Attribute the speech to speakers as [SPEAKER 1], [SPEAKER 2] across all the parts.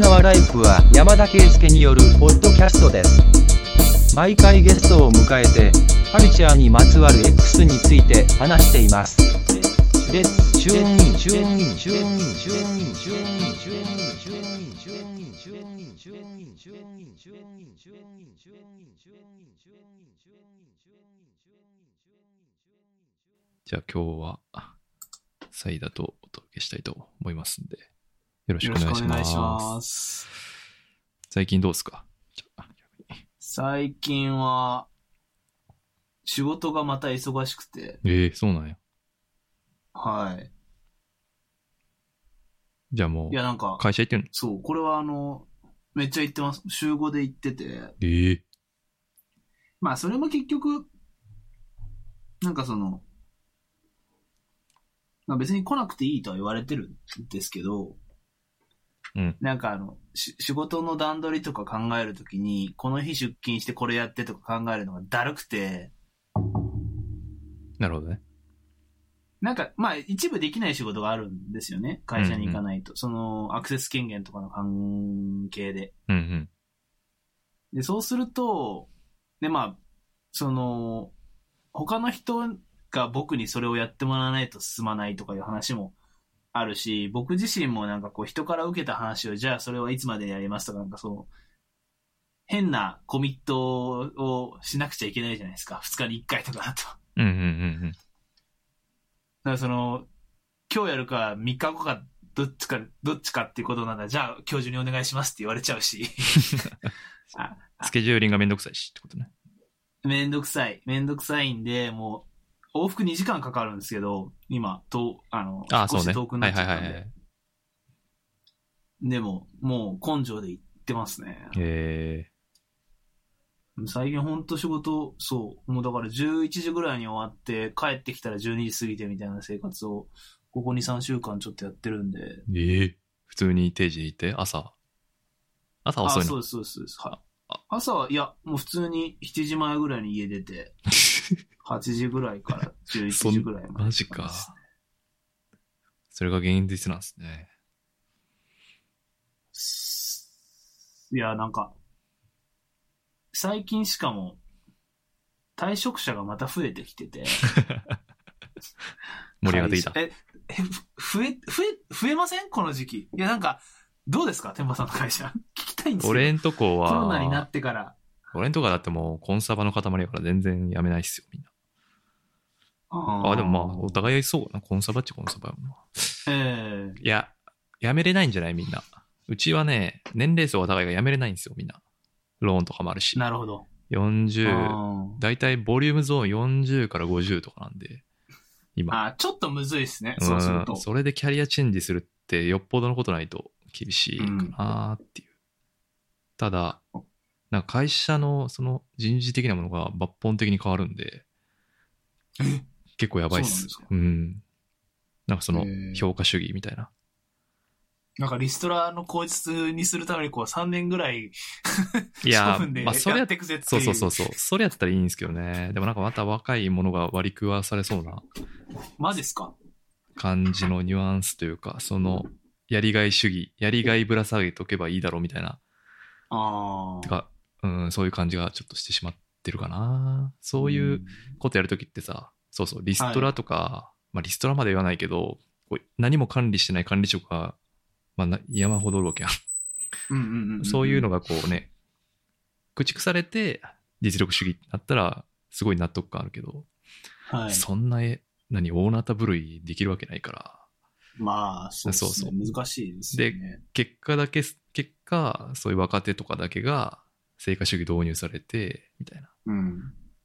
[SPEAKER 1] 川ライフは山田圭介によるポッドキャストです。毎回ゲストを迎えて、カルチャーにまつわる X について話しています。レッツチューンインチューンインチューンインチューンインチューンインチューンインチューンインチューンインチューンインチューンインチューンインチューンインチューンインチューンインチューンインチューンインチューンインチューンインチューン
[SPEAKER 2] じゃあ今日は、サイダとお届けしたいと思いますんで、よろしくお願いします。
[SPEAKER 3] す。
[SPEAKER 2] 最近どうですかじゃあ
[SPEAKER 3] 最近は、仕事がまた忙しくて、
[SPEAKER 2] ええそうなんや。
[SPEAKER 3] はい。
[SPEAKER 2] じゃあも
[SPEAKER 3] いや、
[SPEAKER 2] う、
[SPEAKER 3] なんか、
[SPEAKER 2] 会社行ってんの
[SPEAKER 3] そう、これはあの、めっちゃ行ってます。週5で行ってて。
[SPEAKER 2] ええ
[SPEAKER 3] まあ、それも結局、なんかその、まあ別に来なくていいとは言われてるんですけど、
[SPEAKER 2] うん
[SPEAKER 3] なんかあの、し仕事の段取りとか考えるときに、この日出勤してこれやってとか考えるのがだるくて、
[SPEAKER 2] なるほどね。
[SPEAKER 3] なんか、まあ、一部できない仕事があるんですよね。会社に行かないと。その、アクセス権限とかの関係で。
[SPEAKER 2] うんうん。
[SPEAKER 3] で、そうすると、で、まあ、その、他の人が僕にそれをやってもらわないと進まないとかいう話もあるし、僕自身もなんかこう人から受けた話を、じゃあそれはいつまでやりますとか、なんかそう、変なコミットをしなくちゃいけないじゃないですか。2日に1回とかだと。
[SPEAKER 2] うんうんうんうん。
[SPEAKER 3] だからその、今日やるか3日後か、どっちか、どっちかっていうことなんだ、じゃあ今日中にお願いしますって言われちゃうし、
[SPEAKER 2] スケジューリングがめんどくさいしってことね。
[SPEAKER 3] めんどくさい。めんどくさいんで、もう、往復2時間かかるんですけど、今、と、あの、
[SPEAKER 2] ああ、そう
[SPEAKER 3] 少し
[SPEAKER 2] ね。
[SPEAKER 3] 遠く
[SPEAKER 2] は
[SPEAKER 3] ないっちゃ
[SPEAKER 2] はい
[SPEAKER 3] った
[SPEAKER 2] は
[SPEAKER 3] んで。
[SPEAKER 2] いはい。
[SPEAKER 3] でも、もう根性で行ってますね。
[SPEAKER 2] え
[SPEAKER 3] 最近ほんと仕事、そう、もうだから11時ぐらいに終わって、帰ってきたら12時過ぎてみたいな生活を、ここ2、3週間ちょっとやってるんで、
[SPEAKER 2] えええ普通に定時で行って、朝。朝遅い
[SPEAKER 3] あ、そう
[SPEAKER 2] の。
[SPEAKER 3] です、そうですそうです。はい。朝は、いや、もう普通に7時前ぐらいに家出て、8時ぐらいから11時ぐらいまで。
[SPEAKER 2] マジか。それが現実なんですね。
[SPEAKER 3] いや、なんか、最近しかも、退職者がまた増えてきてて。
[SPEAKER 2] 盛り上がってきた。
[SPEAKER 3] え、えふ増え、増え、増えませんこの時期。いや、なんか、どうですか天馬さんの会社。 聞きたいんですよ。
[SPEAKER 2] 俺んとこ
[SPEAKER 3] コ
[SPEAKER 2] は、
[SPEAKER 3] ロナになってから。
[SPEAKER 2] 俺んとこはだってもうコンサバの塊やから全然やめないっすよ、みんな。
[SPEAKER 3] あ
[SPEAKER 2] あ、でもまあ、お互いそうだな。コンサバっちゃコンサバやもんな。
[SPEAKER 3] あ、ええ
[SPEAKER 2] いや、やめれないんじゃないみんな。うちはね、年齢層お互いがやめれないんですよ、みんな。ローンとかもあるし。
[SPEAKER 3] なるほど。
[SPEAKER 2] 40、
[SPEAKER 3] あ
[SPEAKER 2] だいたいボリュームゾーン40から50とかなんで、今。
[SPEAKER 3] ーあー、ちょっとむずいですね。そうすると
[SPEAKER 2] ん。それでキャリアチェンジするって、よっぽどのことないと厳しいかなーっていう。ただ、なんか会社のその人事的なものが抜本的に変わるんで、
[SPEAKER 3] え
[SPEAKER 2] 結構やばいっす。
[SPEAKER 3] そう
[SPEAKER 2] うん。なんかその
[SPEAKER 3] へー
[SPEAKER 2] 評価主義みたいな。
[SPEAKER 3] なんかリストラの口実にするためにこう3年ぐらい、
[SPEAKER 2] い
[SPEAKER 3] 処
[SPEAKER 2] や
[SPEAKER 3] 分で
[SPEAKER 2] ー、
[SPEAKER 3] や
[SPEAKER 2] まあそれや
[SPEAKER 3] ってくぜって
[SPEAKER 2] そ
[SPEAKER 3] いうう。
[SPEAKER 2] そうそうそう。それやったらいいんですけどね。でもなんかまた若いものが割り食わされそうな
[SPEAKER 3] マジっすか
[SPEAKER 2] 感じのニュアンスというか、その、やりがい主義、やりがいぶら下げとけばいいだろうみたいな、
[SPEAKER 3] あ
[SPEAKER 2] てか、うん、そういう感じがちょっとしてしまってるかな。そういう。ことやるときってさ、そうそう、リストラとか、まあリストラまで言わないけど、こう何も管理してない管理職が、まあな山ほどおるわけやん。
[SPEAKER 3] うんうんうんん。
[SPEAKER 2] そういうのがこうね、駆逐されて実力主義になったら、すごい納得感あるけど、
[SPEAKER 3] はい。
[SPEAKER 2] そんな、え何、大なたぶるいできるわけないから、
[SPEAKER 3] まあ、そうっすね
[SPEAKER 2] そうそう
[SPEAKER 3] 難しいですよね。
[SPEAKER 2] 結果だけ、結果、そういう若手とかだけが、成果主義導入されて、みたいな、
[SPEAKER 3] うん。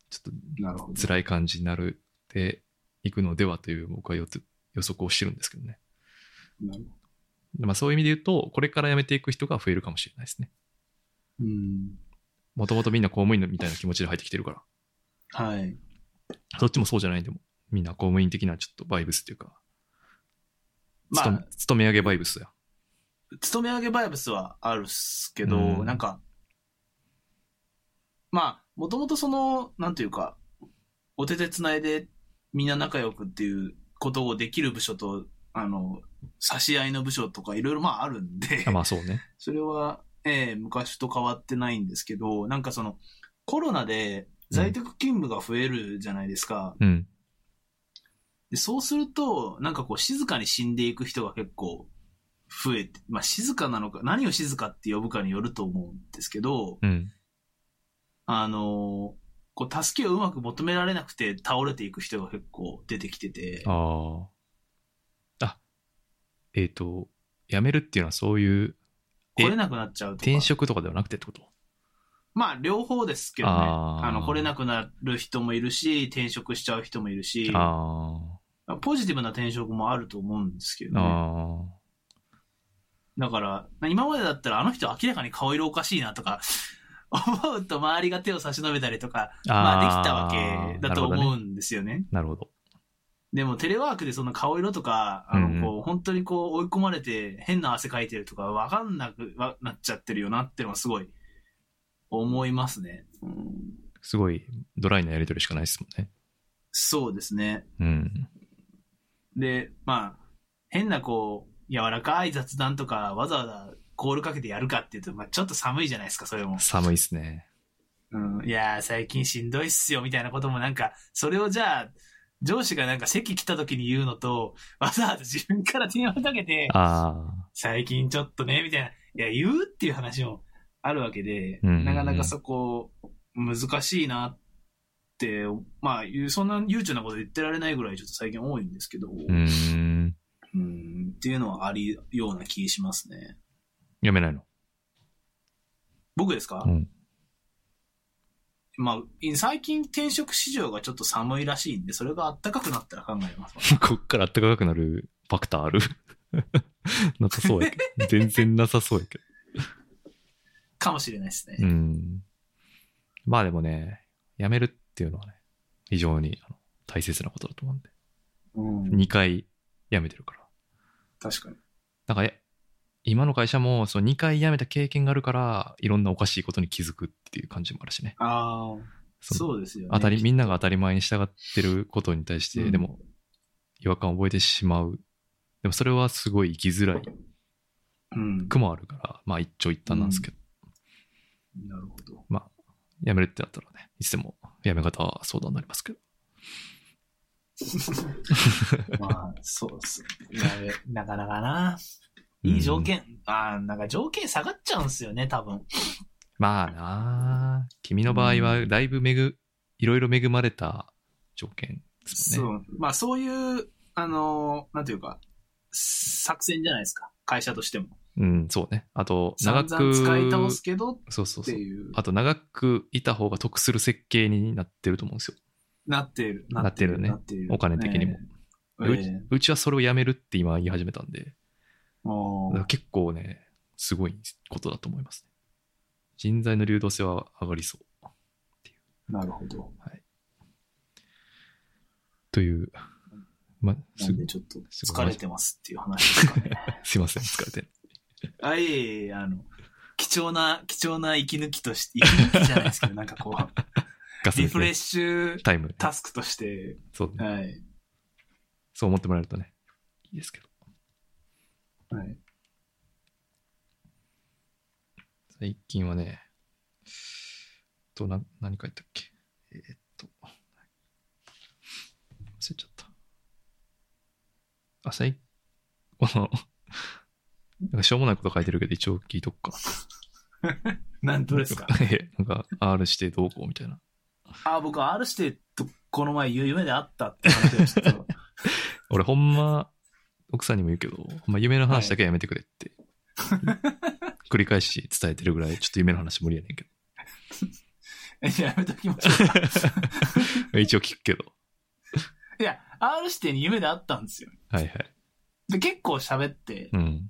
[SPEAKER 2] ちょっ
[SPEAKER 3] なるほ
[SPEAKER 2] と
[SPEAKER 3] ど。
[SPEAKER 2] 辛い感じになるっていくのではという、僕は予つ予測をしてるんですけどね。
[SPEAKER 3] なるほ
[SPEAKER 2] でまあそういう意味で言うと、これから辞めていく人が増えるかもしれないですね。
[SPEAKER 3] どうん。
[SPEAKER 2] もともとみんな公務員のみたいな気持ちで入ってきてるから。
[SPEAKER 3] はい。
[SPEAKER 2] どっちもそうじゃないでも、みんな公務員的なちょっとバイブスっていうか、
[SPEAKER 3] ま
[SPEAKER 2] 勤
[SPEAKER 3] あ
[SPEAKER 2] め、勤め上げバイブスや。
[SPEAKER 3] 勤め上げバイブスはあるっすけど、
[SPEAKER 2] うん
[SPEAKER 3] なんか、まあ、もともとその、なんていうか、お手手つないでみんな仲良くっていうことをできる部署と、あの、差し合いの部署とかいろいろまああるんで、
[SPEAKER 2] あまあそうね。
[SPEAKER 3] それは、ええ昔と変わってないんですけど、なんかその、コロナで在宅勤務が増えるじゃないですか。
[SPEAKER 2] うん。
[SPEAKER 3] でそうすると、なんかこう静かに死んでいく人が結構増えて、まあ静かなのか、何を静かって呼ぶかによると思うんですけど、
[SPEAKER 2] うん。
[SPEAKER 3] あのーこう助けをうまく求められなくて倒れていく人が結構出てきてて、
[SPEAKER 2] ああ。あ、えっ、と、辞めるっていうのはそういう
[SPEAKER 3] 来れなくなっちゃうとか。
[SPEAKER 2] 転職とかではなくてってこと
[SPEAKER 3] まあ両方ですけどね。
[SPEAKER 2] あ
[SPEAKER 3] あ
[SPEAKER 2] ー
[SPEAKER 3] の、来れなくなる人もいるし、転職しちゃう人もいるし、
[SPEAKER 2] あ
[SPEAKER 3] ポジティブな転職もあると思うんですけ
[SPEAKER 2] あ。
[SPEAKER 3] どね。
[SPEAKER 2] あ
[SPEAKER 3] だから、今までだったらあの人明らかに顔色おかしいなとか、 思うと周りが手を差し伸べたりとか、
[SPEAKER 2] あ。
[SPEAKER 3] ま
[SPEAKER 2] ー
[SPEAKER 3] あできたわけだと思うんですよね。
[SPEAKER 2] なるほどね。
[SPEAKER 3] でもテレワークでその顔色とか、あ
[SPEAKER 2] うんうん
[SPEAKER 3] の、こう、本当にこう追い込まれて変な汗かいてるとかわかんなくはなっちゃってるよなってのはすごい思いますね。うん、
[SPEAKER 2] すごいドライなやりとりしかないですもんね。
[SPEAKER 3] そうですね。
[SPEAKER 2] うん。
[SPEAKER 3] で、まあ、変なこう、柔らかい雑談とかわざわざコールかけてやるかっていうと、まあちょっと寒いじゃないですか、それも。
[SPEAKER 2] 寒いですね。
[SPEAKER 3] うん、いやー、最近しんどいっすよ、みたいなこともなんか、それをじゃあ、上司がなんか席来た時に言うのと、わざわざ自分から電話かけて、
[SPEAKER 2] あ
[SPEAKER 3] 最近ちょっとね、みたいな、いや、言うっていう話もあるわけで、
[SPEAKER 2] うんうんうん
[SPEAKER 3] なかなかそこ、難しいなって、まあ、いうそんな悠長なこと言ってられないぐらいちょっと最近多いんですけど、
[SPEAKER 2] あ。うーん。
[SPEAKER 3] うんっていうのはありような気しますね。
[SPEAKER 2] 読めないの。
[SPEAKER 3] 僕ですか、
[SPEAKER 2] うん。
[SPEAKER 3] まあ、最近転職市場がちょっと寒いらしいんで、それが暖かくなったら考えます。
[SPEAKER 2] こっから暖かくなるファクターある なさそうやけど。全然なさそうやけ
[SPEAKER 3] かもしれないですね。
[SPEAKER 2] ど。 うん。まあでもね、辞めるっていうのはね、非常にあの大切なことだと思うんで。
[SPEAKER 3] うん、
[SPEAKER 2] 2回辞めてるから。
[SPEAKER 3] 確かに。
[SPEAKER 2] なんかえ今の会社もその2回辞めた経験があるからいろんなおかしいことに気づくっていう感じもあるしね
[SPEAKER 3] ああ、
[SPEAKER 2] その
[SPEAKER 3] そうですよね。
[SPEAKER 2] 当たりみんなが当たり前に従ってることに対して、
[SPEAKER 3] うん
[SPEAKER 2] でも違和感を覚えてしまうでもそれはすごい生きづらい
[SPEAKER 3] うん。
[SPEAKER 2] 苦もあるからまあ一長一短なんですけど、
[SPEAKER 3] なるほど。
[SPEAKER 2] 辞めるってなったらねいつでも辞め方は相談になりますけど
[SPEAKER 3] まあ、そうですね。なかなかな。いい条
[SPEAKER 2] うん
[SPEAKER 3] 件。ああ、なんか条件下がっちゃうんですよね、多分。
[SPEAKER 2] まあなあ君の場合はだいぶ恵ぐいろいろ恵まれた条件ですもんね
[SPEAKER 3] そう。まあ、そういう、あのー、なんていうか、作戦じゃないですか。会社としても。
[SPEAKER 2] うんそうねあと長
[SPEAKER 3] 散
[SPEAKER 2] く
[SPEAKER 3] 々使い倒すけどっ
[SPEAKER 2] そうそう
[SPEAKER 3] て
[SPEAKER 2] そう
[SPEAKER 3] いう、
[SPEAKER 2] あと長くいた方が得する設計になってると思うんですよ。
[SPEAKER 3] なっている。
[SPEAKER 2] なってるね
[SPEAKER 3] なっている
[SPEAKER 2] お金的にも。
[SPEAKER 3] ええ
[SPEAKER 2] うちうちはそれをやめるって今言い始めたんで、だ
[SPEAKER 3] も
[SPEAKER 2] か
[SPEAKER 3] う
[SPEAKER 2] ら結構ね、すごいことだと思いますね。人材の流動性は上がりそう。
[SPEAKER 3] なるほど。
[SPEAKER 2] という、ま、
[SPEAKER 3] な
[SPEAKER 2] す
[SPEAKER 3] んでちょっと
[SPEAKER 2] すごい
[SPEAKER 3] 疲れてますっていう話ですかね。
[SPEAKER 2] すいません、疲れてる。
[SPEAKER 3] あ、いえいえ、あの、貴重な、貴重な息抜きとして、息抜きじゃないで すけど、なんかこう、
[SPEAKER 2] ガス
[SPEAKER 3] リ
[SPEAKER 2] 抜
[SPEAKER 3] フ
[SPEAKER 2] き
[SPEAKER 3] レ
[SPEAKER 2] ね
[SPEAKER 3] ッシュ
[SPEAKER 2] タイム。
[SPEAKER 3] タスクとして、
[SPEAKER 2] そうね、
[SPEAKER 3] はい。
[SPEAKER 2] そう思ってもらえるとね、いいですけど。
[SPEAKER 3] はい。
[SPEAKER 2] 最近はね、とな何書いたっけえーっと、忘れちゃった。あ、最、この、なんかしょうもないこと書いてるけど、一応聞いとくか。
[SPEAKER 3] なんどうで すか
[SPEAKER 2] えなんか、R してどうこうみたいな。
[SPEAKER 3] あ、僕、R してと、この前、夢で会ったって話をしたけ ど
[SPEAKER 2] 俺、ほんま、奥さんにも言うけど、ほんま夢の話だけはやめてくれって、 繰り返し伝えてるぐらい、ちょっと夢の話無理やねんけ
[SPEAKER 3] えやめときましょうか。
[SPEAKER 2] ど。一応聞くけど。
[SPEAKER 3] いや、R してに夢で会ったんですよ。
[SPEAKER 2] はいはい。
[SPEAKER 3] で、結構喋って、
[SPEAKER 2] うん。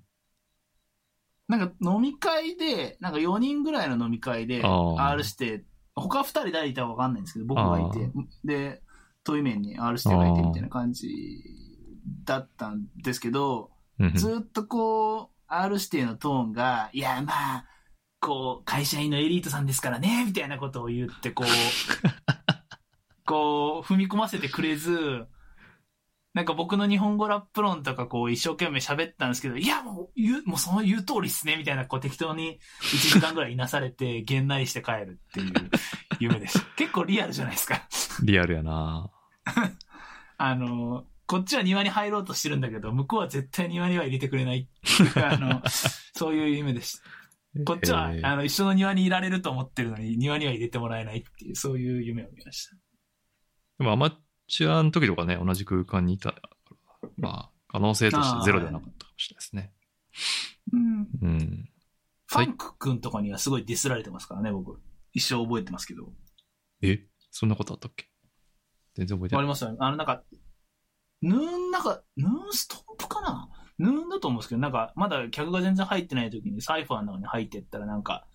[SPEAKER 3] なんか飲み会で、なんか4人ぐらいの飲み会で、
[SPEAKER 2] あー
[SPEAKER 3] R して、他2人誰いたかわかんないんですけど、僕がい
[SPEAKER 2] あ
[SPEAKER 3] て、で、遠い面に R してがいてみたいな感じだったんですけど、
[SPEAKER 2] うん
[SPEAKER 3] ずーっとこう、R 指定のトーンが、いや、まあ、こう、会社員のエリートさんですからね、みたいなことを 言って、こう、こう、踏み込ませてくれず、なんか僕の日本語ラップ論とかこう一生懸命喋ったんですけど、いやもう言う、もうその言う通りっすねみたいなこう適当に1時間ぐらいいなされて、げんなりして帰るっていう 夢でした。結構リアルじゃないですか。
[SPEAKER 2] リアルやな
[SPEAKER 3] あの、こっちは庭に入ろうとしてるんだけど、向こうは絶対庭には入れてくれないっていう。あの、そういう夢でした。こっちは、
[SPEAKER 2] えー
[SPEAKER 3] あの、一緒の庭にいられると思ってるのに、庭には入れてもらえないっていう、そういう夢を見ました。
[SPEAKER 2] でもアマチュアの時とかね、同じ空間にいたから、まあ、可能性としてゼロではなかったかもしれないですね。
[SPEAKER 3] うん。
[SPEAKER 2] うん。
[SPEAKER 3] ファンク君とかにはすごいディスられてますからね、僕。一生覚えてますけど。
[SPEAKER 2] えそんなことあったっけ全然覚えて
[SPEAKER 3] あ
[SPEAKER 2] な
[SPEAKER 3] り
[SPEAKER 2] い。
[SPEAKER 3] ますよね。あの、なんか、ヌーン、なんか、ヌーンストンプかなヌーンだと思うんですけど、なんか、まだ客が全然入ってない時にサイファーの中に入ってったら、なんか、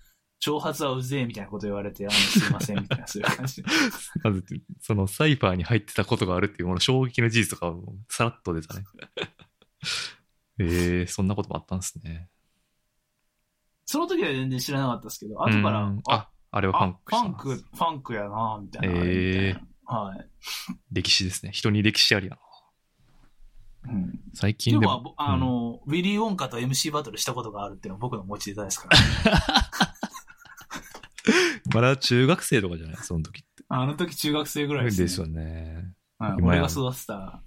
[SPEAKER 3] 挑発はうぜえみたいなこと言われて、あの、すいません、みたいな、そういう感じで。
[SPEAKER 2] まず、そのサイファーに入ってたことがあるっていう、この衝撃の事実とかをさらっと出 たね。えー、そんなこともあったんですね。
[SPEAKER 3] その時は全然知らなかったですけど、後か
[SPEAKER 2] う
[SPEAKER 3] ら
[SPEAKER 2] ん、あ、あれはファンク
[SPEAKER 3] あ
[SPEAKER 2] した
[SPEAKER 3] ファン
[SPEAKER 2] な
[SPEAKER 3] ク、ファンクやなみたいな。
[SPEAKER 2] ええ
[SPEAKER 3] みたいなはい。
[SPEAKER 2] 歴史ですね。人に歴史ありやな。
[SPEAKER 3] うん。
[SPEAKER 2] 最
[SPEAKER 3] で
[SPEAKER 2] 近で
[SPEAKER 3] も、
[SPEAKER 2] も。
[SPEAKER 3] ぼあの、ウィリー・ウォンカと MC バトルしたことがあるっていうのは僕の持ちネタで すから。
[SPEAKER 2] まだ中学生とかじゃないその時って。
[SPEAKER 3] あの時中学生ぐらいです、ね。
[SPEAKER 2] ですよね。
[SPEAKER 3] はい
[SPEAKER 2] 今
[SPEAKER 3] 俺
[SPEAKER 2] や
[SPEAKER 3] が育てた、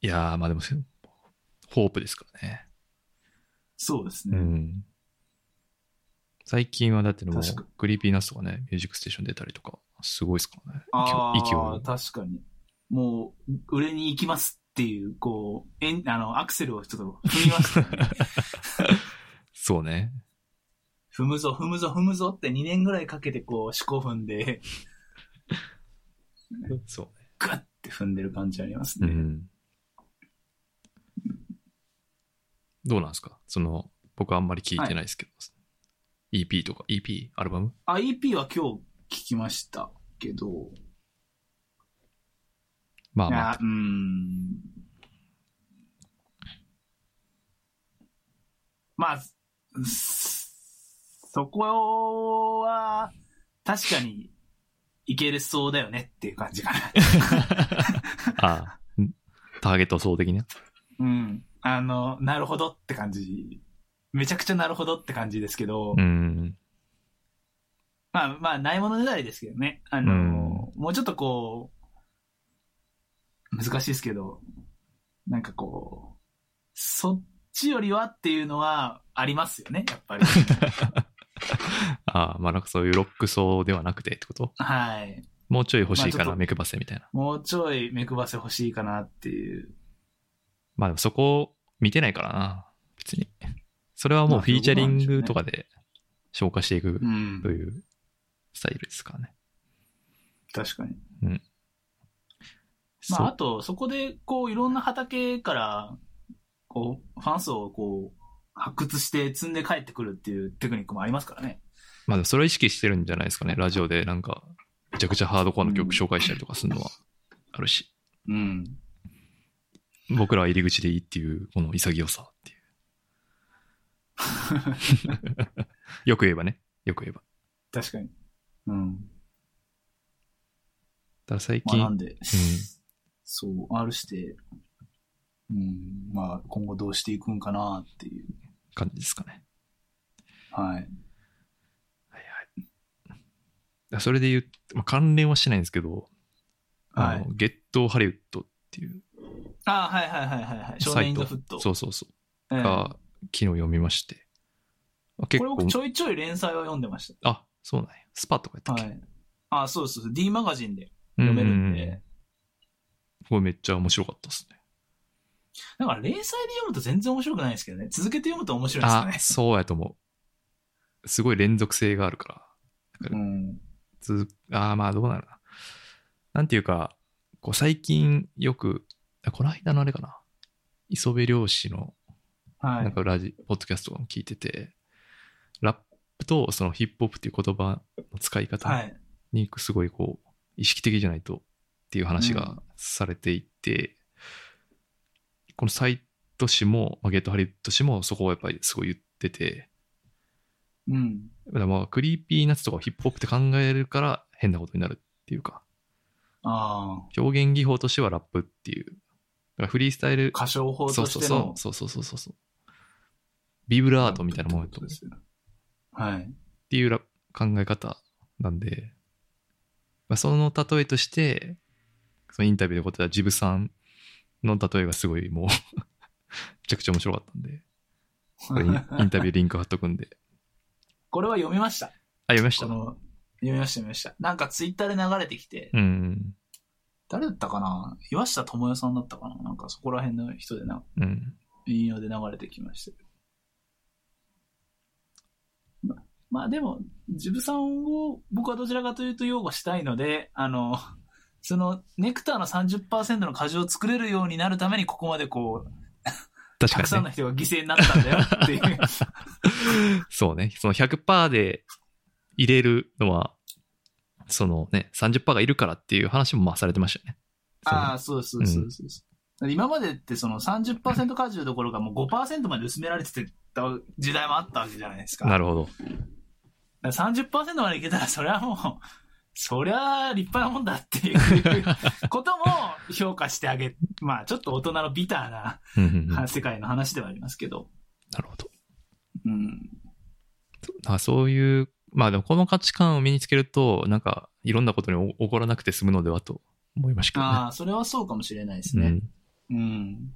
[SPEAKER 2] いやー、まあでも、ホープですからね。
[SPEAKER 3] そうです
[SPEAKER 2] う
[SPEAKER 3] ね。
[SPEAKER 2] ん。最近はだってもう
[SPEAKER 3] 確か、
[SPEAKER 2] クリーピーナッツとかね、ミュージックステーション出たりとか、すごいですからね。
[SPEAKER 3] あ
[SPEAKER 2] 勢い
[SPEAKER 3] あ、
[SPEAKER 2] を。
[SPEAKER 3] 確かに。もう、売れに行きますっていう、こう、えん、あの、アクセルをちょっと踏みます、ね。
[SPEAKER 2] そうね。
[SPEAKER 3] 踏むぞ、 踏むぞ、踏むぞって2年ぐらいかけて、こう、四股踏んで、
[SPEAKER 2] そ
[SPEAKER 3] グッて踏んでる感じあります
[SPEAKER 2] う
[SPEAKER 3] ね。
[SPEAKER 2] ね。うん。どうなんですかその、僕あんまり聞いてないですけど、EP とか、EP? アルバム
[SPEAKER 3] IEP は今日聞きましたけど、
[SPEAKER 2] まあ
[SPEAKER 3] い
[SPEAKER 2] ま
[SPEAKER 3] や
[SPEAKER 2] あ、
[SPEAKER 3] うーん。まあ、すそこは、確かに、いけるそうだよねっていう感じかな。
[SPEAKER 2] ああ、んターゲット層的にね。
[SPEAKER 3] うん。あの、なるほどって感じ。めちゃくちゃなるほどって感じですけど、
[SPEAKER 2] うん。
[SPEAKER 3] まあまあ、ないものねだりですけどね。あの、もうちょっとこう、難しいですけど、なんかこう、そっちよりはっていうのはありますよね、やっぱり。
[SPEAKER 2] ああ、まあなんかそういうロック層ではなくてってこと
[SPEAKER 3] はい。
[SPEAKER 2] もうちょい欲しい
[SPEAKER 3] まあ
[SPEAKER 2] か
[SPEAKER 3] ちょっ
[SPEAKER 2] な、
[SPEAKER 3] と
[SPEAKER 2] 目くばせみたいな。
[SPEAKER 3] もうちょい目くばせ欲しいかなっていう。
[SPEAKER 2] まあでもそこを見てないからな、別に。それはもうフィーチャリングとかで消化していく
[SPEAKER 3] うん
[SPEAKER 2] と。いうスタイルですからね。
[SPEAKER 3] 確かに。ま
[SPEAKER 2] そ
[SPEAKER 3] あ、あ
[SPEAKER 2] う
[SPEAKER 3] と、そこで、こう、いろんな畑から、こう、ファン層をこう、発掘して積んで帰ってくるっていうテクニックもありますからね。
[SPEAKER 2] まあでもそれを意識してるんじゃないですかね。ラジオでなんか、めちゃくちゃハードコアの曲紹介したりとかするのはあるし、
[SPEAKER 3] うん。
[SPEAKER 2] 僕らは入り口でいいっていう、この潔さっていう。 よく言えばね、よく言えば。
[SPEAKER 3] 確かに。うん。
[SPEAKER 2] ただ最
[SPEAKER 3] まあ、
[SPEAKER 2] 近、
[SPEAKER 3] なんで、そう、R して、うん、まあ、今後どうしていくんかなっていう。
[SPEAKER 2] 感じですかね。
[SPEAKER 3] はい。
[SPEAKER 2] はいはい。それで言う、まあ、関連はしてないんですけど、あの
[SPEAKER 3] はい
[SPEAKER 2] ゲットハリウッドっていう
[SPEAKER 3] あはいはいはいはいはい。少
[SPEAKER 2] サ
[SPEAKER 3] 年イ
[SPEAKER 2] イ
[SPEAKER 3] ン
[SPEAKER 2] ト
[SPEAKER 3] ザフット。
[SPEAKER 2] そうそうそう。
[SPEAKER 3] ええ
[SPEAKER 2] が、昨日読みまして。あ結
[SPEAKER 3] これ僕ち
[SPEAKER 2] 構、
[SPEAKER 3] ょいちょい連載は読んでまし
[SPEAKER 2] あ、そうなんや。スパとかやった
[SPEAKER 3] た。
[SPEAKER 2] っ
[SPEAKER 3] は
[SPEAKER 2] け、
[SPEAKER 3] い。あそうそうそう。D マガジンで
[SPEAKER 2] うんう
[SPEAKER 3] 読
[SPEAKER 2] んう
[SPEAKER 3] めるんで。
[SPEAKER 2] これめっちゃ面白かったですね。
[SPEAKER 3] だから連載で読むと全然面白くないんですけどね。続けて読むと面白い
[SPEAKER 2] あ、
[SPEAKER 3] です
[SPEAKER 2] そうやと思う。すごい連続性があるから。
[SPEAKER 3] かね。うん。
[SPEAKER 2] つあーまあどうなるな。なんていうか、こう最近よく、あこの間のあれかな。磯部良氏の
[SPEAKER 3] は
[SPEAKER 2] なん
[SPEAKER 3] い。
[SPEAKER 2] かラジ、ポッドキャストを聞いてて、ラップとそのヒップホップっていう言葉の使い方
[SPEAKER 3] はい。
[SPEAKER 2] にすごいこう意識的じゃないとっていう話がされていて、このサイト誌もまあゲットハリウッド誌もそこをやっぱりすごい言ってて
[SPEAKER 3] うん。
[SPEAKER 2] だからまあクリーピーナッツとかをヒップホップって考えるから変なことになるっていうか
[SPEAKER 3] ああ。
[SPEAKER 2] 表現技法としてはラップっていうからフリースタイル、
[SPEAKER 3] 歌唱法
[SPEAKER 2] そ
[SPEAKER 3] と
[SPEAKER 2] う
[SPEAKER 3] し
[SPEAKER 2] そう
[SPEAKER 3] て
[SPEAKER 2] そ
[SPEAKER 3] の
[SPEAKER 2] う、。そうそうそうそうそう。ビブラートみたいなもん
[SPEAKER 3] って
[SPEAKER 2] と
[SPEAKER 3] こ
[SPEAKER 2] っ
[SPEAKER 3] ですよね。はい。
[SPEAKER 2] ていうら考え方なんで、まあ、その例えとして、そのインタビューで答えたジブさんの例えがすごいもう、 めちゃくちゃ面白かったんで、これインインタビューリンク貼っとくんで。
[SPEAKER 3] これは読みました。
[SPEAKER 2] あ、読みました
[SPEAKER 3] こ。の、読みました、読みました。なんかツイッターで流れてきて、
[SPEAKER 2] うん。
[SPEAKER 3] 誰だったかな岩下智代さんだったかななんかそこら辺の人でな、
[SPEAKER 2] うん。
[SPEAKER 3] 引用で流れてきましたけどままあでも、ジブさんを僕はどちらかというと擁護したいので、あの、そのネクターの30%の果汁を作れるようになるためにここまでこう、
[SPEAKER 2] 確
[SPEAKER 3] たく
[SPEAKER 2] か
[SPEAKER 3] さん
[SPEAKER 2] に
[SPEAKER 3] の
[SPEAKER 2] ね。
[SPEAKER 3] 人が犠牲になったんだよっていう。
[SPEAKER 2] そうね。その100%で入れるのは、そのね、30%がいるからっていう話もまあされてましたよね。
[SPEAKER 3] ああ、そうそうそうそうそう、今までってその30%果汁どころかもう5%まで薄められてた時代もあったわけじゃないです
[SPEAKER 2] そ
[SPEAKER 3] か。
[SPEAKER 2] のなるほど。
[SPEAKER 3] だから30%までいけたらそれはもう、 そりゃあ立派なもんだっていうことも評価してあげ、 まあちょっと大人のビタ
[SPEAKER 2] うんうんうん
[SPEAKER 3] ー
[SPEAKER 2] な
[SPEAKER 3] な世界の話ではありますけど。
[SPEAKER 2] るほど。
[SPEAKER 3] うん。
[SPEAKER 2] あそういう、まあでもこの価値観を身につけると、なんかいろんなことにお起こらなくて済むのではと思いましたけどね
[SPEAKER 3] ああ、それはそうかもしれないです
[SPEAKER 2] う
[SPEAKER 3] ね。
[SPEAKER 2] ん、
[SPEAKER 3] うん。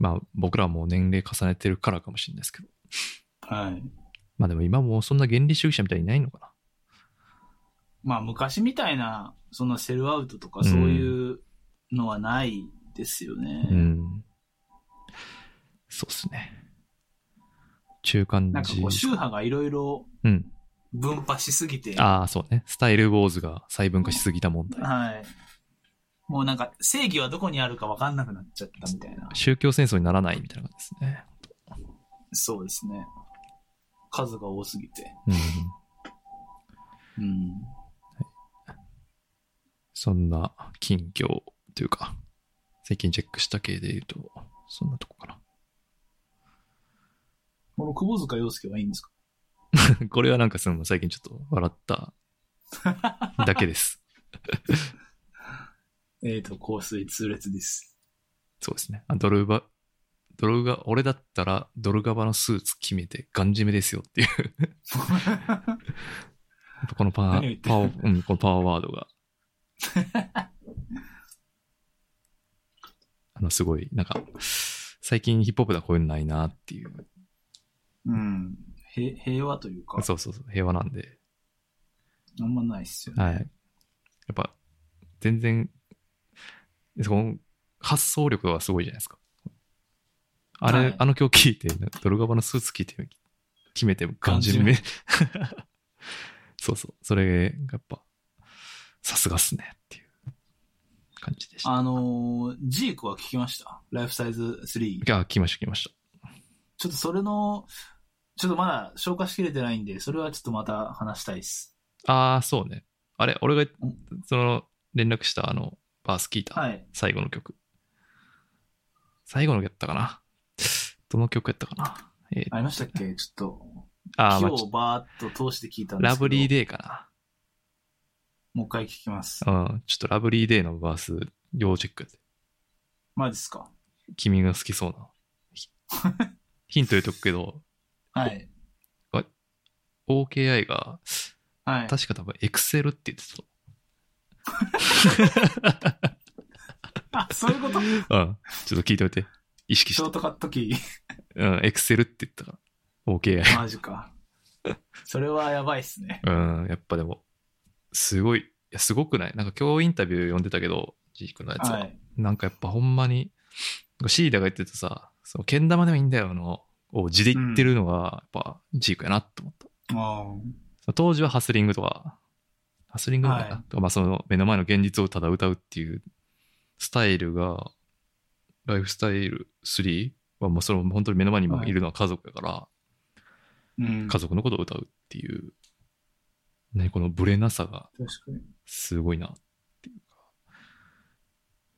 [SPEAKER 2] まあ僕らはもう年齢重ねてるからかもしれないですけど。
[SPEAKER 3] はい。
[SPEAKER 2] まあでも今もうそんな原理主義者みたいにいないのかな。
[SPEAKER 3] まあ昔みたいな、そのセルアウトとかそういうのはないですよね。
[SPEAKER 2] うん。そうっすね。中間
[SPEAKER 3] なんかこう宗派がいろいろ
[SPEAKER 2] うん。
[SPEAKER 3] 分派しすぎて。
[SPEAKER 2] ああ、そうね。スタイルウォーズが細分化しすぎた問題。
[SPEAKER 3] はい。もうなんか正義はどこにあるかわかんなくなっちゃったみたいな。
[SPEAKER 2] 宗教戦争にならないみたいな感じですね。
[SPEAKER 3] そうですね。数が多すぎて。
[SPEAKER 2] うん。
[SPEAKER 3] うん。
[SPEAKER 2] そんな近況というか、最近チェックした系で言うと、そんなとこかな。
[SPEAKER 3] この窪塚洋介はいいんですか
[SPEAKER 2] これはなんか その最近ちょっと笑っただけです。
[SPEAKER 3] えーと、香水痛 烈です。
[SPEAKER 2] そうですね。あドルバ、ドルが、俺だったらドルガバのスーツ決めてガン締めですよっていう やっぱこのパワ
[SPEAKER 3] 何を言っ
[SPEAKER 2] ー、
[SPEAKER 3] て
[SPEAKER 2] パワー、うん、このパワーワードが。 あの、すごい、なんか、最近ヒップホップだこういうのないなっていう。
[SPEAKER 3] うん。へ平和というか、
[SPEAKER 2] そうそうそう、平和なんで。
[SPEAKER 3] あんまないっすよね。
[SPEAKER 2] はい。やっぱ、全然、その発想力がすごいじゃないですか。あれ、
[SPEAKER 3] はい
[SPEAKER 2] あの曲聴いて、なんかドルガバのスーツ聴いて、決めて、感じ
[SPEAKER 3] 感じ
[SPEAKER 2] め。 そうそう。それがやっぱ、さすがっすねっていう感じでした。あ、
[SPEAKER 3] あのージークは聞きました。ライフサイズ3。
[SPEAKER 2] 聞きました、聞きまし
[SPEAKER 3] ちょっとそれの、ちょっとまだ消化しきれてないんで、それはちょっとまた話したいっす。
[SPEAKER 2] た。ああ、そうね。あれ、俺が
[SPEAKER 3] うん、
[SPEAKER 2] その、連絡した、あの、バース聞いた、
[SPEAKER 3] はい。
[SPEAKER 2] 最後の曲。最後の曲やったかな。どの曲やったかな。えー
[SPEAKER 3] ありましたっけちょっと、
[SPEAKER 2] あー
[SPEAKER 3] 今
[SPEAKER 2] まあ、ち
[SPEAKER 3] 日
[SPEAKER 2] ょ
[SPEAKER 3] バーっと通して聞いたんですけど。
[SPEAKER 2] ラブリーデーか
[SPEAKER 3] もう一回聞きます。
[SPEAKER 2] な。うん。ちょっとラブリーデーのバース、要チェックやって。
[SPEAKER 3] マジっすか
[SPEAKER 2] 君が好きそうな。ひ ヒント言うとくけど、
[SPEAKER 3] はい。
[SPEAKER 2] OKI が、
[SPEAKER 3] はい。
[SPEAKER 2] 確か多分 Excel って言ってた。
[SPEAKER 3] あ、そうい うこと
[SPEAKER 2] うん。ちょっと聞いておいて。意識
[SPEAKER 3] ショ
[SPEAKER 2] し
[SPEAKER 3] ー
[SPEAKER 2] て。
[SPEAKER 3] トカットキー。
[SPEAKER 2] うん。Excel って言ったから。OKI。
[SPEAKER 3] マジか。それはやばいっすね。
[SPEAKER 2] うん。やっぱでも、すごい、いや、すごくないなんか今日インタビュー読んでたけど、ジークのやつは。
[SPEAKER 3] はい。
[SPEAKER 2] なんかやっぱほんまに、シーダが言ってたさ、その、けん玉でもいいんだよの、を字で言ってるのが、やっぱ、ジークやなって思った。
[SPEAKER 3] あ
[SPEAKER 2] その当時はハスリングとか、ハスリングとかな、
[SPEAKER 3] はい
[SPEAKER 2] とかまあその目の前の現実をただ歌うっていうスタイルが、ライフスタイル3はもうその本当に目の前に今
[SPEAKER 3] はい
[SPEAKER 2] いるのは家族だから、
[SPEAKER 3] うん。
[SPEAKER 2] 家
[SPEAKER 3] 確
[SPEAKER 2] 族のことを歌うっていう、ね、このブレなさが
[SPEAKER 3] かに。
[SPEAKER 2] すごいなっていうか、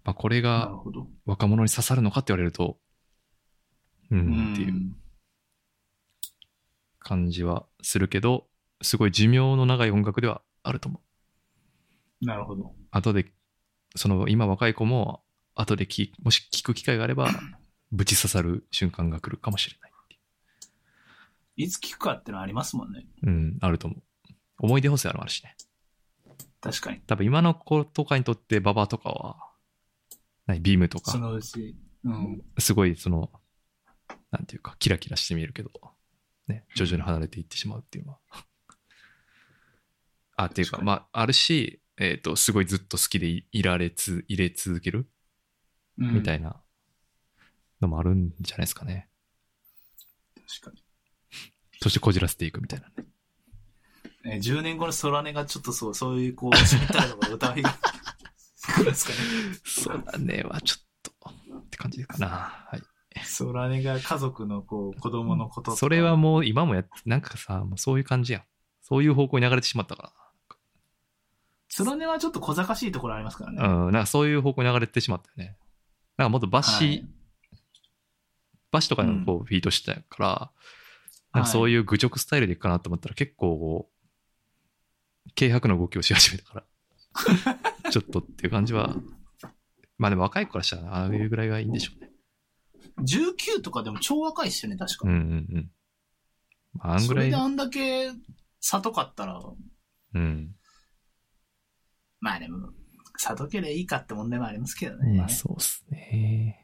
[SPEAKER 2] まあこれ
[SPEAKER 3] な
[SPEAKER 2] が
[SPEAKER 3] るほど。
[SPEAKER 2] 若者に刺さるのかって言われると、う、
[SPEAKER 3] うん
[SPEAKER 2] っていう。感じはするけど、すごい寿命の長い音楽ではあると思う。
[SPEAKER 3] なるほど。
[SPEAKER 2] 後で、その今若い子も、後で聞、もし聞く機会があれば、ぶち刺さる瞬間が来るかもしれないってい
[SPEAKER 3] いつ聞くかってのありますもんね。
[SPEAKER 2] う。うん、あると思う。思い出補正あるもあるしね。
[SPEAKER 3] 確かに。
[SPEAKER 2] 多分今の子とかにとって、ババとかは、ないビームと
[SPEAKER 3] そ
[SPEAKER 2] か、
[SPEAKER 3] のうち。うん。
[SPEAKER 2] すごいその、なんていうか、キラキラして見えるけど、ね、徐々に離れていってしまうっていうのは。 あ、っていうか、
[SPEAKER 3] 確かに
[SPEAKER 2] まあ、あるし、えっ、と、すごいずっと好きでいいられつ、入れ続けるみた
[SPEAKER 3] い。
[SPEAKER 2] いなのもあるんじゃないですかね。
[SPEAKER 3] 確か
[SPEAKER 2] そしてこじらせていくみたいなね。
[SPEAKER 3] に。ね、10年後の空音がちょっとそう、そういうこう、死にたいのが歌いが 来るんですかね。
[SPEAKER 2] そうだね、はちょっと、って感じかな。はい。
[SPEAKER 3] 空音が家族のこう、子供のこととか
[SPEAKER 2] それはもう今もやっなんかさ、もうそういう感じやん。そういう方向に流れてしまったか
[SPEAKER 3] 空音はちょっと小賢しいところありますからね。
[SPEAKER 2] ら。うん、なんかそういう方向に流れてしまったよね。なんかもっとバシ、
[SPEAKER 3] はい
[SPEAKER 2] バシとかのこうフィートしてたから、なんかそういう愚直スタイルでいくかなと思ったら結構こう、軽薄な動きをし始めたから。ちょっとっていう感じは、まあでも若い子からしたらああいうぐらいがいいんでしょうね。
[SPEAKER 3] 19とかでも超若いっすよね、確
[SPEAKER 2] う
[SPEAKER 3] か。
[SPEAKER 2] んうんうん。まああんぐ
[SPEAKER 3] そ
[SPEAKER 2] ら
[SPEAKER 3] れ
[SPEAKER 2] い
[SPEAKER 3] で、あんだけ差とかったら、
[SPEAKER 2] うん。
[SPEAKER 3] まあでも、差どけりゃいいかって問題もありますけどね。
[SPEAKER 2] まあそうっすね。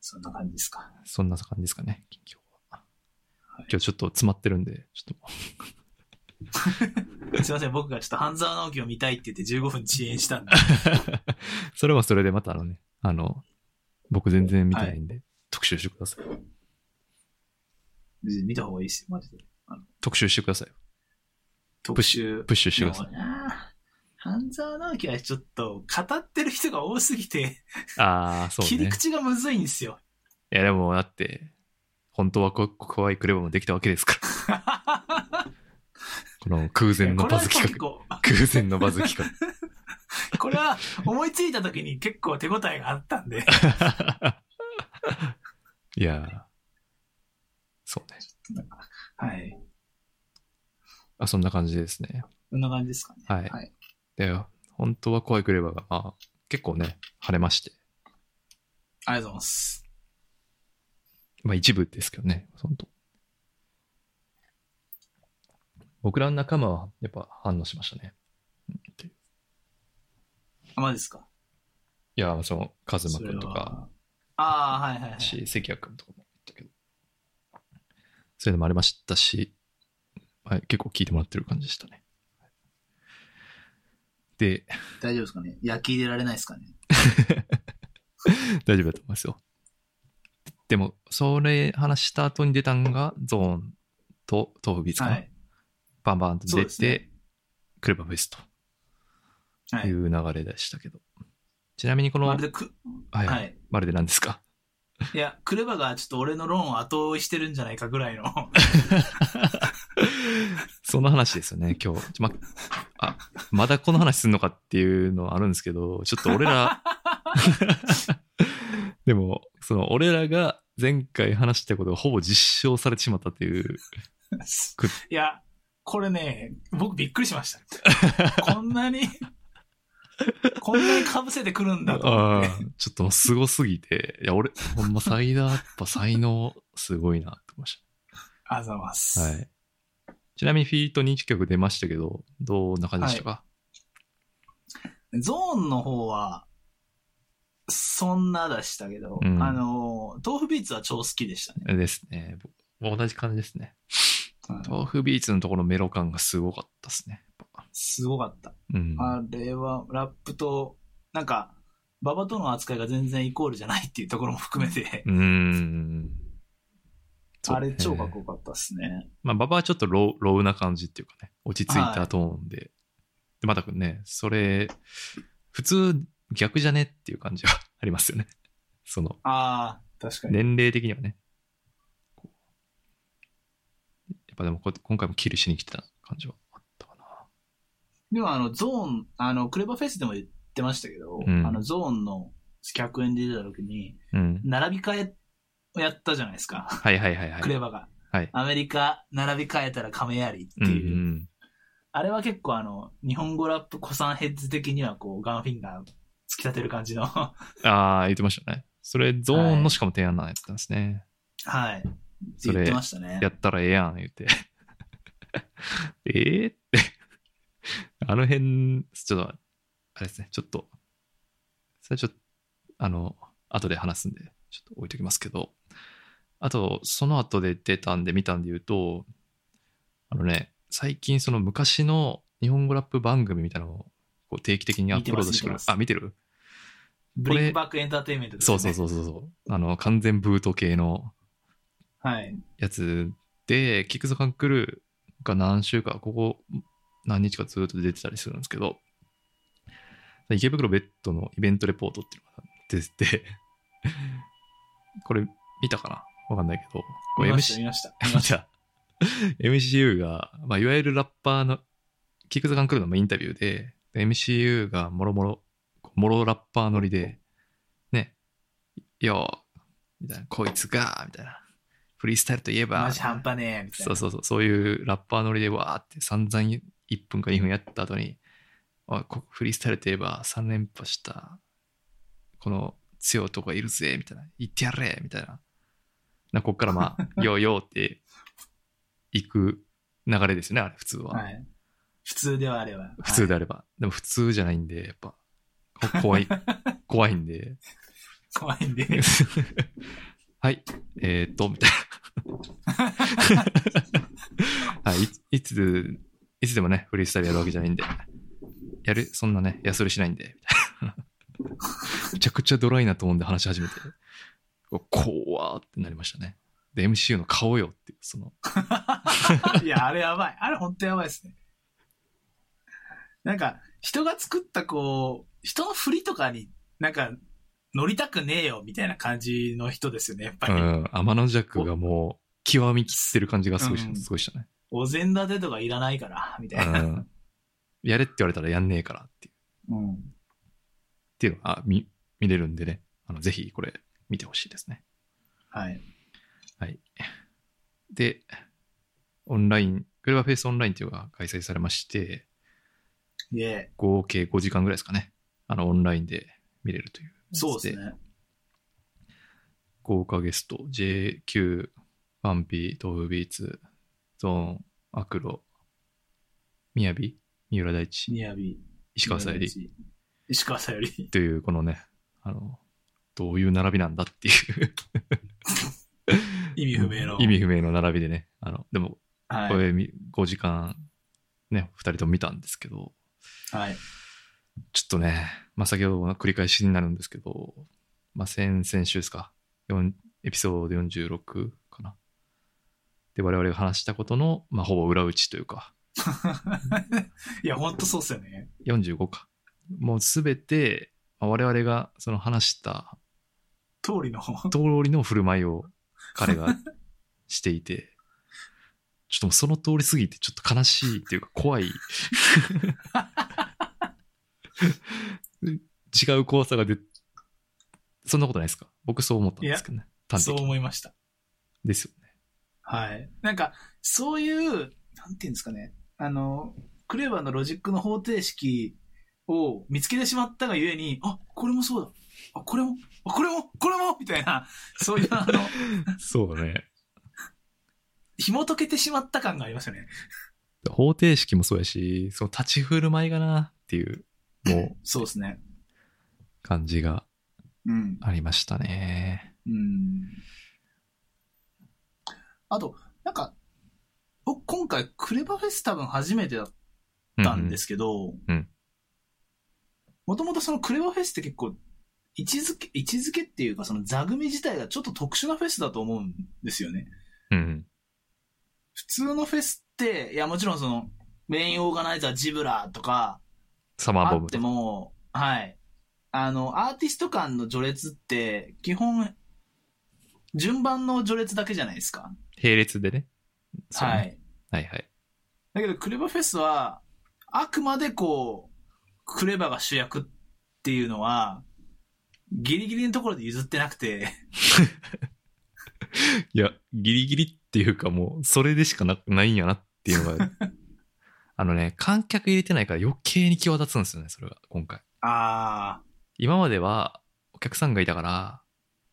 [SPEAKER 3] そんな感じですか。
[SPEAKER 2] そんな感じですかね、今日は。今日ちょっと詰まってるんで、ちょっと。
[SPEAKER 3] すいません、僕がちょっと半沢直樹を見たいって言って15分遅延したんで。
[SPEAKER 2] それはそれでまたあのね、あの、僕全然見てないんで、特集してください。
[SPEAKER 3] 見た方がいいっすよ、マジで。
[SPEAKER 2] 特集してください。
[SPEAKER 3] 特集。
[SPEAKER 2] プッシュして
[SPEAKER 3] で
[SPEAKER 2] く
[SPEAKER 3] も
[SPEAKER 2] ださい。
[SPEAKER 3] な半沢直樹はちょっと語ってる人が多すぎて、
[SPEAKER 2] ああ、そう
[SPEAKER 3] 切
[SPEAKER 2] ね。
[SPEAKER 3] り
[SPEAKER 2] い
[SPEAKER 3] 口がむずいんですよ。
[SPEAKER 2] や、でもだって、本当はこ怖いクレバもできたわけですから。 この空前の
[SPEAKER 3] これ
[SPEAKER 2] バ
[SPEAKER 3] は
[SPEAKER 2] ズ
[SPEAKER 3] 結
[SPEAKER 2] 企画。
[SPEAKER 3] 構、
[SPEAKER 2] 空前のバズ企
[SPEAKER 3] これは思いついた時に結構手応えがあったんで、
[SPEAKER 2] 画。 いやー、そうね。
[SPEAKER 3] はい。
[SPEAKER 2] あ、そんな感じですね。
[SPEAKER 3] こんな感じですかね。
[SPEAKER 2] はい。
[SPEAKER 3] はい
[SPEAKER 2] で、本当は怖いクレバーが、まあ、結構ね、晴れまして。
[SPEAKER 3] ありがとうございます。
[SPEAKER 2] まあ一部ですけどね、本当。僕らの仲間はやっぱ反応しましたね。うんっていう
[SPEAKER 3] あ、まあですか。
[SPEAKER 2] いや、その、カズ
[SPEAKER 3] そ
[SPEAKER 2] マ
[SPEAKER 3] れ
[SPEAKER 2] くんとか、
[SPEAKER 3] は。ああ、はいはいはい。
[SPEAKER 2] し、関谷くんとかも言ったけど。そういうのもありましたし、はい、結構聞いてもらってる感じでしたね。 で、
[SPEAKER 3] 大丈夫ですかね焼き入れられないですかね
[SPEAKER 2] 大丈夫だと思いますよ。でも、それ話した後に出たんが、ゾーンと豆腐ビーツかな、
[SPEAKER 3] はい。
[SPEAKER 2] バンバンと
[SPEAKER 3] そう
[SPEAKER 2] 出
[SPEAKER 3] です
[SPEAKER 2] て、
[SPEAKER 3] ね
[SPEAKER 2] クレバフェス
[SPEAKER 3] は
[SPEAKER 2] とい
[SPEAKER 3] い。
[SPEAKER 2] う流れでしたけど。ちなみにこの、
[SPEAKER 3] ま
[SPEAKER 2] はい
[SPEAKER 3] る、でく、
[SPEAKER 2] はい
[SPEAKER 3] はい。
[SPEAKER 2] まるで何ですか
[SPEAKER 3] いや、クレバがちょっと俺のローンを後追いしてるんじゃないかぐらいの。
[SPEAKER 2] その話ですよね、今日。ま、あ、まだこの話すんのかっていうのはあるんですけど、ちょっと俺ら、 でも、その、俺らが前回話したことがほぼ実証されてしまったっていう、 く
[SPEAKER 3] いや、これね、僕びっくりし ました。こんなに、こんなに被せてくるんだと思
[SPEAKER 2] あ
[SPEAKER 3] って。
[SPEAKER 2] ーちょっとすごすぎて、いや、俺、ほんま才能、やっぱ才能、すごいなって思いまし
[SPEAKER 3] ありがとうございます。
[SPEAKER 2] た。はい。ちなみにフィート2曲出ましたけど、どんな感じでしたか、
[SPEAKER 3] ゾーンの方は、そんなでしたけど、
[SPEAKER 2] うん
[SPEAKER 3] あの、豆腐ビーツは超好きでしたね。
[SPEAKER 2] ですね。僕同じ感じですね。
[SPEAKER 3] はい
[SPEAKER 2] 豆腐ビーツのところのメロ感がすごかったですね。やっぱ
[SPEAKER 3] すごかった。
[SPEAKER 2] うん。
[SPEAKER 3] あれは、ラップと、なんか、馬場との扱いが全然イコールじゃないっていうところも含めて
[SPEAKER 2] う、ーん。そう
[SPEAKER 3] あれ超かっこよかったですね。
[SPEAKER 2] まあ、ババはちょっとローローな感じっていうかね、落ち着いたトーンで。で、またくんね、それ、普通逆じゃねっていう感じは ありますよね。その、
[SPEAKER 3] ああ、確かに。
[SPEAKER 2] 年齢的にはね。こうやっぱでもこう、今回もキルしに来てた感じはあったかな。
[SPEAKER 3] でもあの、ゾーン、あの、クレバフェスでも言ってましたけど、
[SPEAKER 2] うん
[SPEAKER 3] あの、ゾーンの客演で出た時に、
[SPEAKER 2] うん。
[SPEAKER 3] 並び替えをやったじゃないですか、
[SPEAKER 2] はいはいはいはい。
[SPEAKER 3] クレバが。
[SPEAKER 2] はい。
[SPEAKER 3] アメリカ、並び替えたら亀有って
[SPEAKER 2] うんう
[SPEAKER 3] いう、
[SPEAKER 2] ん。
[SPEAKER 3] あれは結構あの、日本語ラップ古参ヘッズ的にはこう、ガンフィンガー突き立てる感じの。 は
[SPEAKER 2] ああ、言ってましたね。それ、ゾーンのしかも提案なんやったんですね。
[SPEAKER 3] い。って言ってましたね
[SPEAKER 2] や。ったらええやん、言って。 ええって。あの辺、ちょっと、あれですね、ちょっと、それちょっと、あの、後で話すんで、ちょっと置いときますけど、あと、その後で出たんで、見たんで言うと、あのね、最近、その昔の日本語ラップ番組みたいなのをこう定期的にアップロードしてくる
[SPEAKER 3] 見てま。す
[SPEAKER 2] あ、見てる
[SPEAKER 3] ブレイクバックエンターテインメントです
[SPEAKER 2] そ
[SPEAKER 3] ね
[SPEAKER 2] うそうそうそうそう。あの、完全ブート系の
[SPEAKER 3] はい。
[SPEAKER 2] やつで、キックザカンクルーが何週か、ここ何日かずっと出てたりするんですけど、池袋ベッドのイベントレポートっていうのが出てて、これ見たかなわかんないけど、こ
[SPEAKER 3] 見
[SPEAKER 2] れ
[SPEAKER 3] ました、
[SPEAKER 2] MC
[SPEAKER 3] 見ました。見まし
[SPEAKER 2] じ
[SPEAKER 3] た。
[SPEAKER 2] ゃ MCU が、まあ、いわゆるラッパーの、キックザカンクルーのインタビューで、MCU がもろもろ、もろラッパー乗りで、ね、よう、みたいな、こいつが、みたいな、フリースタイルといえ ば、
[SPEAKER 3] マジ半端ねえ、みたい
[SPEAKER 2] そ
[SPEAKER 3] な
[SPEAKER 2] う。そうそう、そういうラッパー乗りでわーって散々1分か2分やった後に、あこフリースタイルといえば3連覇した、この強い男がいるぜ、みたいな、言ってやれ、みたいな。なこっからまあ、 よーよーって行く流れですよね、あれ、普通は。
[SPEAKER 3] はい。普通ではあれは。
[SPEAKER 2] 普通
[SPEAKER 3] だ。
[SPEAKER 2] であれば。でも普通じゃないんで、やっぱ、こ怖 い、怖いんで。
[SPEAKER 3] 怖い んで。
[SPEAKER 2] はい、えーっと、みたいな。 はい、いいつ、いつでもね、フリースタイルやるわけじゃないんで、やる、そんなね、安売りしないんで、み たいな。めちゃくちゃドライなトーンで話し始めて、うわ怖ーってなりましたね。で、MCU の顔よっていう、その、
[SPEAKER 3] いや、あれやばい。あれ本当やばいですね。なんか、人が作ったこう、人の振りとかになんか、乗りたくねえよ、みたいな感じの人ですよね、やっぱ
[SPEAKER 2] う
[SPEAKER 3] り。
[SPEAKER 2] ん、天の弱がもう、極みきってる感じがすごいし
[SPEAKER 3] うん
[SPEAKER 2] すごいしたね。
[SPEAKER 3] お膳立てとかいらないから、みたいな。
[SPEAKER 2] うん。やれって言われたらやんねえからっていう。
[SPEAKER 3] うん。
[SPEAKER 2] っていうのが、あ見、見れるんでね。あの、ぜひこれ見てほしいですね。
[SPEAKER 3] はい。
[SPEAKER 2] はい。で、オンライン、クルバフェイスオンラインというのが開催されまして、
[SPEAKER 3] で、
[SPEAKER 2] 合計5時間ぐらいですかね。あの、オンラインで見れるという。
[SPEAKER 3] そうです。ね。
[SPEAKER 2] 豪華ゲスト、JQ、ワンピー、トフビーツ、ゾーン、アクロ、みやび、三浦大知、
[SPEAKER 3] みやび。
[SPEAKER 2] 石川さゆり
[SPEAKER 3] 石川さゆ り。
[SPEAKER 2] という、このね、あの、どういう並びなんだっていう。
[SPEAKER 3] 意味不明の。
[SPEAKER 2] 意味不明の並びでね。あの、でも、
[SPEAKER 3] はい。
[SPEAKER 2] これみ5時間、ね、2人とも見たんですけど、
[SPEAKER 3] はい。
[SPEAKER 2] ちょっとね、まあ、先ほどの繰り返しになるんですけど、まあ、先々週ですか、四エピソード46かな。で、我々が話したことの、まあ、ほぼ裏打ちというか、
[SPEAKER 3] いや、本当そうっすよね。
[SPEAKER 2] 45か。もうすべて、まあ、我々がその話した
[SPEAKER 3] 通りの。
[SPEAKER 2] 通りの振る舞いを彼 がしていて、ちょっともうその通りすぎてちょっと悲しいっていうか怖 い。違う怖さが出、そんなことないですか僕そう思ったんですけどね。端
[SPEAKER 3] そう
[SPEAKER 2] 的に
[SPEAKER 3] 思いました。
[SPEAKER 2] ですよね。
[SPEAKER 3] はい。なんか、そういう、なんていうんですかね。あの、クレバーのロジックの方程式を見つけてしまったがゆえに、あ、これもそうだ。あ、これも、あ、これも、これもみたいな、そういう、 あの、
[SPEAKER 2] そうね。
[SPEAKER 3] 紐解けてしまった感がありますよね。
[SPEAKER 2] 方程式もそうやし、その立ち振る舞いがなっていう、もう、
[SPEAKER 3] そうですね。
[SPEAKER 2] 感じが
[SPEAKER 3] うん。
[SPEAKER 2] ありましたね。。
[SPEAKER 3] うん。あと、なんか、僕今回、クレバフェス多分初めてだっったんですすけど
[SPEAKER 2] うん、
[SPEAKER 3] もともとそのクレバフェスって結構、位置づけ、位置づけっていうかその座組自体がちょっと特殊なフェスだと思うんですよね。
[SPEAKER 2] うん。
[SPEAKER 3] 普通のフェスって、いやもちろんその、メインオーガナイザージブラとか、
[SPEAKER 2] サマー
[SPEAKER 3] あ
[SPEAKER 2] ボ
[SPEAKER 3] っ
[SPEAKER 2] ムと
[SPEAKER 3] て
[SPEAKER 2] か。
[SPEAKER 3] も、はい。あの、アーティスト間の序列って、基本、順番の序列だけじゃないですか。
[SPEAKER 2] 並列でね。そうね
[SPEAKER 3] はい。。
[SPEAKER 2] はいはい。
[SPEAKER 3] だけど、クレバフェスは、あくまでこう、クレバが主役っていうのは、ギリギリのところで譲ってなくて、
[SPEAKER 2] いや、ギリギリっていうかもう、それでしかなないんやなっていうのが、あのね、観客入れてないから余計に際立つんですよね、それが、今回。
[SPEAKER 3] あ
[SPEAKER 2] 今までは、お客さんがいたから、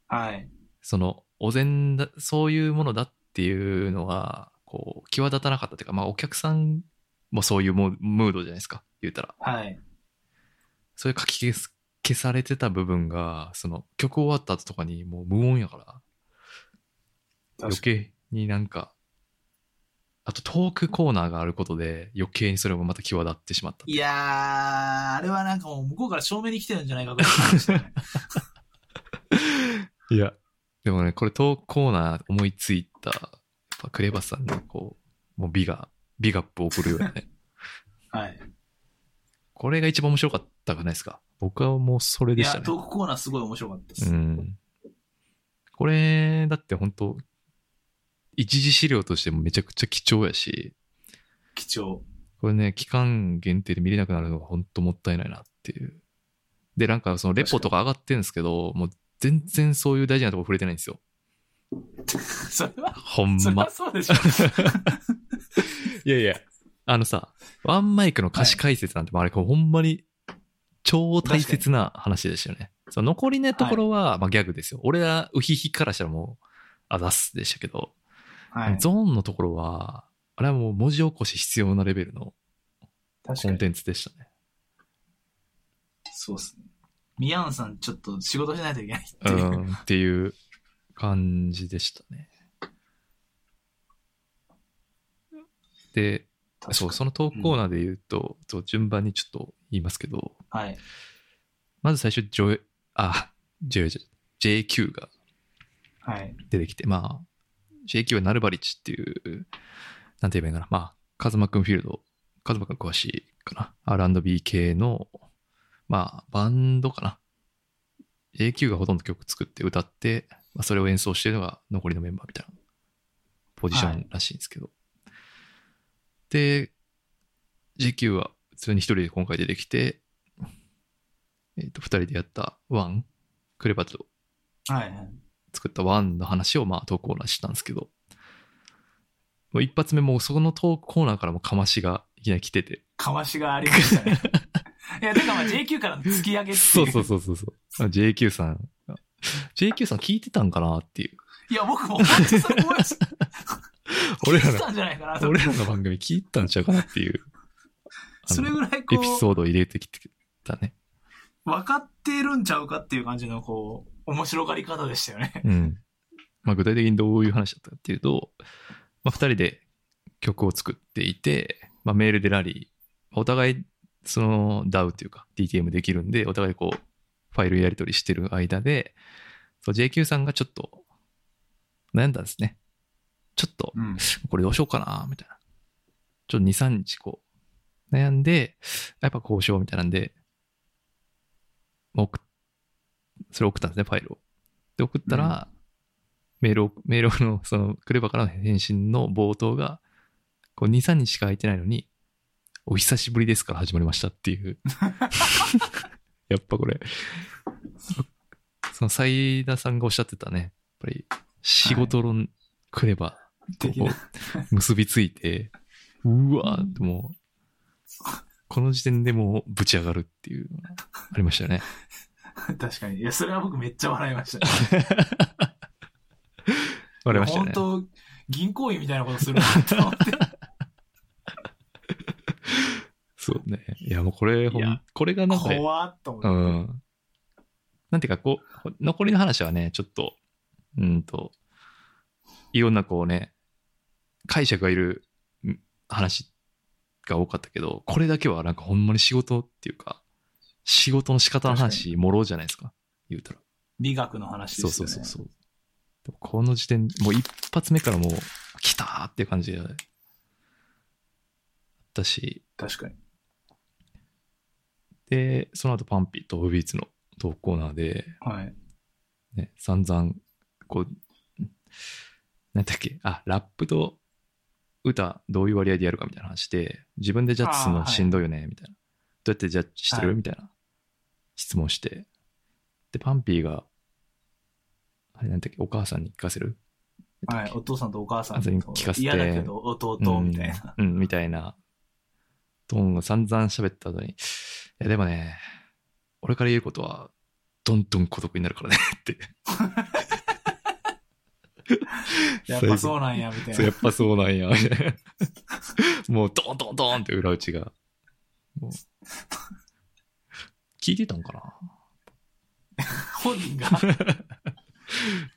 [SPEAKER 3] あ、はい。
[SPEAKER 2] その、お膳だ、そういうものだっていうのが、こう、際立たなかったっていうか、まあ、お客さんもそういうムームードじゃないですか、言うたら。
[SPEAKER 3] はい。
[SPEAKER 2] それ書き消す消されてた部分が、その、曲終わった後とかにもう無音やから、余
[SPEAKER 3] に。
[SPEAKER 2] 計になんか、あとトークコーナーがあることで余計にそれもまた際立ってしまった。
[SPEAKER 3] いやー、あれはなんかもう向こうから正面に来てるんじゃないかぐらいの話だ ね
[SPEAKER 2] いや。でもね、これトークコーナー思いついた、やっぱクレバスさんのこう、もう美が、美がアップを送るような ね。
[SPEAKER 3] はい。
[SPEAKER 2] これが一番面白かったじゃないですか。僕はもうそれ
[SPEAKER 3] い
[SPEAKER 2] でした
[SPEAKER 3] や、
[SPEAKER 2] ね。
[SPEAKER 3] トークコーナーすごい面白かったで
[SPEAKER 2] う
[SPEAKER 3] す。
[SPEAKER 2] ん。これ、だって本当一時資料としてもめちゃくちゃ貴重やし、
[SPEAKER 3] 貴重。
[SPEAKER 2] これね、期間限定で見れなくなるのが本当もったいないなっていう。で、なんかそのレポとか上がってるんですけど、もう全然そういう大事なとこ触れてないんですよ。
[SPEAKER 3] それは、
[SPEAKER 2] ほん
[SPEAKER 3] それ
[SPEAKER 2] ま
[SPEAKER 3] は。そうでしょ。
[SPEAKER 2] いやいや。あのさ、ワンマイクの歌詞解説なんて、あれこうほんまに超大切な話でしたよね。その残りのところは、まあギャグですよ。俺らウヒヒからしたらもう、あざっすでしたけど、
[SPEAKER 3] はい。
[SPEAKER 2] ゾーンのところは、あれはもう文字起こし必要なレベルの
[SPEAKER 3] 確
[SPEAKER 2] コ
[SPEAKER 3] か
[SPEAKER 2] ン
[SPEAKER 3] に。
[SPEAKER 2] テンツでしたね。
[SPEAKER 3] そうですね。ミヤンさん、ちょっと仕事しないといけないって
[SPEAKER 2] う
[SPEAKER 3] いう。
[SPEAKER 2] ん、っていう感じでしたね。で、
[SPEAKER 3] 確か
[SPEAKER 2] そう、そのトークコーナーで言うと、そう順番にちょっと言いますけど、
[SPEAKER 3] はい。
[SPEAKER 2] まず最初、ジョエ、あ、ジョエじゃ JQ が
[SPEAKER 3] はい。
[SPEAKER 2] 出てきて、まあ、JQ はナルバリッチっていう、なんて言えばいいかな、まあ、カズマくんフィールド、カズマくん詳しいかな、R&B 系の、まあ、バンドかな。JQ がほとんど曲作って歌って、まあ、それを演奏してるのが残りのメンバーみたいなポジションらしいんですけど。で、JQ は普通に一人で今回出てきて、えっ、と、二人でやったワン、クレバと
[SPEAKER 3] はいはい。
[SPEAKER 2] 作ったワンの話をまあトークコーナーしたんですけど、もう一発目もうそのトークコーナーからもかましがいきなり来てて。
[SPEAKER 3] かましがありました ね。いや、てかまあ JQ からの突き上げっていう。
[SPEAKER 2] そうそうそうそうそう。JQ さん。JQ さん聞いてたんかなっていう。
[SPEAKER 3] いや、僕も本当にそれ思いました。
[SPEAKER 2] 俺ら
[SPEAKER 3] 聞いて
[SPEAKER 2] の、
[SPEAKER 3] たんじゃないかな と。
[SPEAKER 2] 俺らの番組聞いたんちゃうかなっていう、あ
[SPEAKER 3] それ
[SPEAKER 2] の、
[SPEAKER 3] ぐらいこ
[SPEAKER 2] エピ
[SPEAKER 3] う、
[SPEAKER 2] ソードを入れてきてたね。
[SPEAKER 3] 分かってるんちゃうかっていう感じの、こう、面白がり方でしたよね。
[SPEAKER 2] うん。まあ具体的にどういう話だったかっていうと、まあ二人で曲を作っていて、まあメールでラリー、お互いその DAW というか DTM できるんで、お互いこうファイルやり取りしてる間で、そう JQ さんがちょっと悩んだんですね。ちょっと
[SPEAKER 3] うん。
[SPEAKER 2] これどうしようかな、みたいな。ちょっと2、3日こう、悩んで、やっぱこうしようみたいなんで、もう送っそれ送ったんですね、ファイルを。で、送ったら、メールを、メールの、その、クレバからの返信の冒頭が、こう、2、3日しか空いてないのに、お久しぶりですから始まりましたっていう。やっぱこれ、その、斉田さんがおっしゃってたね、やっぱり、仕事論、クレバ
[SPEAKER 3] 的
[SPEAKER 2] こ
[SPEAKER 3] な。
[SPEAKER 2] う結びついて、うわーってもう、この時点でもうぶち上がるっていうのがありましたよね。
[SPEAKER 3] 確かに。いや、それは僕めっちゃ笑いました。
[SPEAKER 2] ありましたよね。
[SPEAKER 3] 本当、銀行員みたいなことするなと思って。
[SPEAKER 2] そうね。いやもうこれほ
[SPEAKER 3] い
[SPEAKER 2] ん
[SPEAKER 3] や、
[SPEAKER 2] これがなんか、
[SPEAKER 3] 怖っと思って。
[SPEAKER 2] うん。なんていうかこう、残りの話はね、ちょっと、うんと、いろんなこうね、解釈がいるん話が多かったけど、これだけはなんかほんまに仕事っていうか、仕事の仕方の話、もろじゃないですか。言うたら。
[SPEAKER 3] 美学の話
[SPEAKER 2] そ
[SPEAKER 3] で
[SPEAKER 2] う
[SPEAKER 3] す
[SPEAKER 2] そ
[SPEAKER 3] よ
[SPEAKER 2] う
[SPEAKER 3] ね。
[SPEAKER 2] そうそう。でもこの時点、もう一発目からもう、来たーっていう感じで、あったし、
[SPEAKER 3] 確かに。
[SPEAKER 2] で、その後パンピとオブビーツのトークコーナーで、
[SPEAKER 3] はい。
[SPEAKER 2] ね、散々、こう、なんだっけ、あ、ラップと歌、どういう割合でやるかみたいな話で、自分でジャッジする
[SPEAKER 3] あー
[SPEAKER 2] の
[SPEAKER 3] はい
[SPEAKER 2] しんどいよね、みたいな。どうやってジャッジしてる、
[SPEAKER 3] はい
[SPEAKER 2] みたいな質問して。で、パンピーが、あれなんだっけ、お母さんに聞かせる
[SPEAKER 3] はい。お父さんとお母さん
[SPEAKER 2] あそれに聞かせて
[SPEAKER 3] 嫌だけど弟みたいな。
[SPEAKER 2] うん、うんみたいなトーンが散々喋った後に、いやでもね、俺から言えることは、どんどん孤独になるからね って。
[SPEAKER 3] やっぱそうなんや、みたい
[SPEAKER 2] そう、
[SPEAKER 3] な
[SPEAKER 2] や。っぱそうなんや。 みたいなもう、ドンドンドンって裏打ちが。もう聞いてたんかな
[SPEAKER 3] 本人 が。
[SPEAKER 2] っ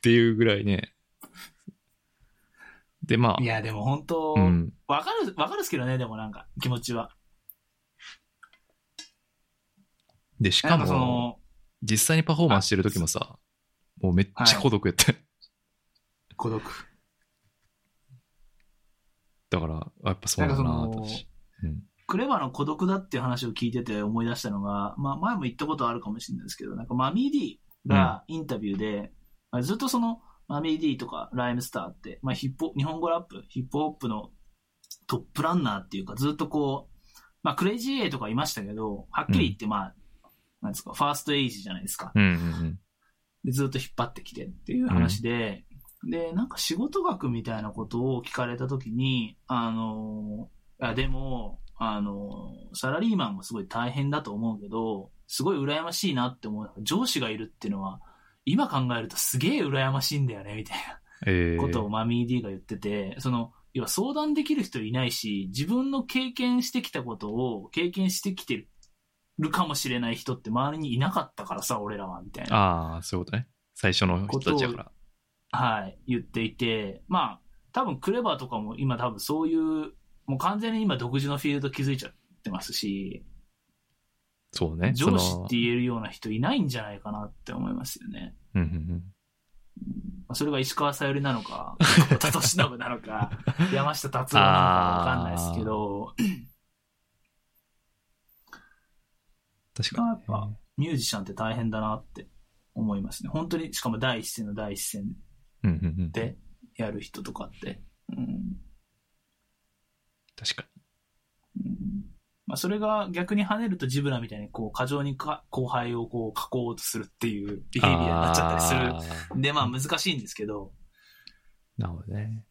[SPEAKER 2] ていうぐらいね。で、まあ、
[SPEAKER 3] いや、でも本当、わ、
[SPEAKER 2] うん。
[SPEAKER 3] かる、わかるっすけどね、でもなんか、気持ちは。
[SPEAKER 2] で、し
[SPEAKER 3] な
[SPEAKER 2] か
[SPEAKER 3] んかそ
[SPEAKER 2] も、
[SPEAKER 3] の、
[SPEAKER 2] 実際にパフォーマンスしてる時もさ、もうめっちゃ孤独やって。
[SPEAKER 3] 孤独。
[SPEAKER 2] だから、やっぱそうなんだな
[SPEAKER 3] なんか
[SPEAKER 2] と
[SPEAKER 3] その
[SPEAKER 2] 思ってうん。
[SPEAKER 3] クレバの孤独だっていう話を聞いてて思い出したのが、まあ前も言ったことあるかもしれないですけど、なんかマミー D がインタビューで、まあずっとそのマミー D とかライムスターって、まあヒップ、日本語ラップ、ヒップホップのトップランナーっていうか、ずっとこう、まあクレイジー A とかいましたけど、はっきり言ってまあ、なんですか、ファーストエイジじゃないですか。
[SPEAKER 2] うんうん
[SPEAKER 3] で、ずっと引っ張ってきてっていう話で、で、なんか仕事学みたいなことを聞かれたときに、あのーあ、でも、あのーサラリーマンもすごい大変だと思うけど、すごい羨ましいなって思う。上司がいるっていうのは、今考えるとすげえ羨ましいんだよね、みたい
[SPEAKER 2] えー
[SPEAKER 3] なことをマミー D が言ってて、その、要は相談できる人いないし、自分の経験してきたことを経験してきてるかもしれない人って周りにいなかったからさ、俺らは、みたいな。
[SPEAKER 2] ああ、そういうことね。最初の人たちやから。
[SPEAKER 3] はい、言っていて、まあ、多分クレバーとかも今多分そういう、もう完全に今独自のフィールド築いちゃってますし、
[SPEAKER 2] そうね。
[SPEAKER 3] 上
[SPEAKER 2] そ
[SPEAKER 3] 司
[SPEAKER 2] の
[SPEAKER 3] って言えるような人いないんじゃないかなって思いますよね。
[SPEAKER 2] うんうん
[SPEAKER 3] まあそれが石川さゆりなのか、田としなぶなのか、山下達郎なのかわかんないですけど、
[SPEAKER 2] うん。確か
[SPEAKER 3] やっぱミュージシャンって大変だなって思いますね。本当に、しかも第一線の第一線
[SPEAKER 2] に。うんうんうん。
[SPEAKER 3] でやる人とかって。うん
[SPEAKER 2] 確か
[SPEAKER 3] まあ、それが逆に跳ねるとジブラみたいにこう過剰にか後輩をこう囲おうとするっていう
[SPEAKER 2] に。
[SPEAKER 3] ビヘイビアになっちゃったり
[SPEAKER 2] りす
[SPEAKER 3] する。で、まあ難しいんですけど、
[SPEAKER 2] なるほどね。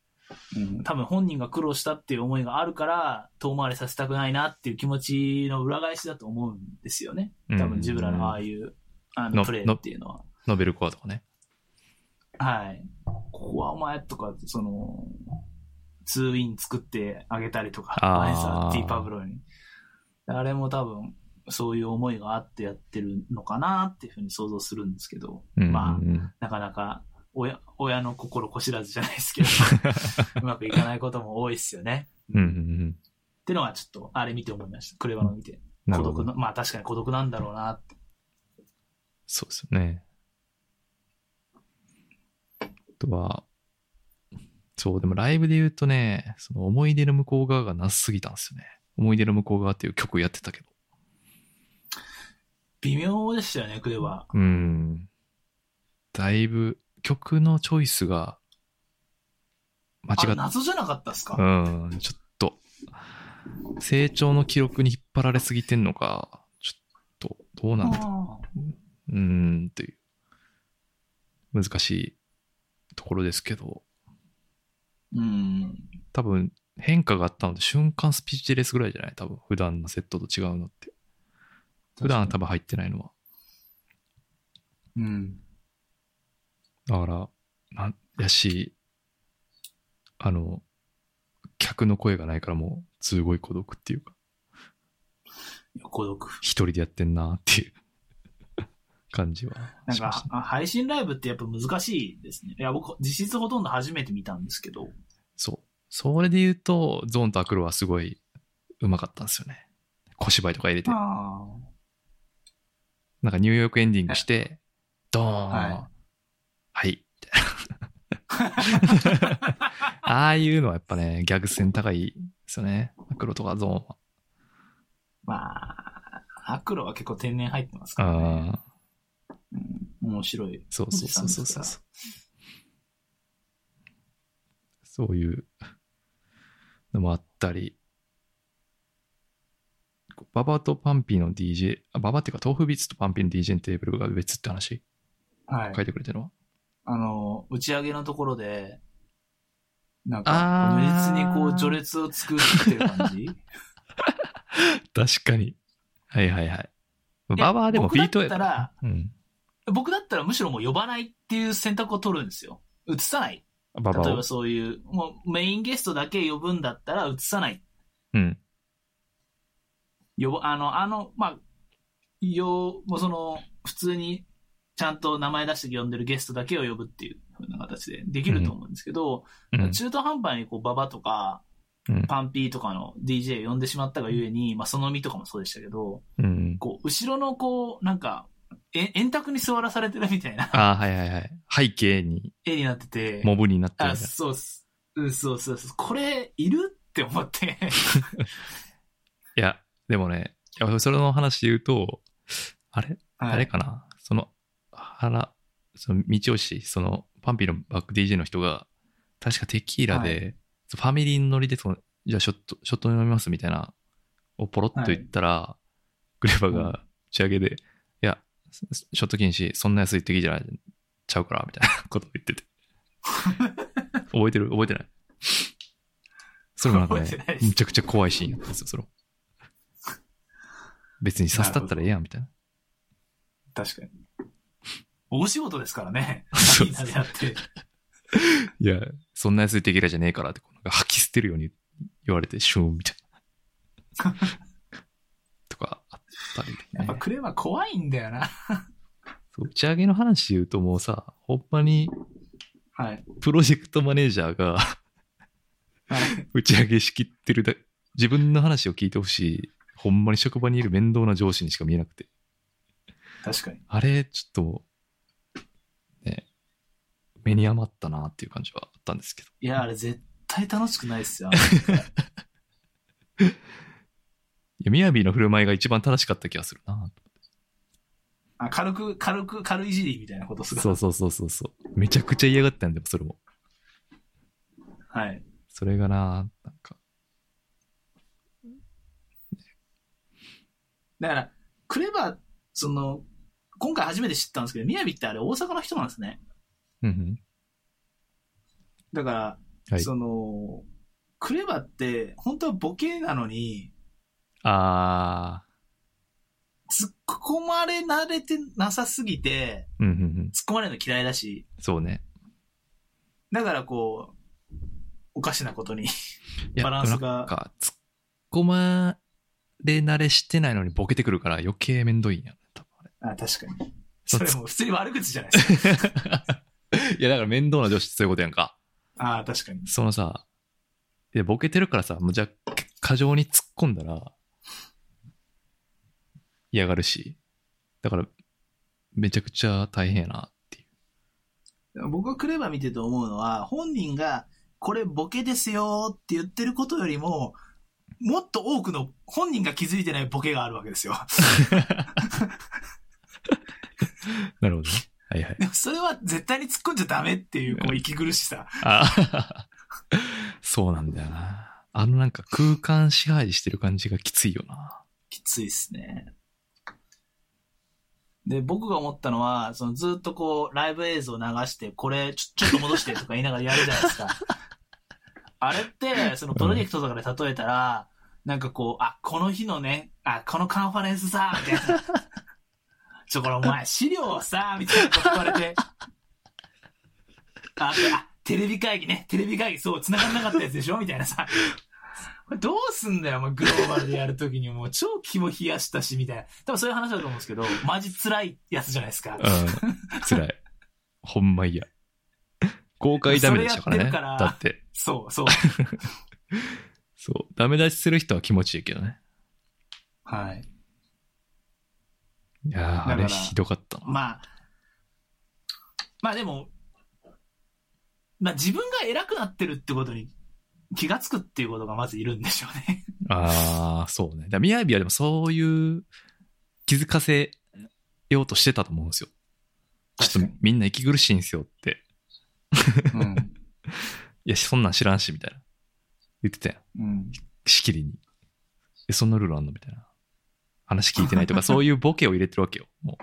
[SPEAKER 3] うん、多分本人が苦労したっていう思いがあるから遠回りさせたくないなっていう気持ちの裏返しだと思うんですよね。多分ジブラのああ
[SPEAKER 2] い
[SPEAKER 3] いうあ
[SPEAKER 2] の
[SPEAKER 3] のプレーっていうのは。
[SPEAKER 2] ノベルコアとかね。
[SPEAKER 3] はい。ここはお前とか、その、ツーウィン作ってあげたりとか、
[SPEAKER 2] あー
[SPEAKER 3] 前さ、ティーパブロに。あれも多分、そういう思いがあってやってるのかなっていうふうに想像するんですけど、
[SPEAKER 2] うんうんうん
[SPEAKER 3] まあ、なかなか、親、親の心こ知らずじゃないです けど、うまくいかないことも多いですよね。
[SPEAKER 2] うんうんう
[SPEAKER 3] っ
[SPEAKER 2] ん。
[SPEAKER 3] てのはちょっと、あれ見て思いました。クレバの見て。
[SPEAKER 2] な
[SPEAKER 3] 孤
[SPEAKER 2] るほ
[SPEAKER 3] 独
[SPEAKER 2] ど。
[SPEAKER 3] の、まあ確かに孤独なんだろうなって。
[SPEAKER 2] そうですよね。あとは、そう、でもライブで言うとね、その思い出の向こう側がなすすぎたんですよね。思い出の向こう側っていう曲やってたけど。
[SPEAKER 3] 微妙でしたよね、クレバ。
[SPEAKER 2] うん。だいぶ、曲のチョイスが、間違
[SPEAKER 3] あれ
[SPEAKER 2] っ
[SPEAKER 3] 謎じゃなかったっすか、
[SPEAKER 2] うん、ちょっと、成長の記録に引っ張られすぎてんのか、ちょっと、どうなんだろ
[SPEAKER 3] あー
[SPEAKER 2] う。うーん、という、難しいところですけど、
[SPEAKER 3] うん。
[SPEAKER 2] 多分、変化があったので、瞬間スピーチレスぐらいじゃない多分、普段のセットと違うのって。普段は多分入ってないのは。
[SPEAKER 3] うん。
[SPEAKER 2] だから、なんやし、あの、客の声がないからもう、すごい孤独っていうか、
[SPEAKER 3] 孤独。
[SPEAKER 2] 一人でやってんなっていう 感じは
[SPEAKER 3] なん
[SPEAKER 2] しまし
[SPEAKER 3] か
[SPEAKER 2] た、ね。
[SPEAKER 3] あ配信ライブってやっぱ難しいですね。いや、僕、実質ほとんど初めて見たんですけど、
[SPEAKER 2] そう。それで言うと、ゾーンとアクロはすごい上手かったんですよね。小芝居とか入れて、な
[SPEAKER 3] あ
[SPEAKER 2] んかニューヨークエンディングして、ドーン、
[SPEAKER 3] は
[SPEAKER 2] はいい、 みたいな。ああいうのはやっぱね、ギャグ線高いですよね。アクロとかゾーンは。
[SPEAKER 3] まあ、アクロは結構天然入ってますからね。
[SPEAKER 2] ああ、
[SPEAKER 3] うん面白い。
[SPEAKER 2] そうそうそうそうそうそう。そういうのもあったり、ババとパンピーの DJ、あババっていうか、豆腐ビーツとパンピーの DJ のテーブルが別って話、
[SPEAKER 3] はい
[SPEAKER 2] 書。いてくれてるのは。
[SPEAKER 3] あの、打ち上げのところで、なん
[SPEAKER 2] あ
[SPEAKER 3] か、
[SPEAKER 2] ー
[SPEAKER 3] 無実にこう、序列を作ってる感じ
[SPEAKER 2] 確かに。はいはいはい。
[SPEAKER 3] で
[SPEAKER 2] ババアでも
[SPEAKER 3] 僕
[SPEAKER 2] ビ
[SPEAKER 3] だ
[SPEAKER 2] ー
[SPEAKER 3] っ
[SPEAKER 2] トや
[SPEAKER 3] たら、
[SPEAKER 2] うん。
[SPEAKER 3] 僕だったらむしろもう呼ばないっていう選択を取るんですよ。移さない。
[SPEAKER 2] ババ
[SPEAKER 3] 例え
[SPEAKER 2] アを
[SPEAKER 3] ば。そういう、もうメインゲストだけ呼ぶんだったら移さない。
[SPEAKER 2] うん。
[SPEAKER 3] 呼ば、あの、あの、まあ、よ、もうその、普通に、ちゃんと名前出して呼んでるゲストだけを呼ぶっていう風な形でできると思うんですけど、
[SPEAKER 2] うん。
[SPEAKER 3] 中途半端にこう、ババとか、
[SPEAKER 2] うん
[SPEAKER 3] パンピーとかの DJ 呼んでしまったがゆえに、まあ、その身とかもそうでしたけど、
[SPEAKER 2] うん。
[SPEAKER 3] こう、後ろのこう、なんか、え円卓に座らされてるみたいな
[SPEAKER 2] ああ、はいはいはい。背景に
[SPEAKER 3] 絵になってて、
[SPEAKER 2] モブになってる
[SPEAKER 3] あ、そうっす。うん、そうそうそう。これ、いるって思って。
[SPEAKER 2] いや、でもね、いやそれの話で言うと、あれ
[SPEAKER 3] は
[SPEAKER 2] 誰
[SPEAKER 3] い。
[SPEAKER 2] かなその、原、その、道吉、その、パンピーのバック DJ の人が、確かテキーラで、
[SPEAKER 3] は
[SPEAKER 2] ファミリーのノリでその、じゃあショット、ショット飲みますみたいな、をポロッと言ったら、クレバ
[SPEAKER 3] う
[SPEAKER 2] が、仕上げで、いや、ショット禁止、そんな安い敵じゃない、ちゃうから、みたいな ことを言ってて。覚えてる覚えてないそれもなんかね
[SPEAKER 3] 覚えてない、です
[SPEAKER 2] めちゃくちゃ怖いシーンやったんですよ、それも別に刺したったらええやん、みたいな。
[SPEAKER 3] 確かに。大仕事ですからね。
[SPEAKER 2] そう
[SPEAKER 3] みんなでやって。
[SPEAKER 2] いや、そんな安いテキーラじゃねえからって、こうなんか吐き捨てるように言われて、シューンみたいな。 とかあったり、
[SPEAKER 3] やっぱ
[SPEAKER 2] ね。
[SPEAKER 3] クレバー怖いんだよな。
[SPEAKER 2] そう打ち上げの話で言うともうさ、ほんまに
[SPEAKER 3] はい。
[SPEAKER 2] プロジェクトマネージャーが
[SPEAKER 3] はい。
[SPEAKER 2] 打ち上げしきってるだ、自分の話を聞いてほしい、ほんまに職場にいる面倒な上司にしか見えなくて、
[SPEAKER 3] 確かに。
[SPEAKER 2] あれ、ちょっともう、ね、目に余ったなっていう感じはあったんですけど。
[SPEAKER 3] いや、あれ絶対楽しくないっ すよ。
[SPEAKER 2] いや、みやびの振る舞いが一番正しかった気がするな
[SPEAKER 3] あ軽く、軽く、軽いじりみたいなことする。
[SPEAKER 2] そうそうそうそうそう。めちゃくちゃ嫌がったんだよ、それも。
[SPEAKER 3] はい。
[SPEAKER 2] それがな、なんか。
[SPEAKER 3] だから、クレバー、その、今回初めて知ったんですけど、みやびってあれ大阪の人なんですね。
[SPEAKER 2] うん
[SPEAKER 3] だから、
[SPEAKER 2] はい
[SPEAKER 3] その、クレバーって、本当はボケなのに、
[SPEAKER 2] うん。あ
[SPEAKER 3] 突っ込まれ慣れてなさすぎて、
[SPEAKER 2] ー。うんうんうん。
[SPEAKER 3] 突っ込まれるの嫌いだし、
[SPEAKER 2] そうね。
[SPEAKER 3] だからこう、おかしなことに
[SPEAKER 2] いや
[SPEAKER 3] バランス
[SPEAKER 2] でもなん
[SPEAKER 3] が。
[SPEAKER 2] か、突っ込まれ慣れしてないのにボケてくるから余計めんどいんやね、多分あれ。
[SPEAKER 3] あ確かに。
[SPEAKER 2] そ
[SPEAKER 3] そうれもう普通に悪口じゃないですか。
[SPEAKER 2] いや、だから面倒な女子ってそういうことやんか。
[SPEAKER 3] ああ、確かに。
[SPEAKER 2] そのさ、いや、ボケてるからさ、もうじゃあ、過剰に突っ込んだら、嫌がるし。だから、めちゃくちゃ大変やなっていう。
[SPEAKER 3] 僕がクレバー見てて思うのは、本人が、これボケですよって言ってることよりも、もっと多くの本人が気づいてないボケがあるわけですよ。
[SPEAKER 2] なるほどね。はいはい。
[SPEAKER 3] でもそれは絶対に突っ込んじゃダメっていう、こう、息苦しさ。
[SPEAKER 2] あ そうなんだよな。あのなんか空間支配してる感じがきついよな。
[SPEAKER 3] きついっすね。で、僕が思ったのは、そのずっとこう、ライブ映像を流して、これ、ちょ、ちょっと戻してとか言いながらやるじゃないですか。あれって、そのプロジェクトとかで例えたら、なんかこう、あ、この日のね、あ、このカンファレンスさ、みたいな。ちょ、これお前、資料を さ、みたいなこと言われて。あ、であテレビ会議ね、テレビ会議、そう、繋がんなかったやつでしょみたいなさ。これどうすんだよ、お前グローバルでやるときにもう超気も冷やしたし、みたいな。多分そういう話だと思うんですけど、マジ辛いやつじゃないですか。
[SPEAKER 2] うん。辛い。 ほんま嫌。公開ダメでしたからね。
[SPEAKER 3] それやってるから
[SPEAKER 2] だって。
[SPEAKER 3] そうそう。
[SPEAKER 2] そう。ダメ出しする人は気持ちいいけどね。
[SPEAKER 3] はい。
[SPEAKER 2] いやー、
[SPEAKER 3] だ
[SPEAKER 2] あ
[SPEAKER 3] から
[SPEAKER 2] れひどかったな。
[SPEAKER 3] まあ、まあでも、まあ自分が偉くなってるってことに気がつくっていうことがまずいるんでしょうね。
[SPEAKER 2] あー、そうね。だからみやびはでもそういう気づかせようとしてたと思うんですよ。ちょっとみんな息苦しいんですよって。
[SPEAKER 3] うん。
[SPEAKER 2] いや、そんなん知らんし、みたいな。言ってたやん。
[SPEAKER 3] うん。
[SPEAKER 2] しきりに。え、そんなルールあんのみたいな。話聞いてない とか、そういうボケを入れてるわけよ。も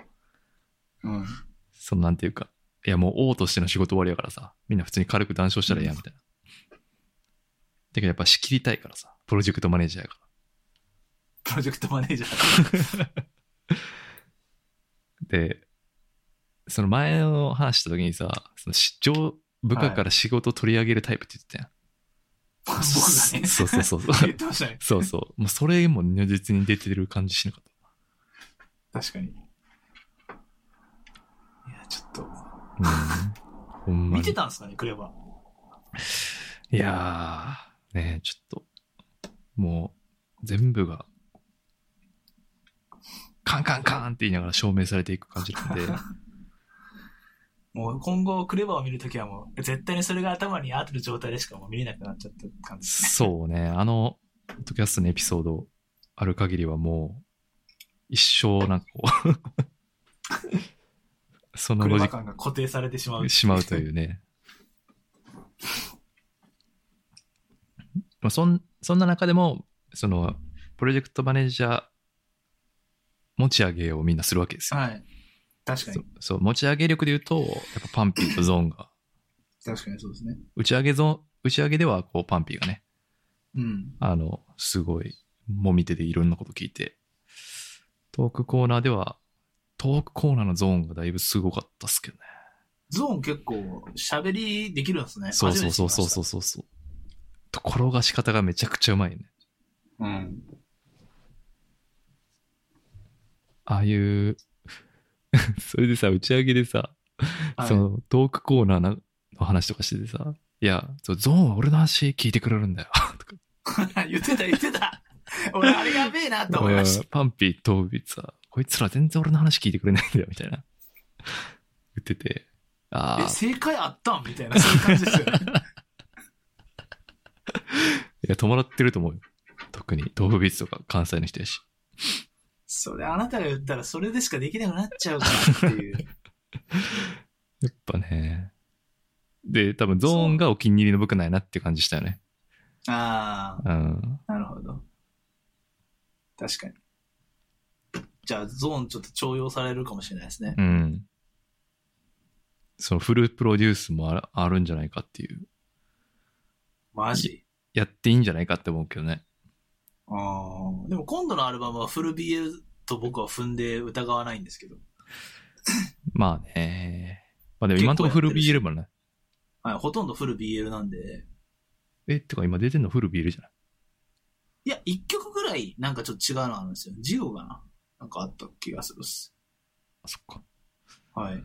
[SPEAKER 2] う、
[SPEAKER 3] うん。
[SPEAKER 2] そのなんていうか。いや、もう王としての仕事終わりやからさ、みんな普通に軽く談笑したらええやん、みたいな。だけどやっぱ仕切りたいからさ、プロジェクトマネージャーやか
[SPEAKER 3] プロジェクトマネージャー。
[SPEAKER 2] で、その前の話した時にさ、そのし上部下から仕事取り上げるタイプって言ってたやん。
[SPEAKER 3] 僕がね。
[SPEAKER 2] そうそうそうそう
[SPEAKER 3] 言ってましたね。
[SPEAKER 2] そうそう。もうそれも如実に出てる感じしなかっ
[SPEAKER 3] 確かに。いや、ちょっと。
[SPEAKER 2] た。うん、ほんま
[SPEAKER 3] 見
[SPEAKER 2] に。
[SPEAKER 3] て
[SPEAKER 2] い
[SPEAKER 3] たんですかね、クレバ。
[SPEAKER 2] やー、ねえちょっと、もう、全部が、カンカンカンって言いながら証明されていく感じなんで、
[SPEAKER 3] もう今後クレバを見るときはもう、絶対にそれが頭に合ってる状態でしかもう見れなくなっちゃった感じですね。
[SPEAKER 2] そうね、あの、ポッドキャストのエピソードある限りはもう、一生なんかこう、 その
[SPEAKER 3] ク
[SPEAKER 2] ロ
[SPEAKER 3] レ
[SPEAKER 2] ジ
[SPEAKER 3] バ
[SPEAKER 2] ッ
[SPEAKER 3] 感が固定されてしまう
[SPEAKER 2] ク。しまうというね。 まあ、そんそんな中でも、その、プロジェクトマネージャー持ち上げをみんなするわけですよ。
[SPEAKER 3] はい。確か
[SPEAKER 2] そ
[SPEAKER 3] に
[SPEAKER 2] う。そう持ち上げ力で言うと、やっぱパンピーとゾーンが、
[SPEAKER 3] 確かにそうですね。
[SPEAKER 2] 打ち上げゾーン、打ち上げではこうパンピーがね、
[SPEAKER 3] うん。
[SPEAKER 2] あの、すごい、もみ手でいろんなこと聞いて、トークコーナーでは、トークコーナーのゾーンがだいぶすごかったっすけどね。
[SPEAKER 3] ゾーン結構喋りできるんですね。。
[SPEAKER 2] そうそうそうそうそううそうそう。と転がし方がめちゃくちゃうまいね。
[SPEAKER 3] うん。
[SPEAKER 2] ああいう、 それでさ、打ち上げでさ、
[SPEAKER 3] はい
[SPEAKER 2] そのトークコーナーなの話とかしててさ、いや、そうゾーンは俺の話聞いてくれるんだよ。 とか
[SPEAKER 3] 言ってた言ってた。 俺あれやべえなと思いました。
[SPEAKER 2] パンピー、トービーさ、こいつら全然俺の話聞いてくれないんだよ、みたいな。 言ってて。ああ
[SPEAKER 3] え、、正解あったんみたいな、そういう感じですよね。
[SPEAKER 2] いや、戸惑ってると思うよ。特に、豆腐ビーツとか関西の人やし。
[SPEAKER 3] それあなたが言ったらそれでしかできなくなっちゃうからっていう。
[SPEAKER 2] やっぱね。で、多分ゾーンがお気に入りの部下なんやなって感じしたよね。
[SPEAKER 3] あ
[SPEAKER 2] うん。
[SPEAKER 3] あ、なるほど。確かに。じゃあ、ゾーンちょっと重用されるかもしれないですね。
[SPEAKER 2] うん。そのフルプロデュースもあるあるんじゃないかっていう。
[SPEAKER 3] マジ
[SPEAKER 2] やっていいんじゃないかって思うけどね。
[SPEAKER 3] あーでも今度のアルバムはフル BL と僕は踏んで疑わないんですけど。
[SPEAKER 2] まあね。まあでも今のところフル
[SPEAKER 3] 結構
[SPEAKER 2] BL
[SPEAKER 3] や
[SPEAKER 2] もね。
[SPEAKER 3] はい、ほとんどフル BL なんで。
[SPEAKER 2] え、ってか今出てんのフル BL じゃない
[SPEAKER 3] いや、一曲ぐらいなんかちょっと違うのあるんですよ。ジオがな。なんかあった気がするっす。
[SPEAKER 2] あ、そっか。
[SPEAKER 3] はい。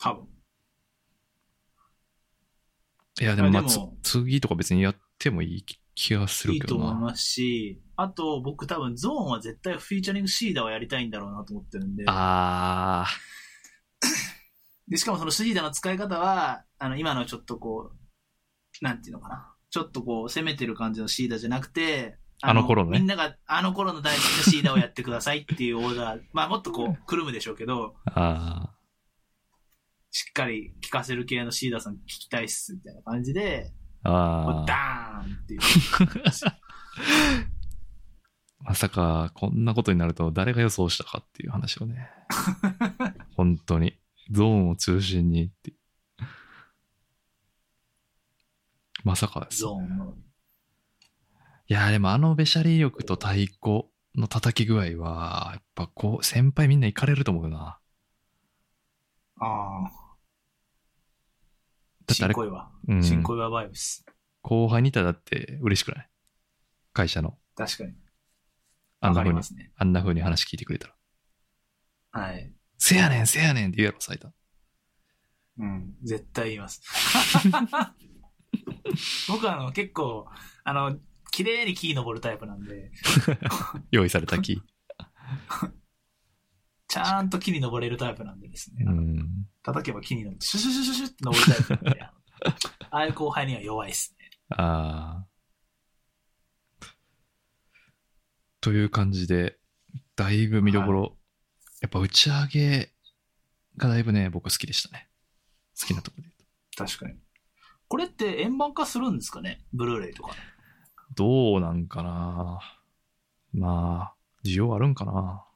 [SPEAKER 3] 多分。
[SPEAKER 2] いや、でもまあ
[SPEAKER 3] あでも
[SPEAKER 2] つ次とか別にやってもいい気がする
[SPEAKER 3] いい
[SPEAKER 2] け
[SPEAKER 3] と
[SPEAKER 2] ど
[SPEAKER 3] 思い
[SPEAKER 2] な。
[SPEAKER 3] ますし、あと僕多分ゾーンは絶対フィーチャリングシーダーをやりたいんだろうなと思ってるんで。
[SPEAKER 2] あ
[SPEAKER 3] で、しかもそのシーダーの使い方は、あの、今のちょっとこう、なんていうのかな。ちょっとこう、攻めてる感じのシーダーじゃなくて、
[SPEAKER 2] あの頃のね
[SPEAKER 3] みんながあの頃の大好きなシーダーをやってくださいっていうオー ダー。まあもっとこう、くるむでしょうけど、
[SPEAKER 2] あ。あ
[SPEAKER 3] しっかり聞かせる系のシーダーさん聞きたいっす、みたいな感じで、
[SPEAKER 2] あ。あ
[SPEAKER 3] こ
[SPEAKER 2] あ
[SPEAKER 3] う。ダーンっていう。
[SPEAKER 2] まさか、こんなことになると誰が予想したかっていう話を ね。本当に。ゾーンを中心にって。まさかです。
[SPEAKER 3] ゾーンの。
[SPEAKER 2] いや、でもあのべしゃり力と太鼓の叩き具合は、やっぱこう、先輩みんな行かれると思うな。
[SPEAKER 3] ああ。
[SPEAKER 2] だってあ
[SPEAKER 3] 新
[SPEAKER 2] れ、
[SPEAKER 3] 恋は。
[SPEAKER 2] うん、
[SPEAKER 3] 新恋はバイブス。
[SPEAKER 2] 後輩にいたらだって嬉しくない会社の。
[SPEAKER 3] 確かに。
[SPEAKER 2] あんな
[SPEAKER 3] わか
[SPEAKER 2] 風
[SPEAKER 3] り
[SPEAKER 2] に
[SPEAKER 3] ま、すね。
[SPEAKER 2] あんな風に話聞いてくれたら。
[SPEAKER 3] はい。
[SPEAKER 2] せやねん、せやねんって言うやろ、最多。
[SPEAKER 3] うん。絶対言い ます。僕はあの、結構、あの、綺麗に木登るタイプなんで、
[SPEAKER 2] 用意された木。
[SPEAKER 3] ちゃんと木に登れるタイプなんでですね。
[SPEAKER 2] うん。
[SPEAKER 3] 叩けば木に登って、シュシュシュシュシュって登るタイプな んで、あのああいう後輩には弱いですね。
[SPEAKER 2] ああ。という感じで、だいぶ見どころ、やっぱ打ち上げがだいぶね、僕好きでしたね。好きなところで言う
[SPEAKER 3] 確かに。これって円盤化するんですかねブルーレイとか。
[SPEAKER 2] と。どうなんかなまあ、需要あるんかな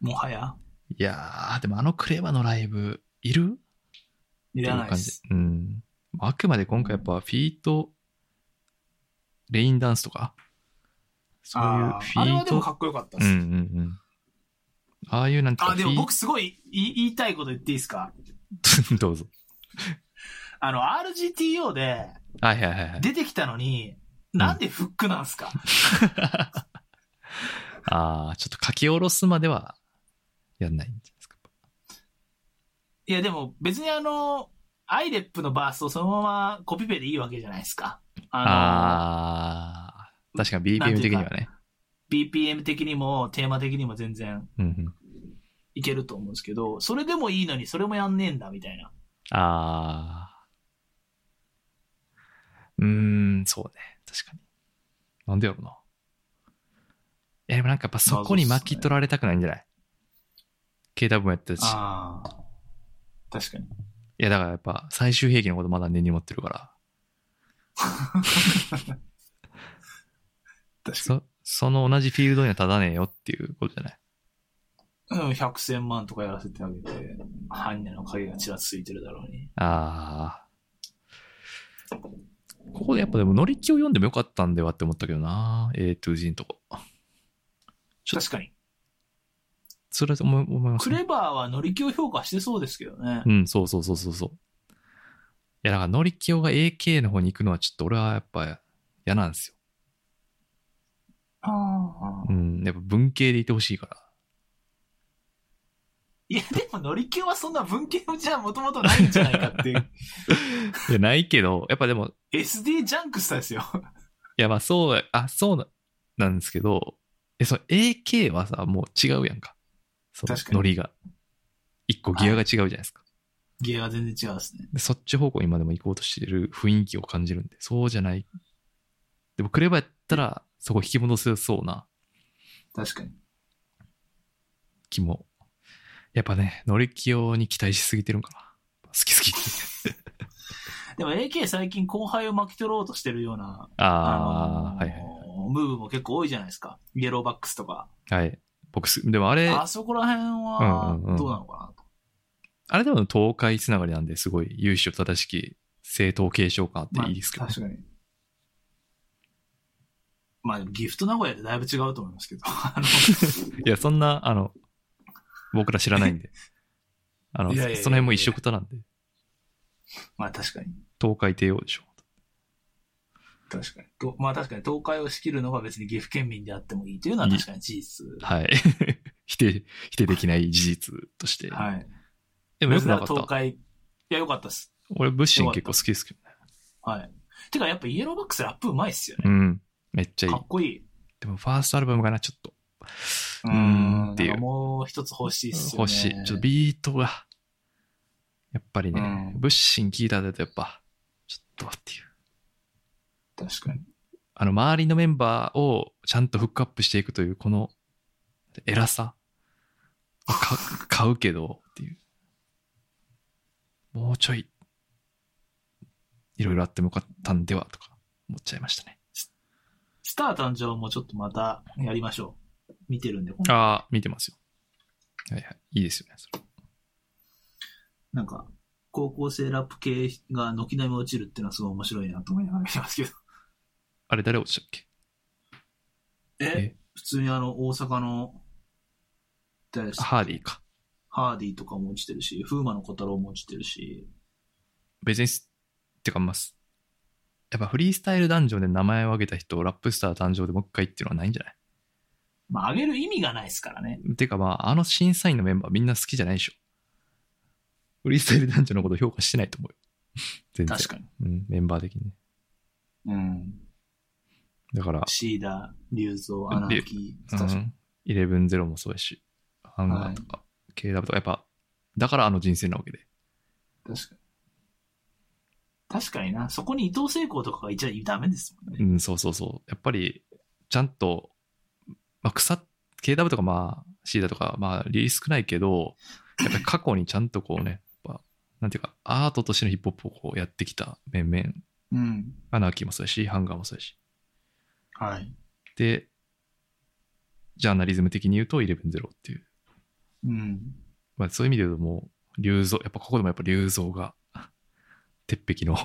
[SPEAKER 3] もはや
[SPEAKER 2] いやー、でもあのクレバのライブ、いる
[SPEAKER 3] いらないです。。
[SPEAKER 2] ってう感じうん。あくまで今回やっぱフィート、レインダンスとか、そういう
[SPEAKER 3] あー
[SPEAKER 2] フ
[SPEAKER 3] あれ
[SPEAKER 2] ィ
[SPEAKER 3] は
[SPEAKER 2] ー
[SPEAKER 3] で
[SPEAKER 2] ト
[SPEAKER 3] もかっこよかった
[SPEAKER 2] う
[SPEAKER 3] で
[SPEAKER 2] ん
[SPEAKER 3] す。
[SPEAKER 2] うんうん。ああいうなんていう
[SPEAKER 3] あ、
[SPEAKER 2] か、
[SPEAKER 3] で
[SPEAKER 2] フ
[SPEAKER 3] も
[SPEAKER 2] ィ
[SPEAKER 3] 僕すごいい言いたいこと言っていいですか
[SPEAKER 2] ー どうぞ。
[SPEAKER 3] あの、RGTO で
[SPEAKER 2] はいはいはいはい。
[SPEAKER 3] 出てきたのに、なんでフックなんすか、
[SPEAKER 2] ああ、ちょっと書き下ろすまではやんないんじゃないですか。
[SPEAKER 3] いや、でも別にあの、アイレップのバースをそのままコピペでいいわけじゃないですか。あ
[SPEAKER 2] ああー、確かに
[SPEAKER 3] なん
[SPEAKER 2] BPM
[SPEAKER 3] ていう
[SPEAKER 2] 的には
[SPEAKER 3] か
[SPEAKER 2] ね。
[SPEAKER 3] の、BPM 的にもテーマ的にも全然
[SPEAKER 2] うんうん、
[SPEAKER 3] いけると思うんですけど、それでもいいのにそれもやんねえんだみたいな。
[SPEAKER 2] ああ。うーん、そうね。確かに。なんでやろうな。え、でもなんかやっぱそこに巻き取られたくないんじゃない ?KW もやってたし。
[SPEAKER 3] ああ。確かに。
[SPEAKER 2] いや、だからやっぱ最終兵器のことまだ根に持ってるから。
[SPEAKER 3] 確か
[SPEAKER 2] そその同じフィールドには立たねえよっていうことじゃない
[SPEAKER 3] に。うん、100千万とかやらせてあげて、ハンニャの影がちらついてるだろうに。
[SPEAKER 2] ああ。ここでやっぱでも乗り気を読んでもよかったんではって思ったけどな。A to G のとこ。ちょっと
[SPEAKER 3] 確かに。
[SPEAKER 2] それは思い思います、
[SPEAKER 3] クレバーは乗り気を評価してそうですけどね。
[SPEAKER 2] うん、そうそうそうそうそう。いや、だから、ノリキオが AK の方に行くのは、ちょっと俺はやっぱ嫌なんですよ。
[SPEAKER 3] ああ。
[SPEAKER 2] うん、やっぱ文系でいてほしいから。
[SPEAKER 3] いや、でも乗り気はそんな文系じゃもともとないんじゃないかって いう。
[SPEAKER 2] いや、ないけど、やっぱでも、
[SPEAKER 3] SD ジャンクスターですよ。
[SPEAKER 2] いや、まあそう、あ、そうななんですけど、え、その AK はさ、もう違うやんか。その
[SPEAKER 3] 確かに
[SPEAKER 2] ノリが。一個ギアが違うじゃないですか。
[SPEAKER 3] ゲーは全然違うですね。
[SPEAKER 2] でそっち方向に今でも行こうとしてる雰囲気を感じるんで、そうじゃない。でも、クレバやったら、そこ引き戻せそうな
[SPEAKER 3] 確かに。
[SPEAKER 2] 気も。やっぱね、乗り気用に期待しすぎてるんかな。好き好き。
[SPEAKER 3] でも AK 最近後輩を巻き取ろうとしてるような、
[SPEAKER 2] ああ、
[SPEAKER 3] の
[SPEAKER 2] はいはい
[SPEAKER 3] ムーブも結構多いじゃないですか。イエローバックスとか。
[SPEAKER 2] はい。僕す、でもあれ、
[SPEAKER 3] あそこら辺は
[SPEAKER 2] うんうんうん
[SPEAKER 3] どうなのかなと。
[SPEAKER 2] あれでも東海つながりなんで、すごい、由緒正しき正統継承感あっていいですけど、
[SPEAKER 3] まあ確かに。まあでもギフト名古屋でだいぶ違うと思いますけど。 あ
[SPEAKER 2] いや、そんな、あの、僕ら知らない んで。あの、
[SPEAKER 3] いやいやいやいや
[SPEAKER 2] そその辺も一緒くたなんで、
[SPEAKER 3] のまあ確かに。
[SPEAKER 2] 東海帝王でしょ。
[SPEAKER 3] 確かに。とまあ確かに東海を仕切るのが別に岐阜県民であってもいいというのは確かに事実。
[SPEAKER 2] はい。 否定、否定できない事実として。
[SPEAKER 3] はい。
[SPEAKER 2] でもよ
[SPEAKER 3] 別
[SPEAKER 2] く な
[SPEAKER 3] に
[SPEAKER 2] かっ
[SPEAKER 3] 東
[SPEAKER 2] た。
[SPEAKER 3] 海、いや良かったです。
[SPEAKER 2] 俺、物心結構好きですけどね。
[SPEAKER 3] はい。てかやっぱイエローバックスラップうまいっすよね。
[SPEAKER 2] うん。めっちゃいい
[SPEAKER 3] か。っこいい。
[SPEAKER 2] でも、ファーストアルバムかな、ちょっと。うーん、ってい
[SPEAKER 3] なん
[SPEAKER 2] う
[SPEAKER 3] か。もう一つ欲しいっすよね。
[SPEAKER 2] 欲しい。ちょっとビートが、やっぱりね、
[SPEAKER 3] うん
[SPEAKER 2] 物心聞いただとやっぱ、ちょっとっていう。
[SPEAKER 3] 確かに。
[SPEAKER 2] あの、周りのメンバーをちゃんとフックアップしていくという、この、偉 さをか買うけど、っていう。もうちょい、いろいろあってもよかったんでは、とか、思っちゃいましたね。
[SPEAKER 3] スター誕生もちょっとまたやりましょう。見てるんで、
[SPEAKER 2] ああ、見てますよ。はいはい。いいですよね、それ。
[SPEAKER 3] なんか、高校生ラップ系が軒並み落ちるっていうのはすごい面白いなと思いながら見てますけど。
[SPEAKER 2] あれ、誰落ちたっけ え
[SPEAKER 3] え普通にあの、大阪の、誰です
[SPEAKER 2] ハーディーか。
[SPEAKER 3] ハーディとかも落ちてるし、風魔の小太郎も落ちてるし、
[SPEAKER 2] 別にす、てかます。やっぱフリースタイルダンジョンで名前を挙げた人をラップスター誕生でもう一回っていうのはないんじゃな
[SPEAKER 3] まあ、上げる意味がないですからね。
[SPEAKER 2] いてかまあ、あの審査員のメンバーみんな好きじゃないでしょ。フリースタイルダンジョンのこと評価してないと思うよ。全然。
[SPEAKER 3] 確かに。
[SPEAKER 2] うん、メンバー的にね。
[SPEAKER 3] うん。
[SPEAKER 2] だから、
[SPEAKER 3] シーダ、リュウゾウ、アナーキー、確
[SPEAKER 2] う
[SPEAKER 3] かに
[SPEAKER 2] ん、11-0もそうやし、ハンガーとか、KW とか、やっぱ、だからあの人生なわけで。
[SPEAKER 3] 確かに。確かにな。そこに伊藤聖光とかがいちゃダメですもんね。
[SPEAKER 2] うん、そうそうそう。やっぱり、ちゃんと、まあ、腐っ、KW とかまあ、シーダとか、まあ、リリース少ないけど、やっぱり過去にちゃんとこうね、やっぱなんていうか、アートとしてのヒップホップをこうやってきた面々、
[SPEAKER 3] うん。
[SPEAKER 2] アナーキーもそうやし、ハンガーもそうやし。
[SPEAKER 3] はい。
[SPEAKER 2] で、ジャーナリズム的に言うと、11-0っていう。
[SPEAKER 3] うん。
[SPEAKER 2] まあ、そういう意味で言うともう、竜像、やっぱここでもやっぱ竜像が、鉄壁の、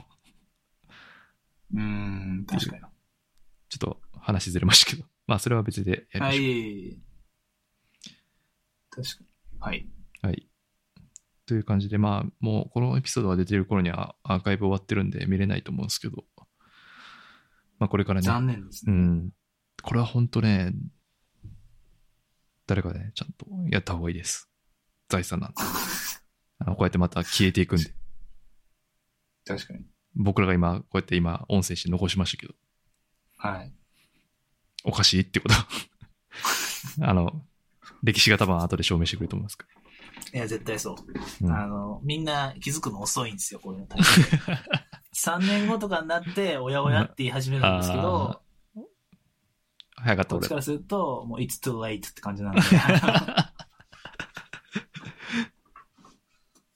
[SPEAKER 3] うん、確かに。
[SPEAKER 2] ちょっと話ずれましたけど。まあ、それは別でやりま
[SPEAKER 3] は
[SPEAKER 2] しょう。
[SPEAKER 3] い。確かに。はい。
[SPEAKER 2] はい。という感じで、まあ、もうこのエピソードが出てる頃にはアーカイブ終わってるんで見れないと思うんですけど、まあ、これからね、
[SPEAKER 3] 残念です
[SPEAKER 2] う
[SPEAKER 3] ね。
[SPEAKER 2] ん。これは本当ね、誰かね、ちゃんとやった方がいいです。財産なんで。あのこうやってまた消えていくんで。
[SPEAKER 3] 確かに。
[SPEAKER 2] 僕らが今、こうやって今、音声して残しましたけど、
[SPEAKER 3] はい。
[SPEAKER 2] おかしいってこと。 あの、歴史が多分後で証明してくれると思いますか
[SPEAKER 3] いや、絶対そう。
[SPEAKER 2] ら。うん
[SPEAKER 3] あの、みんな気づくの遅いんですよ、こ ういうの。3年後とかになって、おやおやって言い始めるんですけど
[SPEAKER 2] あ、早かった
[SPEAKER 3] こっ
[SPEAKER 2] 俺。
[SPEAKER 3] ちかららすると、もう、it's too late って感じ なんで。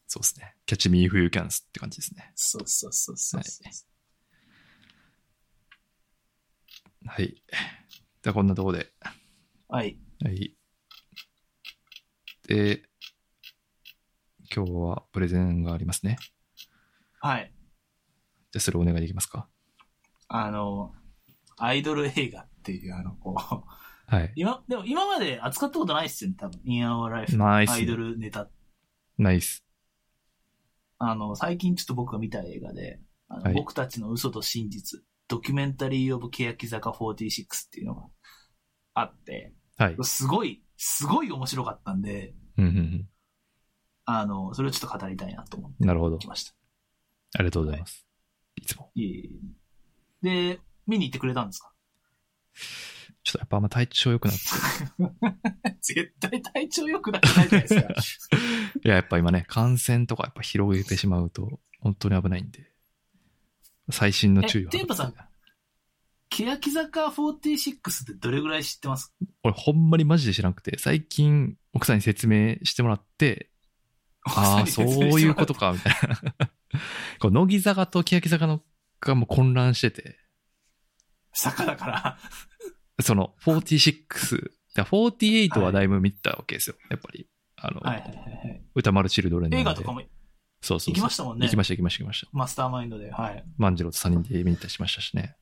[SPEAKER 2] そうですね。キャッチミーフユーキャンスって感じですね。
[SPEAKER 3] そうそうそうそう。
[SPEAKER 2] はい。じゃあこんなとこで。
[SPEAKER 3] はい。
[SPEAKER 2] はい。で、今日はプレゼンがありますね。
[SPEAKER 3] はい。
[SPEAKER 2] じゃあそれお願いできますか。
[SPEAKER 3] あの、アイドル映画っていう、あの、こう、
[SPEAKER 2] はい。
[SPEAKER 3] 今、でも今まで扱ったことないっすよね、多分。In Our Life の
[SPEAKER 2] ナイ
[SPEAKER 3] アイド
[SPEAKER 2] ス。
[SPEAKER 3] ルネタ。
[SPEAKER 2] ナイス。
[SPEAKER 3] あの、最近ちょっと僕が見た映画で、あの
[SPEAKER 2] はい
[SPEAKER 3] 僕たちの嘘と真実、ドキュメンタリー・オブ・欅坂46っていうのがあって、
[SPEAKER 2] はい。
[SPEAKER 3] すごい、すごい面白かったんで、
[SPEAKER 2] うんうん
[SPEAKER 3] あの、それをちょっと語りたいなと思って
[SPEAKER 2] うん。なるほど
[SPEAKER 3] き。ました。
[SPEAKER 2] ありがとうございます。いつも。
[SPEAKER 3] いえいえで、見に行ってくれたんですか
[SPEAKER 2] ちょっとやっぱあんま体調良くなって。
[SPEAKER 3] 絶対体調良くなってないじゃないですか。
[SPEAKER 2] いや、やっぱ今ね、感染とかやっぱ広げてしまうと、本当に危ないんで、最新の注意を払って。
[SPEAKER 3] えテンパさん欅坂46ってどれぐらい知ってます
[SPEAKER 2] 俺、ほんまにマジで知らなくて、最近、奥さんに説明してもらって、 ああ、そういうこと。か、みたいな。 こう乃木坂と欅坂のがもう混乱してて、
[SPEAKER 3] 坂だから。
[SPEAKER 2] その46、だから48はだいぶ見たわけですよ、やっぱり。あの、
[SPEAKER 3] はいはいはいはい。
[SPEAKER 2] 歌丸チルドレンの
[SPEAKER 3] 映画とかも
[SPEAKER 2] そうそうそう
[SPEAKER 3] 行きましたもんね
[SPEAKER 2] 行きました、行きました、行きました。
[SPEAKER 3] マスターマインドで、はい。
[SPEAKER 2] 万次郎と3人で見に行ったりしましたしね。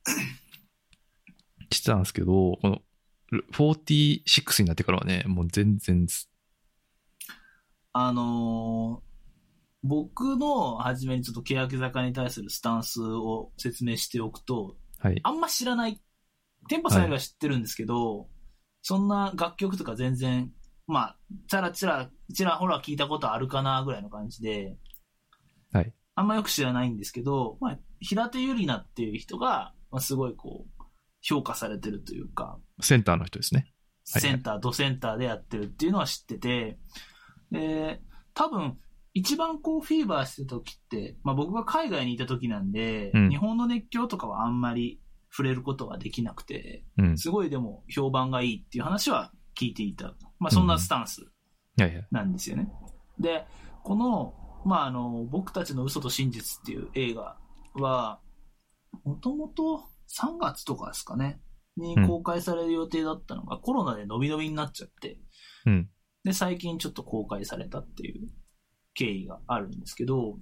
[SPEAKER 2] してたんですけど、この46になってからはね、もう全然す、
[SPEAKER 3] あのー僕の初めにちょっと欅坂に対するスタンスを説明しておくと、
[SPEAKER 2] はい。
[SPEAKER 3] あんま知らない。テンパさんよりは知ってるんですけど、そんな楽曲とか全然、まあ、チャラチャラ、ちらほら聞いたことあるかなぐらいの感じで、
[SPEAKER 2] はい。
[SPEAKER 3] あんまよく知らないんですけど、まあ、平手友梨奈っていう人が、まあ、すごいこう、評価されてるというか、
[SPEAKER 2] センターの人ですね。はい
[SPEAKER 3] センター、ドセンターでやってるっていうのは知ってて、で、多分、一番こうフィーバーしてた時って、まあ僕が海外にいた時なんで、
[SPEAKER 2] うん
[SPEAKER 3] 日本の熱狂とかはあんまり触れることができなくて、
[SPEAKER 2] うん。
[SPEAKER 3] すごいでも評判がいいっていう話は聞いていた。まあそんなスタンス
[SPEAKER 2] いやいや。
[SPEAKER 3] なんですよね。で、この、まああの、僕たちの嘘と真実っていう映画は、もともと3月とかですかね、に公開される予定だったのが、コロナで伸び伸びになっちゃって、
[SPEAKER 2] うん。
[SPEAKER 3] で、最近ちょっと公開されたっていう経緯があるんですけど、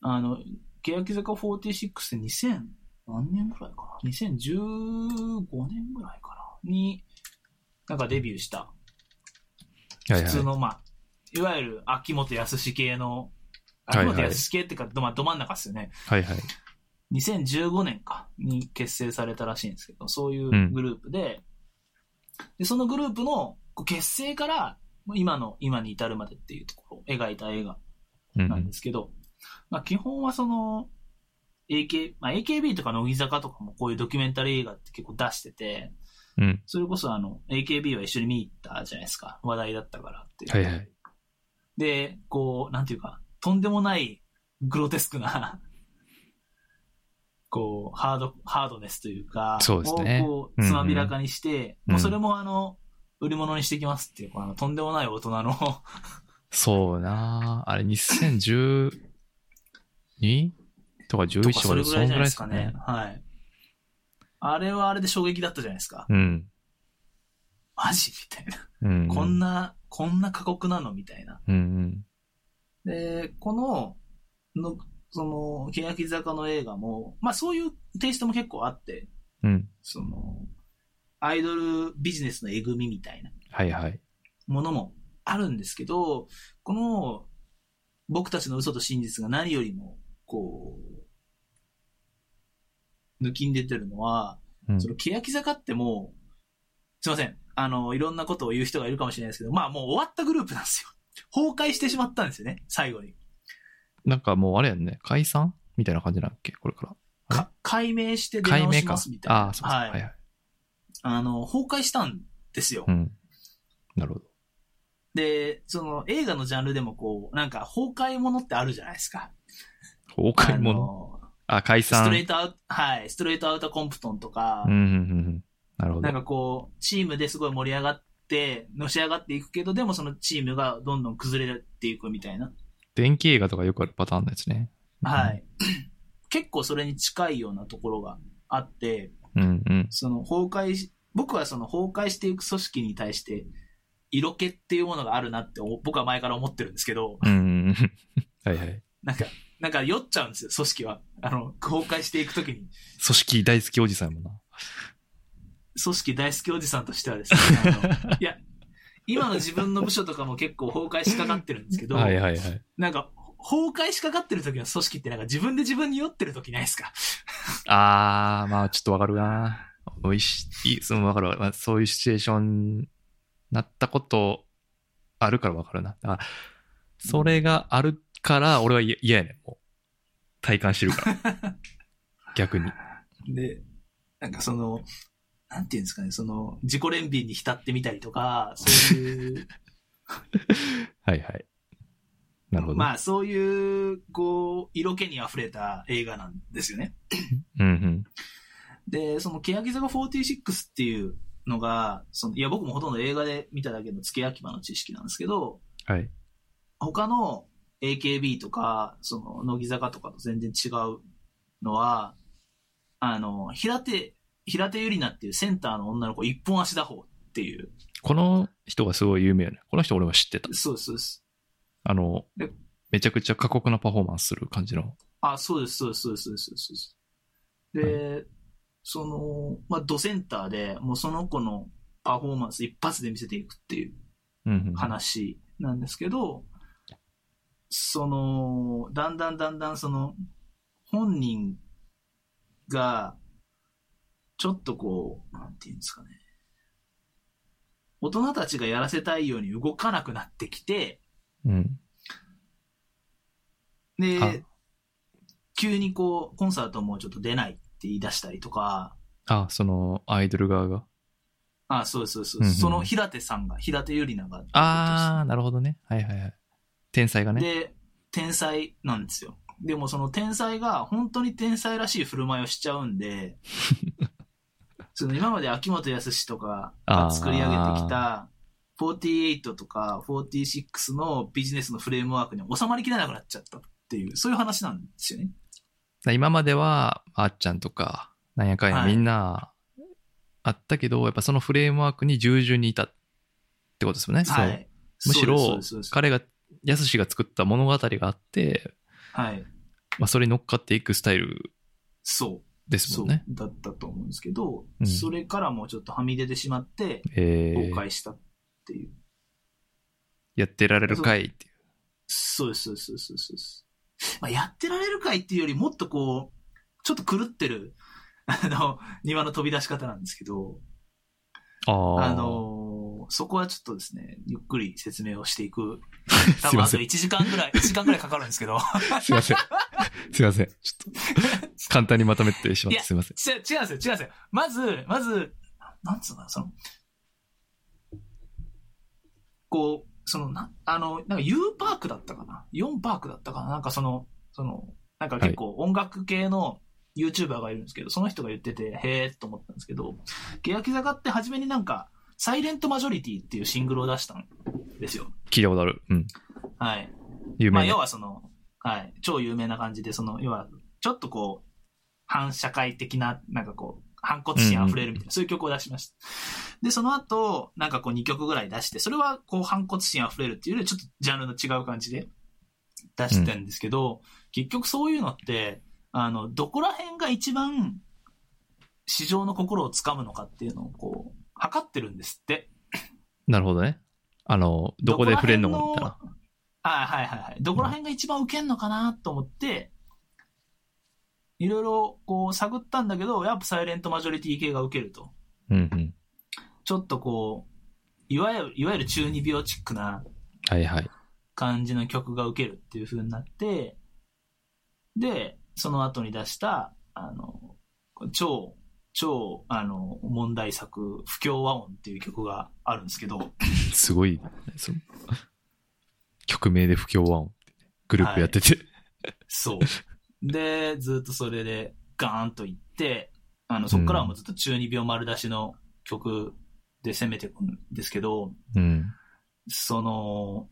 [SPEAKER 3] あの、欅坂46って2000、何年ぐらいかな ?2015 年ぐらいかなに、なんかデビューした、
[SPEAKER 2] いやい
[SPEAKER 3] 普
[SPEAKER 2] や。
[SPEAKER 3] 通の、まあ、いわゆる秋元康系の、
[SPEAKER 2] はいは
[SPEAKER 3] 秋
[SPEAKER 2] い
[SPEAKER 3] 元康系っていうか、どまあど真ん中っすよね。
[SPEAKER 2] はいはい。
[SPEAKER 3] 2015年か、に結成されたらしいんですけど、そういうグループで、で、そのグループのこう結成から、今の、今に至るまでっていうところを描いた映画
[SPEAKER 2] うんう
[SPEAKER 3] なん
[SPEAKER 2] ん
[SPEAKER 3] で。すけど、まあ基本はその、AK、まあ AKB とか乃木坂とかもこういうドキュメンタリー映画って結構出してて、
[SPEAKER 2] うん。
[SPEAKER 3] それこそあの、AKB は一緒に見に行ったじゃないですか。話題だったからっていう。
[SPEAKER 2] はいはい。
[SPEAKER 3] で、こう、なんていうか、とんでもないグロテスクな、 こう、ハード、ハードネスというか、
[SPEAKER 2] そうですね
[SPEAKER 3] をこう、つまびらかにして、
[SPEAKER 2] うんうん
[SPEAKER 3] もうそれもあの、売り物にしてきますっていう、こうあの、とんでもない大人の
[SPEAKER 2] そうなああれ、2012? とか11と
[SPEAKER 3] とか、
[SPEAKER 2] か、
[SPEAKER 3] それぐらいじゃないですか
[SPEAKER 2] そんぐら
[SPEAKER 3] ね
[SPEAKER 2] っ。
[SPEAKER 3] はい。あれはあれで衝撃だったじゃないですか。
[SPEAKER 2] うん。
[SPEAKER 3] マジみたいな。
[SPEAKER 2] うん。
[SPEAKER 3] こんな、こんな過酷なのみたいな。
[SPEAKER 2] うんうん。
[SPEAKER 3] で、この、の、その、欅坂の映画も、まあそういうテイストも結構あって、
[SPEAKER 2] うん。
[SPEAKER 3] その、アイドルビジネスのえぐみみたいな
[SPEAKER 2] はいはい。
[SPEAKER 3] ものもあるんですけど、この僕たちの嘘と真実が何よりも、こう、抜きん出てるのは、
[SPEAKER 2] うん
[SPEAKER 3] その欅坂ってもう、すいません。あの、いろんなことを言う人がいるかもしれないですけど、まあもう終わったグループなんですよ。崩壊してしまったんですよね、最後に。
[SPEAKER 2] なんかもうあれやんね、解散みたいな感じなんっけ、これから。
[SPEAKER 3] か解明して出
[SPEAKER 2] 解
[SPEAKER 3] 直
[SPEAKER 2] 明
[SPEAKER 3] し
[SPEAKER 2] か。
[SPEAKER 3] ますみたいな。
[SPEAKER 2] ああ、そうそう。
[SPEAKER 3] は
[SPEAKER 2] はいい、はい。
[SPEAKER 3] あの、崩壊したんですよ。
[SPEAKER 2] うん。なるほど。
[SPEAKER 3] で、その映画のジャンルでもこう、なんか崩壊ものってあるじゃないですか。
[SPEAKER 2] 崩壊物。
[SPEAKER 3] あの
[SPEAKER 2] あ、解
[SPEAKER 3] ス
[SPEAKER 2] 散。
[SPEAKER 3] トレートアウト、はい、ストレートアウトコンプトンとか、
[SPEAKER 2] うんうんうんうん。なるほど。
[SPEAKER 3] なんかこう、チームですごい盛り上がって、のし上がっていくけど、でもそのチームがどんどん崩れていくみたいな。
[SPEAKER 2] 電気映画とかよくあるパターンのやつね。
[SPEAKER 3] は。い。 結構それに近いようなところがあって、
[SPEAKER 2] うんうん。
[SPEAKER 3] その崩壊し、僕はその崩壊していく組織に対して、色気っていうものがあるなってお僕は前から思ってるんですけど、
[SPEAKER 2] うんうんうん。はいはい。組
[SPEAKER 3] なんか、なんか酔っちゃうんですよ、組織は。あの、崩壊していくときに。
[SPEAKER 2] 織大好きおじさんやもんな。
[SPEAKER 3] 組織大好きおじさんとしてはですね、あのいや、今の自分の部署とかも結構崩壊しかかってるんですけど、
[SPEAKER 2] はいはいはい。
[SPEAKER 3] なんか、崩壊しかかってる時の組織ってなんか自分で自分に酔ってる時ないですか
[SPEAKER 2] あー、まあちょっとわかるな。おいしい、そのわかるわ、まあそういうシチュエーションになったことあるからわかるな。だから、それがあるから俺は嫌嫌やねん、もう。体感してるから。 逆に。
[SPEAKER 3] で、なんかその、なんていうんですかね、その、自己憐憫に浸ってみたりとか、そ ういう、
[SPEAKER 2] はいはい。なるほど。
[SPEAKER 3] まあそういう、こう、色気に溢れた映画なんですよね。
[SPEAKER 2] うんうん。
[SPEAKER 3] で、その、欅坂46っていうのが、その、いや僕もほとんど映画で見ただけの付け焼き場の知識なんですけど、
[SPEAKER 2] はい。
[SPEAKER 3] 他の AKB とか、その、乃木坂とかと全然違うのは、あの、平手、平手ゆりなっていうセンターの女の子一本足打法っていう。
[SPEAKER 2] この人がすごい有名やね。この人俺は知ってた。
[SPEAKER 3] そうです、そうです。
[SPEAKER 2] あの
[SPEAKER 3] え、
[SPEAKER 2] めちゃくちゃ過酷なパフォーマンスする感じの。
[SPEAKER 3] あ、そうです、そうです、そうです、そうですそうです。で、その、まあ、ドセンターで、もうその子のパフォーマンス一発で見せていくっていう
[SPEAKER 2] うんうん。
[SPEAKER 3] 話なんですけど、その、だんだんだんだんその、本人が、ちょっとこう、なんていうんですかね。大人たちがやらせたいように動かなくなってきて、
[SPEAKER 2] うん。あ
[SPEAKER 3] で、急にこう、コンサートもちょっと出ないって言い出したりとか、
[SPEAKER 2] あ、その、アイドル側が。
[SPEAKER 3] あそうですそうですそ
[SPEAKER 2] うん
[SPEAKER 3] うで
[SPEAKER 2] うん
[SPEAKER 3] す。その平手さんが、平手ゆりなが。
[SPEAKER 2] あー、なるほどね。はいはいはい。天才がね。
[SPEAKER 3] で、天才なんですよ。でもその天才が本当に天才らしい振る舞いをしちゃうん で、その今まで秋元康とかが作り上げてきた48とか46のビジネスのフレームワークに収まりきれなくなっちゃったっていう、そういう話なんですよね。
[SPEAKER 2] 今までは、あっちゃんとか、なんやかんや、
[SPEAKER 3] はい
[SPEAKER 2] みんな、あったけど、やっぱそのフレームワークに従順にいたってことですよね。
[SPEAKER 3] は
[SPEAKER 2] そう
[SPEAKER 3] い。
[SPEAKER 2] むし
[SPEAKER 3] そう
[SPEAKER 2] ろ
[SPEAKER 3] ですそうです、そう
[SPEAKER 2] 彼が、やすしが作った物語があって、
[SPEAKER 3] ですはい。
[SPEAKER 2] まあ、それに乗っかっていくスタイル
[SPEAKER 3] そう。
[SPEAKER 2] です
[SPEAKER 3] そ
[SPEAKER 2] も
[SPEAKER 3] うん
[SPEAKER 2] ね。
[SPEAKER 3] だったと思うんですけど、
[SPEAKER 2] うん
[SPEAKER 3] それからもうちょっとはみ出てしまって、
[SPEAKER 2] え
[SPEAKER 3] 崩
[SPEAKER 2] ー、
[SPEAKER 3] 壊したっていう。
[SPEAKER 2] やってられるかいっていう。
[SPEAKER 3] そうです、そうです、そうですそうです。まあ、やってられるかいっていうよりもっとこう、ちょっと狂ってる、 あの、庭の飛び出し方なんですけど、
[SPEAKER 2] あー
[SPEAKER 3] あのーそこはちょっとですね、ゆっくり説明をしてい く。多
[SPEAKER 2] すい
[SPEAKER 3] 分
[SPEAKER 2] ま
[SPEAKER 3] あと
[SPEAKER 2] せん
[SPEAKER 3] 1時間ぐらい、1時間ぐらいかかるんですけど。
[SPEAKER 2] すいません。 すいません。ちょっと、簡単にまとめてしまっ
[SPEAKER 3] いや
[SPEAKER 2] てすいません。
[SPEAKER 3] 違う、違うんですよ、違うんですよ。まず、まず、なんつうのかな、その、こう、その、な、あの、なんか U パークだったかな ?4 パークだったかななんかその、その、なんか結構音楽系の YouTuber がいるんですけど、その人が言ってて、へえと思ったんですけど、欅坂って初めになんか、サイレントマジョリティっていうシングルを出したんですよ。
[SPEAKER 2] 聞いたことある。うん。
[SPEAKER 3] はい。
[SPEAKER 2] 有
[SPEAKER 3] まあ、
[SPEAKER 2] 名
[SPEAKER 3] 要
[SPEAKER 2] な。
[SPEAKER 3] はその、はい、超有名な感じで、その、要は、ちょっとこう、反社会的な、なんかこう、反骨心溢れるみたいな、そういう曲を出しました。で、その後、なんかこう2曲ぐらい出して、それはこう反骨心溢れるっていうよりはちょっとジャンルの違う感じで出してんですけど、結局そういうのって、あの、どこら辺が一番市場の心をつかむのかっていうのをこう、測ってるんですって。
[SPEAKER 2] なるほどね。あの、どこで触れるのかみたいな。
[SPEAKER 3] はいはいはいはい。どこら辺が一番受けんのかなと思って、いろいろこう探ったんだけど、やっぱサイレントマジョリティ系が受けると。
[SPEAKER 2] うんうん。
[SPEAKER 3] ちょっとこう、いわゆる、いわゆる中二病チックな
[SPEAKER 2] はいはい。
[SPEAKER 3] 感じの曲が受けるっていう風になって、で、その後に出した、あの、超、超、あの、問題作、不協和音っていう曲があるんですけど、
[SPEAKER 2] すごい、ね、その曲名で不協和音ってね、グループやってて。
[SPEAKER 3] そう。で、ずっとそれでガーンと行って、あの、そっからはもうずっと中二病丸出しの曲で攻めていくんですけど、
[SPEAKER 2] うん。
[SPEAKER 3] その、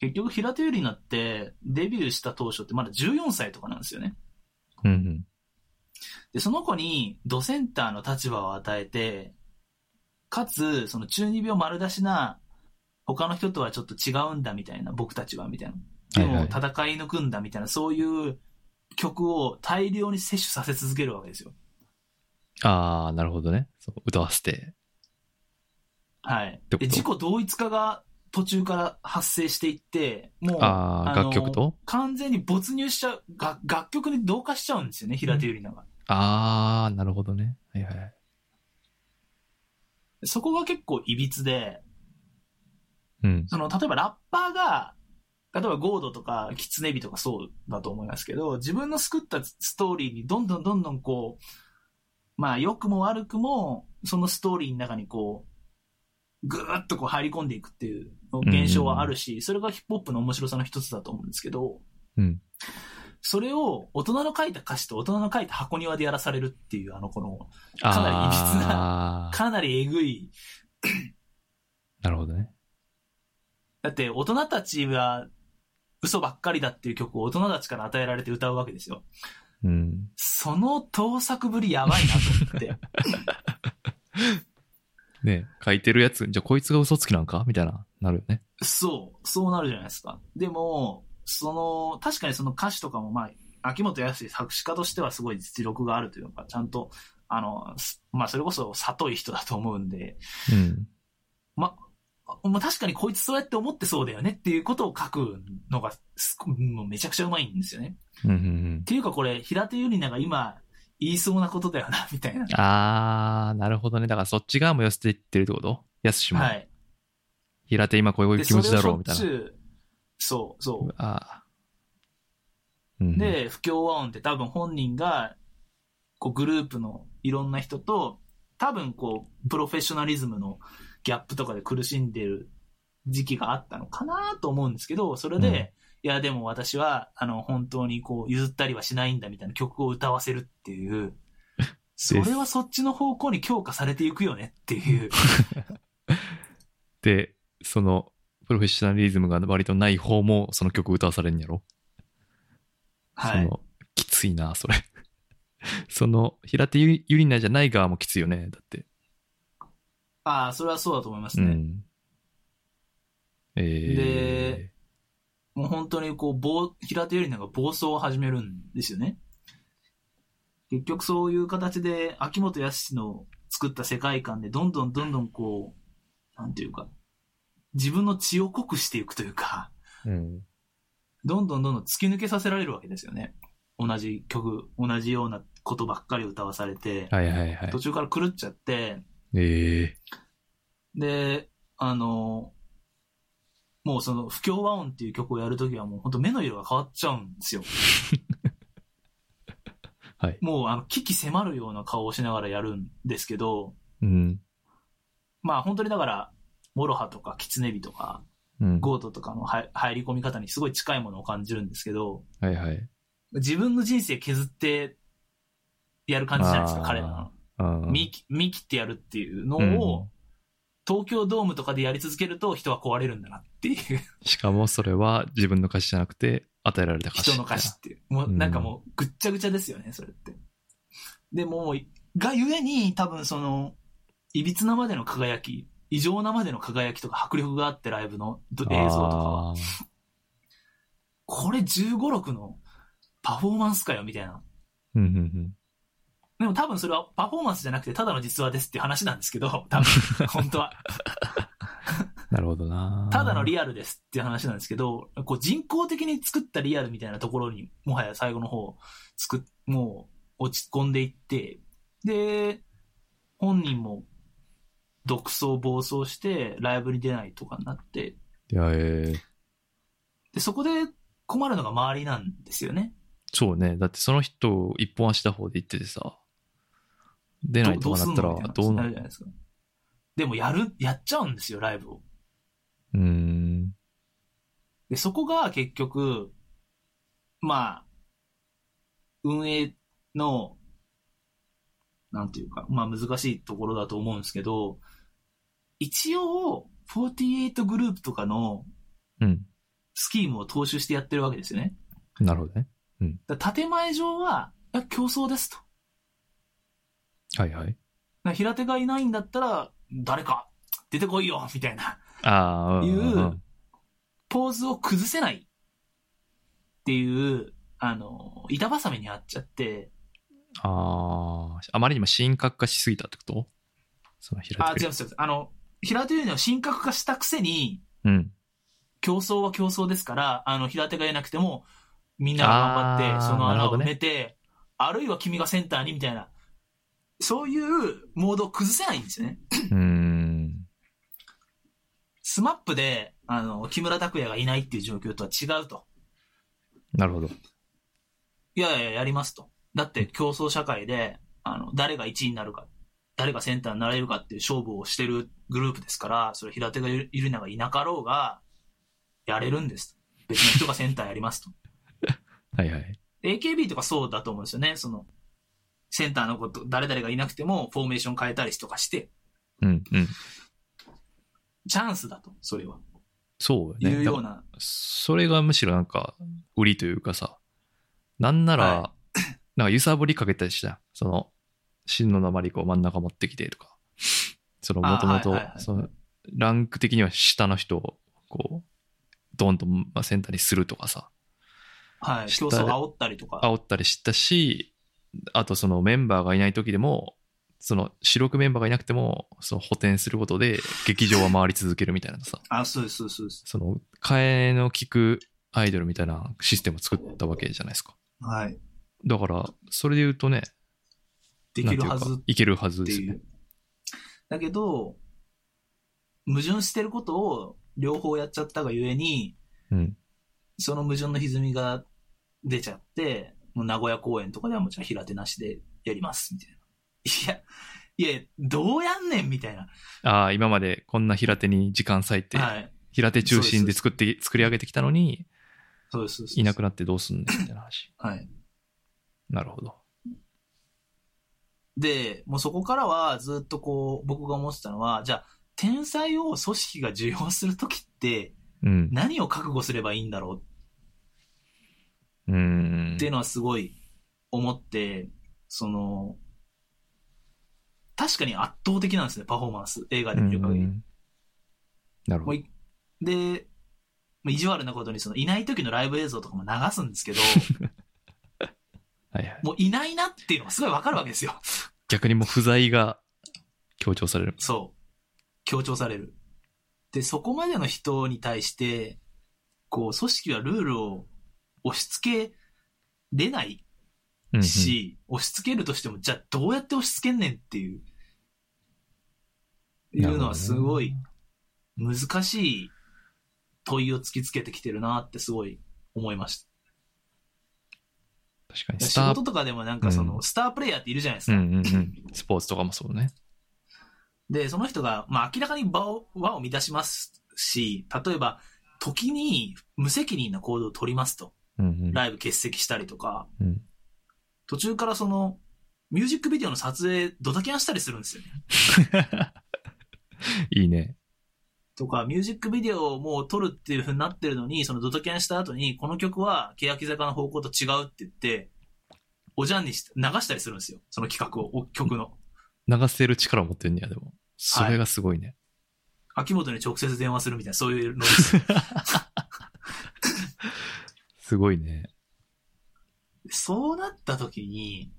[SPEAKER 3] 結局平手友梨奈ってデビューした当初ってまだ14歳とかなんですよね。
[SPEAKER 2] うんうん。
[SPEAKER 3] で、その子にドセンターの立場を与えて、かつ、その中二病丸出しな、他の人とはちょっと違うんだみたいな、僕たちはみたいな。で
[SPEAKER 2] はいはい
[SPEAKER 3] も戦い抜くんだみたいな、そういう曲を大量に摂取させ続けるわけですよ。
[SPEAKER 2] ああ、なるほどね。そう歌わせて。
[SPEAKER 3] はい。
[SPEAKER 2] てこと
[SPEAKER 3] で、自己同一化が途中から発生していって、もう、
[SPEAKER 2] あ
[SPEAKER 3] あ
[SPEAKER 2] あ、
[SPEAKER 3] の
[SPEAKER 2] 楽曲と
[SPEAKER 3] 完全に没入しちゃう、が楽曲に同化しちゃうんですよね、平手友梨奈が。
[SPEAKER 2] ああ、なるほどね。はいはい。
[SPEAKER 3] そこが結構歪で、
[SPEAKER 2] うん。
[SPEAKER 3] その、例えばラッパーが、例えばゴードとかキツネビとかそうだと思いますけど、自分の作ったストーリーにどんどんどんどんこう、まあ良くも悪くも、そのストーリーの中にこう、ぐーっとこう入り込んでいくっていう現象はあるし、それがヒップホップの面白さの一つだと思うんですけど、
[SPEAKER 2] うん
[SPEAKER 3] それを大人の書いた歌詞と大人の書いた箱庭でやらされるっていう、あのこの、かなりいびつ
[SPEAKER 2] ああ、
[SPEAKER 3] かなりえぐい
[SPEAKER 2] なるほどね。
[SPEAKER 3] だって大人たちは嘘ばっかりだっていう曲を大人たちから与えられて歌うわけですよ。
[SPEAKER 2] うん。
[SPEAKER 3] その盗作ぶりやばいなと思って。
[SPEAKER 2] ね書いてるやつ、じゃあこいつが嘘つきなんかみたいな、なるよね。
[SPEAKER 3] そう、そうなるじゃないですか。でも、その、確かにその歌詞とかもまあ、秋元康作詞家としてはすごい実力があるというか、ちゃんと、あの、すまあそれこそ里い人だと思うんで、
[SPEAKER 2] うん。
[SPEAKER 3] あまあ確かにこいつそうやって思ってそうだよねっていうことを書くのがすごい、もうめちゃくちゃうまいんですよね。
[SPEAKER 2] うんうんうん
[SPEAKER 3] っ。ていうかこれ、平手友梨奈が今言いそうなことだよな、 みたいな。
[SPEAKER 2] ああ、なるほどね。だからそっち側も寄せていってるってことやすしも。
[SPEAKER 3] はい。
[SPEAKER 2] 平手今こういう
[SPEAKER 3] で
[SPEAKER 2] 気持ちだろうみ
[SPEAKER 3] そ
[SPEAKER 2] た
[SPEAKER 3] れ
[SPEAKER 2] い
[SPEAKER 3] をし
[SPEAKER 2] な。
[SPEAKER 3] ょっちゅうそう、そう。
[SPEAKER 2] ああ。うん、
[SPEAKER 3] で、不協和音って多分本人が、こうグループのいろんな人と、多分こう、プロフェッショナリズムのギャップとかで苦しんでる時期があったのかなと思うんですけど、それで、
[SPEAKER 2] うん
[SPEAKER 3] いやでも私は、あの、本当にこう、譲ったりはしないんだみたいな曲を歌わせるっ ていう、それはそっちの方向に強化されていくよねっていう。
[SPEAKER 2] で、その、プロフェッショナリズムが割とない方も、その曲歌わされるんやろ、
[SPEAKER 3] は
[SPEAKER 2] そ
[SPEAKER 3] い。
[SPEAKER 2] の、きついな、それ。 その、平手ゆゆりなじゃない側もきついよね、だって。
[SPEAKER 3] ああ、それはそうだと思います
[SPEAKER 2] う
[SPEAKER 3] ね。
[SPEAKER 2] ん。え
[SPEAKER 3] でもう本当にこう、暴、平手友梨奈が暴走を始めるんですよね。結局そういう形で、秋元康の作った世界観で、どんどんどんどんこう、なんていうか、自分の血を濃くしていくというか、
[SPEAKER 2] ーうん。
[SPEAKER 3] どんどんどんどん突き抜けさせられるわけですよね。同じ曲、同じようなことばっかり歌わされて、
[SPEAKER 2] はいはいはい
[SPEAKER 3] 途。中から狂っちゃって、
[SPEAKER 2] え
[SPEAKER 3] で、あの、もうその、不協和音っていう曲をやるときはもう本当目の色が変わっちゃうんですよ。
[SPEAKER 2] ー、 はい。
[SPEAKER 3] もうあの、危機迫るような顔をしながらやるんですけど、
[SPEAKER 2] うん。
[SPEAKER 3] まあ本当にだから、モロハとかキツネビとか、
[SPEAKER 2] うん。
[SPEAKER 3] ゴートとかのは入り込み方にすごい近いものを感じるんですけど、
[SPEAKER 2] はいはい。
[SPEAKER 3] 自分の人生削ってやる感じじゃないですか、
[SPEAKER 2] あー
[SPEAKER 3] 彼ら
[SPEAKER 2] あ
[SPEAKER 3] の。
[SPEAKER 2] ー
[SPEAKER 3] 見き見切ってやるっていうの
[SPEAKER 2] う
[SPEAKER 3] を
[SPEAKER 2] ん、
[SPEAKER 3] 東京ドームとかでやり続けると人は壊れるんだなっていう、
[SPEAKER 2] しかもそれは自分の歌詞じゃなくて、与えられた歌詞。
[SPEAKER 3] 人の歌詞っていう。もうなんか
[SPEAKER 2] うん
[SPEAKER 3] もうぐっちゃぐちゃですよね、それって。でも、がゆえに多分その、いびつなまでの輝き、異常なまでの輝きとか迫力があってライブのど映像とかは、
[SPEAKER 2] あー
[SPEAKER 3] これ15、6のパフォーマンスかよみたいな
[SPEAKER 2] うんうんうん。
[SPEAKER 3] でも多分それはパフォーマンスじゃなくてただの実話ですっていう話なんですけど、 多分、本当は。
[SPEAKER 2] なるほどな
[SPEAKER 3] ただのリアルですっていう話なんですけど、こう人工的に作ったリアルみたいなところにもはや最後の方、作っ、もう落ち込んでいって、で、本人も独走暴走してライブに出ないとかになって、
[SPEAKER 2] いや、えー
[SPEAKER 3] で、そこで困るのが周りなんですよね。
[SPEAKER 2] そうね。だってその人、一本足打法で行っててさ、出ないとかなったら
[SPEAKER 3] ど
[SPEAKER 2] ど
[SPEAKER 3] う、ど
[SPEAKER 2] う
[SPEAKER 3] うすんのみたいな話に
[SPEAKER 2] な
[SPEAKER 3] なる
[SPEAKER 2] る
[SPEAKER 3] じゃないですか。でもやる、やっちゃうんですよ、ライブを。
[SPEAKER 2] うーん。
[SPEAKER 3] で、そこが結局、まあ、運営の、なんていうか、まあ難しいところだと思うんですけど、一応、48グループとかの
[SPEAKER 2] うん。
[SPEAKER 3] スキームを踏襲してやってるわけですよね。
[SPEAKER 2] なるほどね。
[SPEAKER 3] だから建前上は、いや、競争ですと。だか
[SPEAKER 2] はいはい。
[SPEAKER 3] ら平手がいないんだったら、誰か、出てこいよみたいな、
[SPEAKER 2] ああ、うんうんうん
[SPEAKER 3] いうポーズを崩せないっていう、あの、板挟みにあっちゃって、
[SPEAKER 2] あーあまりにも神格化しすぎたってことその平
[SPEAKER 3] あ、
[SPEAKER 2] 手
[SPEAKER 3] 違う違
[SPEAKER 2] く
[SPEAKER 3] う違う。あの、平手優には神格化したくせに、
[SPEAKER 2] うん。
[SPEAKER 3] 競争は競争ですから、あの、平手がいなくても、みんなが頑張
[SPEAKER 2] あ
[SPEAKER 3] っ
[SPEAKER 2] ー
[SPEAKER 3] て、その
[SPEAKER 2] なる
[SPEAKER 3] 穴
[SPEAKER 2] ほど
[SPEAKER 3] を埋
[SPEAKER 2] ね
[SPEAKER 3] めて、あるいは君がセンターに、みたいな。そういうモードを崩せないんですよね。
[SPEAKER 2] うーん。
[SPEAKER 3] スマップで、あの、木村拓哉がいないっていう状況とは違うと。
[SPEAKER 2] なるほど。
[SPEAKER 3] いやいや、やりますと。だって競争社会で、あの、誰が1位になるか、誰がセンターになれるかっていう勝負をしてるグループですから、それ平手がいるいるながいなかろうが、やれるんです。別の人がセンターやりますと。
[SPEAKER 2] はいはい。
[SPEAKER 3] で AKB とかそうだと思うんですよね。その、センターのこと、誰々がいなくてもフォーメーション変えたりとかして、
[SPEAKER 2] うんうん。
[SPEAKER 3] チャンスだと、それは。
[SPEAKER 2] そう
[SPEAKER 3] いう
[SPEAKER 2] ね。
[SPEAKER 3] よう
[SPEAKER 2] だ
[SPEAKER 3] な。
[SPEAKER 2] それがむしろなんか、売りというかさ、なんなら、
[SPEAKER 3] は
[SPEAKER 2] なんか揺さぶりかけたりした。その、真の鉛子を真ん中持ってきてとか、その、もとも
[SPEAKER 3] あー
[SPEAKER 2] と
[SPEAKER 3] はいはいは、い
[SPEAKER 2] その、ランク的には下の人を、こう、ドンとまあセンターにするとかさ、
[SPEAKER 3] はい。
[SPEAKER 2] 知
[SPEAKER 3] 競
[SPEAKER 2] った
[SPEAKER 3] 争を煽ったりとか。
[SPEAKER 2] 煽ったりしたし、あとそのメンバーがいない時でも、その主力メンバーがいなくても、その補填することで劇場は回り続けるみたいなさ、
[SPEAKER 3] あ、そうです、そうですそうです。
[SPEAKER 2] その替えの利くアイドルみたいなシステムを作ったわけじゃないですか。
[SPEAKER 3] はい。
[SPEAKER 2] だから、それで言うとね、
[SPEAKER 3] できる
[SPEAKER 2] な
[SPEAKER 3] は
[SPEAKER 2] んていう
[SPEAKER 3] ず
[SPEAKER 2] かいけるはず
[SPEAKER 3] っ
[SPEAKER 2] で
[SPEAKER 3] て
[SPEAKER 2] す
[SPEAKER 3] い
[SPEAKER 2] よね
[SPEAKER 3] う。。だけど、矛盾してることを両方やっちゃったがゆえに、
[SPEAKER 2] うん。
[SPEAKER 3] その矛盾の歪みが出ちゃって、もう名古屋公演とかではもちろん平手なしでやります、みたいな。いや、いや、どうやんねん、みたいな。
[SPEAKER 2] ああ、今までこんな平手に時間割いて、
[SPEAKER 3] はい。
[SPEAKER 2] 平手中心で作って、作り上げてきたのに、
[SPEAKER 3] そうです。そうです
[SPEAKER 2] いなくなってどうすんねんみたいな話。
[SPEAKER 3] はい。
[SPEAKER 2] なるほど。
[SPEAKER 3] で、もうそこからはずっとこう、僕が思ってたのは、じゃあ、天才を組織が受容するときって、
[SPEAKER 2] うん。
[SPEAKER 3] 何を覚悟すればいいんだろう
[SPEAKER 2] うーん
[SPEAKER 3] ってい。うのはすごい思って、その、確かに圧倒的なんですね、パフォーマンス。映画で見る限り。
[SPEAKER 2] うんなるほ
[SPEAKER 3] もう
[SPEAKER 2] ど。
[SPEAKER 3] いで、まあ意地悪なことに、その、いない時のライブ映像とかも流すんで すけど、
[SPEAKER 2] はいはい。
[SPEAKER 3] もういないなっていうのがすごいわかるわけですよ。
[SPEAKER 2] 逆にもう不在が強調される。
[SPEAKER 3] そう。強調される。で、そこまでの人に対して、こう、組織はルールを押し付けれない
[SPEAKER 2] うんうん
[SPEAKER 3] し、押し付けるとしても、じゃあどうやって押し付けんねんっていう、いうのはすごい。難しい問いを突きつけてきてるなってすごい思いまし
[SPEAKER 2] 確かに。
[SPEAKER 3] た。
[SPEAKER 2] ス
[SPEAKER 3] 仕
[SPEAKER 2] タ
[SPEAKER 3] 事
[SPEAKER 2] ー、
[SPEAKER 3] とかでもなんかその、
[SPEAKER 2] うん
[SPEAKER 3] スタープレイヤーっているじゃないです
[SPEAKER 2] う
[SPEAKER 3] か。
[SPEAKER 2] んうんうん。スポーツとかもそうね。
[SPEAKER 3] で、その人が、まあ明らかに場を、輪を乱しますし、例えば、時に無責任な行動を取りますと。
[SPEAKER 2] うんうん。
[SPEAKER 3] ライブ欠席したりとか、
[SPEAKER 2] うん
[SPEAKER 3] 途中からその、ミュージックビデオの撮影、ドタキャンしたりするんですよね。
[SPEAKER 2] いいね。
[SPEAKER 3] とか、ミュージックビデオをもう撮るっていう風になってるのに、そのドタキャンした後に、この曲は欅坂の方向と違うって言って、おじゃんにして流したりするんですよ。その企画を、お曲の。
[SPEAKER 2] 流せる力を持ってんねや、でも。それがすごいね。
[SPEAKER 3] 秋元に直接電話するみたいな、そういうので すよ。
[SPEAKER 2] すごいね。
[SPEAKER 3] そうなった時に、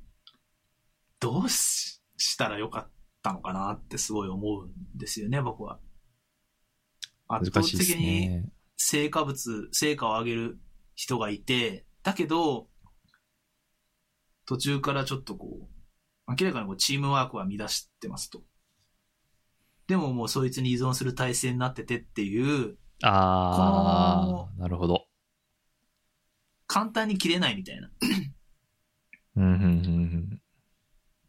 [SPEAKER 3] どうししたらよかったのかなってすごい思うんですよね、僕は。圧倒
[SPEAKER 2] 難しいで
[SPEAKER 3] 的
[SPEAKER 2] す
[SPEAKER 3] に
[SPEAKER 2] ね。
[SPEAKER 3] 成果物、成果を上げる人がいて、だけど、途中からちょっとこう、明らかにこうチームワークは乱してますと。でももうそいつに依存する体制になっててっていう、
[SPEAKER 2] あ
[SPEAKER 3] こ
[SPEAKER 2] あ、なるほど。
[SPEAKER 3] 簡単に切れないみたいな。
[SPEAKER 2] うんうんうん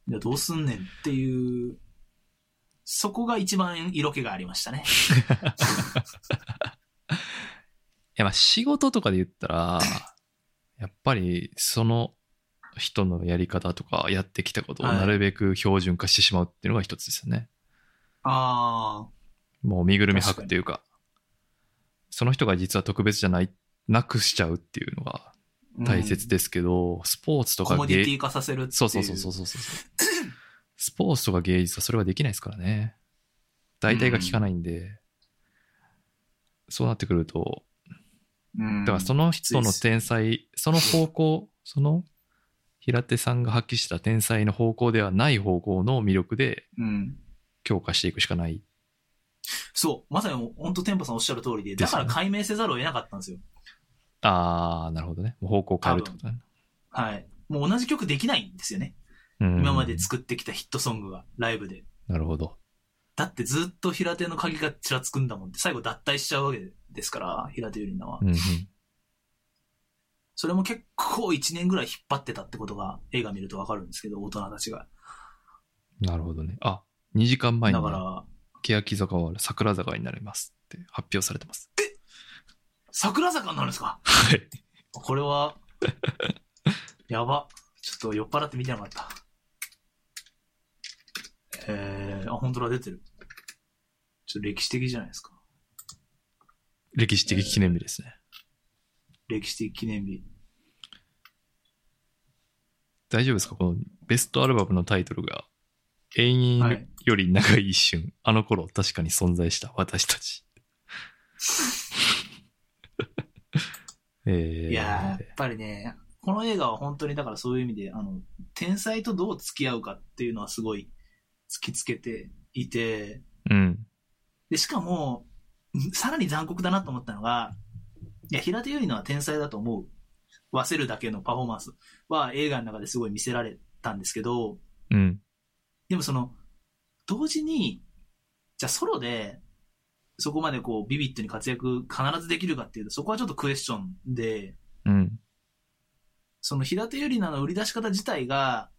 [SPEAKER 3] いや、どうすんねんっていう、そこが一番色気がありましたね。
[SPEAKER 2] いやまあ仕事とかで言ったら、やっぱりその人のやり方とかやってきたことを
[SPEAKER 3] はい
[SPEAKER 2] なるべく標準化してしまうっていうのが一つですよね。
[SPEAKER 3] あ
[SPEAKER 2] もう身ぐるみ吐くっていうか、その人が実は特別じゃない、なくしちゃうっていうのが
[SPEAKER 3] あ。
[SPEAKER 2] 大切
[SPEAKER 3] で、
[SPEAKER 2] ですけど、スポーツと
[SPEAKER 3] コ
[SPEAKER 2] か
[SPEAKER 3] モディティ化させるっていう。
[SPEAKER 2] そうそうそうそうそうそう。スポーツとか芸術はそれはできないですからね。大体が効かないんで、そうなってくると、
[SPEAKER 3] うん。
[SPEAKER 2] だからその人の天才、その方向、その平手さんが発揮した天才の方向ではない方向の魅力で
[SPEAKER 3] うん。
[SPEAKER 2] 強化していくしかない。
[SPEAKER 3] そう。まさに、本当テンポさんおっしゃる通りで、
[SPEAKER 2] で
[SPEAKER 3] だ
[SPEAKER 2] すよ
[SPEAKER 3] から
[SPEAKER 2] ね
[SPEAKER 3] 解明せざるを得なかったんですよ。
[SPEAKER 2] あー、なるほどね。もう方向を変えるってことだね。
[SPEAKER 3] はい。もう同じ曲できないんですよね。
[SPEAKER 2] うん
[SPEAKER 3] 今まで作ってきたヒットソングが、ライブで。
[SPEAKER 2] なるほど。
[SPEAKER 3] だってずっと平手の鍵がちらつくんだもんって、最後脱退しちゃうわけですから、平手ゆりなは
[SPEAKER 2] う。んうん
[SPEAKER 3] それも結構1年ぐらい引っ張ってたってことが、映画見るとわかるんですけど、大人たちが。
[SPEAKER 2] なるほどね。あ、2時間前に
[SPEAKER 3] だ
[SPEAKER 2] ね
[SPEAKER 3] から、
[SPEAKER 2] 欅坂は桜坂になりますって発表されてます。
[SPEAKER 3] 桜坂になるんですか
[SPEAKER 2] はい。
[SPEAKER 3] こ れは、やば。ちょっと酔っ払って見てなかった。えー、あ、本当だ、出てる。ちょっと歴史的じゃないですか。
[SPEAKER 2] 歴史的記念日ですね。
[SPEAKER 3] 歴史的記念日。
[SPEAKER 2] 大丈夫ですかこのベストアルバムのタイトルが、永
[SPEAKER 3] は
[SPEAKER 2] 遠
[SPEAKER 3] い
[SPEAKER 2] より長い一瞬、あの頃確かに存在した私たち。えー、
[SPEAKER 3] いやーやっぱりね、この映画は本当にだからそういう意味で、あの、天才とどう付き合うかっていうのはすごい突きつけていて、
[SPEAKER 2] うん。
[SPEAKER 3] で、しかも、んさらに残酷だなと思ったのが、いや、平手友梨奈は天才だと思う。忘れるだけのパフォーマンスは映画の中ですごい見せられたんですけど、
[SPEAKER 2] うん。
[SPEAKER 3] でもその、同時に、じゃあソロで、そこまでこう、ビビッドに活躍必ずできるかっていうと、そこはちょっとクエスチョンで、
[SPEAKER 2] うん。
[SPEAKER 3] その平手友梨奈の売り出し方自体が、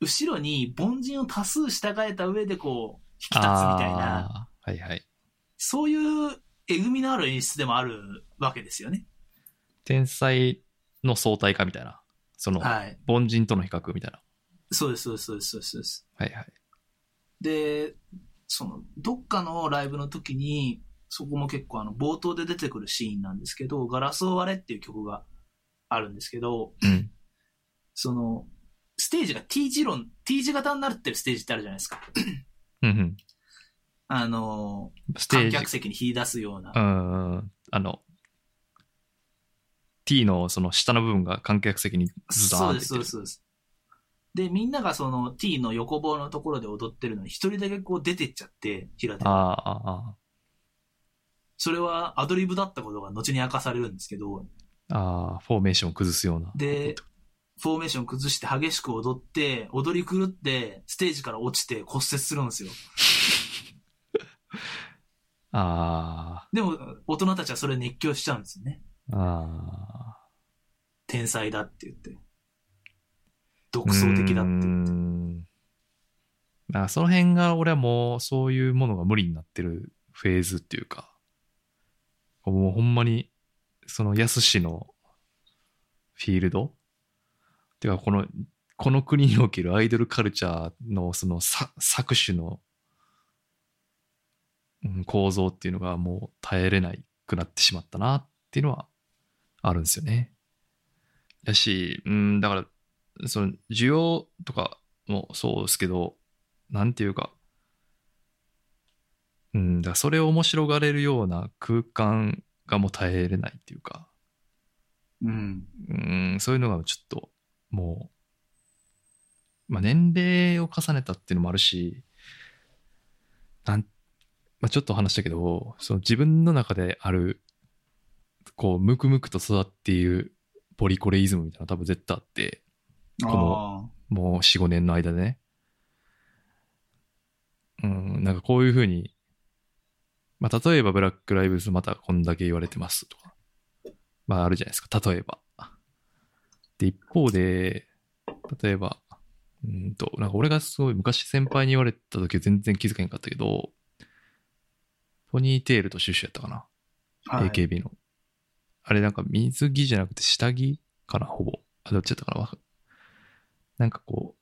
[SPEAKER 3] 後ろに凡人を多数従えた上でこう、引き立つみたいな、
[SPEAKER 2] あー。はいはい。
[SPEAKER 3] そういうえぐみのある演出でもあるわけですよね。
[SPEAKER 2] 天才の相対化みたいな。その、
[SPEAKER 3] はい。
[SPEAKER 2] 凡人との比較みたいな。
[SPEAKER 3] そうです、そうです、そうです、そうですそうです。
[SPEAKER 2] はいはい。
[SPEAKER 3] で、その、どっかのライブの時に、そこも結構あの、冒頭で出てくるシーンなんですけど、ガラスを割れっていう曲があるんですけど、
[SPEAKER 2] うん。
[SPEAKER 3] その、ステージが T 字論、T 字型になってるステージってあるじゃないですか。
[SPEAKER 2] うんうん。
[SPEAKER 3] あの、
[SPEAKER 2] ステー
[SPEAKER 3] 観
[SPEAKER 2] ジ
[SPEAKER 3] 客席に引き出すような
[SPEAKER 2] う。ん、あの、T のその下の部分が観客席にズダーンってい
[SPEAKER 3] そうで
[SPEAKER 2] っ
[SPEAKER 3] す、
[SPEAKER 2] て
[SPEAKER 3] そう
[SPEAKER 2] る
[SPEAKER 3] です、そうです。で、みんながその T の横棒のところで踊ってるのに、一人だけこう出てっちゃって、平手
[SPEAKER 2] あ
[SPEAKER 3] が。
[SPEAKER 2] あ、あ
[SPEAKER 3] それはアドリブだったことが後に明かされるんですけど、
[SPEAKER 2] あ、ああ、フォーメーションを崩すような。
[SPEAKER 3] で、フォーメーション崩して激しく踊って、踊り狂って、ステージから落ちて骨折するんですよ。
[SPEAKER 2] あ
[SPEAKER 3] でも、大人たちはそれ熱狂しちゃうんですよね。
[SPEAKER 2] あ、ああ。
[SPEAKER 3] 天才だって言って。独創的だって
[SPEAKER 2] うー
[SPEAKER 3] 言って。
[SPEAKER 2] んまあ、その辺が俺はもうそういうものが無理になってるフェーズっていうか、もうほんまに、その安氏のフィールドてかこの、この国におけるアイドルカルチャーのそのさ搾取の、うん構造っていうのがもう耐えれないくなってしまったなっていうのはあるんですよね。だし、うん、だからその需要とかもそうですけど、なんていうか、うん、だからそれを面白がれるような空間がもう耐えれないっていうか、
[SPEAKER 3] うん。
[SPEAKER 2] うん、そういうのがちょっともう、まあ、年齢を重ねたっていうのもあるし、なんまあ、ちょっと話したけど、その自分の中である、こう、むくむくと育っているポリコレイズムみたいなの多分絶対あって、このもう4、5年の間でね。うん、なんかこういうふうに、まあ、例えばブラック・ライブズまたこんだけ言われてますとか、まああるじゃないですか、例えば。で、一方で、例えば、うんと、なんか俺がすごい昔先輩に言われた時は全然気づけへんかったけど、ポニーテールとシュッシュやったかな。
[SPEAKER 3] あーはい
[SPEAKER 2] AKB の。あれなんか水着じゃなくて下着かな、ほぼ。あ、どっちだったかなわか。なんかこ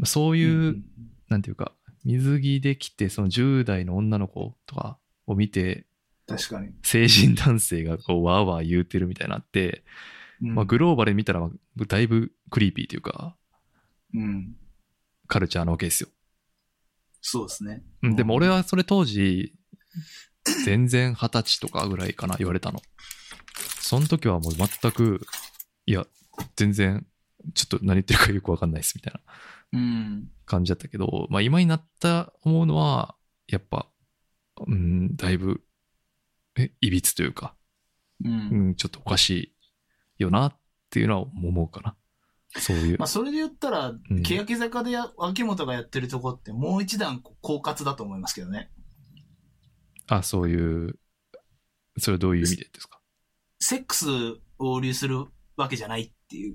[SPEAKER 2] う、そういう、
[SPEAKER 3] んん
[SPEAKER 2] なんていうか、水着で着て、その10代の女の子とかを見て、
[SPEAKER 3] 確かに。
[SPEAKER 2] 成人男性がこう、わーわー言うてるみたいになって、
[SPEAKER 3] うん
[SPEAKER 2] まあ、グローバルに見たら、まあだいぶクリーピーというか、
[SPEAKER 3] うん。
[SPEAKER 2] カルチャーなわけですよ。
[SPEAKER 3] そうですね。
[SPEAKER 2] うんでも俺はそれ当時、全然二十歳とかぐらいかな、言われたの。その時はもう全く、いや、全然、ちょっと何言ってるかよくわかんないです、みたいな
[SPEAKER 3] うん。
[SPEAKER 2] 感じだったけど、まあ今になった思うのは、やっぱ、うん、だいぶ、え、いびつというか、
[SPEAKER 3] う。
[SPEAKER 2] うんん、ちょっとおかしいよなっていうのは思うかな。そういう
[SPEAKER 3] まあ、。それで言ったら、
[SPEAKER 2] うん
[SPEAKER 3] 欅坂でや秋元がやってるとこって、もう一段、こう、狡猾だと思いますけどね。
[SPEAKER 2] あ、そういう、それはどういう意味でですか
[SPEAKER 3] セックスを流するわけじゃないっていう。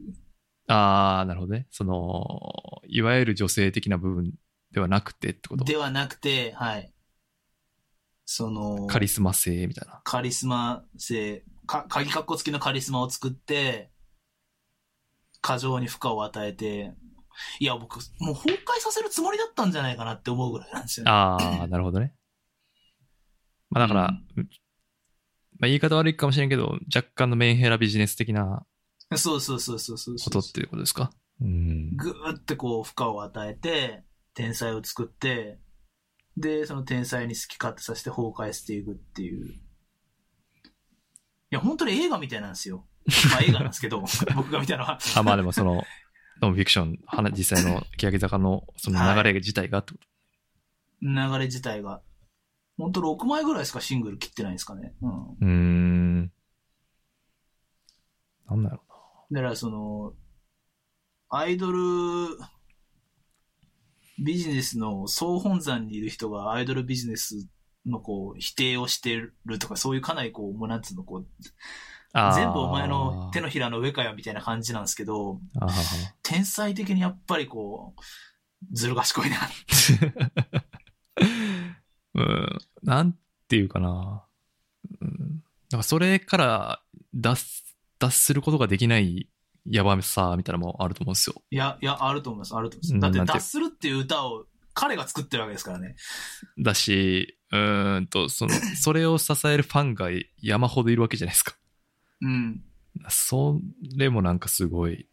[SPEAKER 2] ああ、なるほどね。その、いわゆる女性的な部分ではなくてってこと
[SPEAKER 3] ではなくて、はい。その、
[SPEAKER 2] カリスマ性みたいな。
[SPEAKER 3] カリスマ性、か、鍵括弧付きのカリスマを作って、過剰に負荷を与えて、いや、僕、もう崩壊させるつもりだったんじゃないかなって思うぐらいなんですよね。
[SPEAKER 2] ああ、なるほど ね。まあだから、まあ言い方悪いかもしれんけど、若干のメンヘラビジネス的な
[SPEAKER 3] そうそうそうそうそう
[SPEAKER 2] こ
[SPEAKER 3] そ
[SPEAKER 2] と
[SPEAKER 3] う
[SPEAKER 2] っていうことですかうん。
[SPEAKER 3] ぐーってこう、負荷を与えて、天才を作って、で、その天才に好き勝手させて崩壊していくっていう。いや、本当に映画みたいなんですよ。まあ映画なんで すけど、僕が見たのは。
[SPEAKER 2] あ、まあでもその、ノンフィクション、話実際の欅坂のその流れ自体がってこと
[SPEAKER 3] 流れ自体が。ほんと6枚ぐらいしかシングル切ってないんですかね。うん。
[SPEAKER 2] うーん。なんだろう
[SPEAKER 3] だからその、アイドル、ビジネスの総本山にいる人がアイドルビジネスのこう、否定をしてるとか、そういうかなりこう、もうなんつうの、こう、
[SPEAKER 2] な。あー
[SPEAKER 3] 全部お前の手のひらの上かよみたいな感じなんですけど、
[SPEAKER 2] あはは
[SPEAKER 3] 天才的にやっぱりこう、ずる賢いな。
[SPEAKER 2] うん、なんていうかな。うん、なんかそれから脱す脱することができないやばさみたいなのもあると思うんですよ。
[SPEAKER 3] いや、いや、あると思います、あると思
[SPEAKER 2] う
[SPEAKER 3] い
[SPEAKER 2] ん
[SPEAKER 3] ます。だ
[SPEAKER 2] な
[SPEAKER 3] っ
[SPEAKER 2] ん
[SPEAKER 3] て、
[SPEAKER 2] て
[SPEAKER 3] 脱するっていう歌を彼が作ってるわけですからね。
[SPEAKER 2] だし、うーんと、その、それを支えるファンが山ほどいるわけじゃないですか。
[SPEAKER 3] うん。
[SPEAKER 2] それもなんかすごい、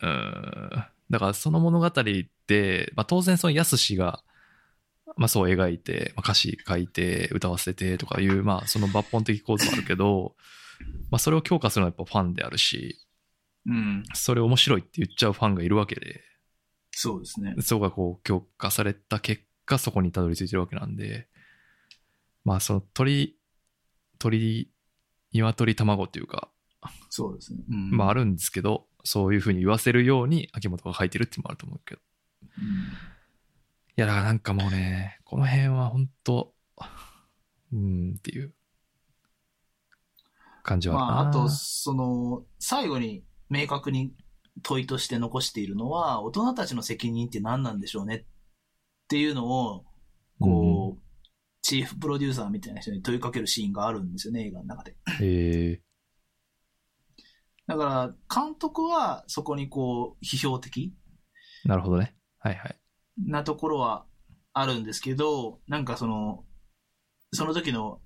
[SPEAKER 2] うーん。だからその物語って、まあ当然そのやすしが、まあそう描いて、まあ、歌詞書いて、歌わせてとかいう、まあその抜本的構図もあるけど、まあそれを強化するのはやっぱファンであるし、
[SPEAKER 3] うん。
[SPEAKER 2] それ面白いって言っちゃうファンがいるわけで、
[SPEAKER 3] そうですね。
[SPEAKER 2] そこがこう強化された結果、そこにたどり着いてるわけなんで、まあその鳥、鳥、鶏卵っていうか、
[SPEAKER 3] そうですね。うん
[SPEAKER 2] まああるんですけど、そういうふうに言わせるように秋元が書いてるっていうのもあると思うけど。いや、だからなんかもうね、この辺は本当うーんっていう感じ
[SPEAKER 3] うん
[SPEAKER 2] は
[SPEAKER 3] ま
[SPEAKER 2] あるな。
[SPEAKER 3] あ、あと、その、最後に明確に問いとして残しているのは、大人たちの責任って何なんでしょうねっていうのを、こう、チーフプロデューサーみたいな人に問いかけるシーンがあるんですよね、映画の中で。
[SPEAKER 2] うん、え
[SPEAKER 3] だから、監督はそこにこう、批評的
[SPEAKER 2] ー、なるほどね。はいはい。
[SPEAKER 3] なところはあるんですけど、なんかその、その時の、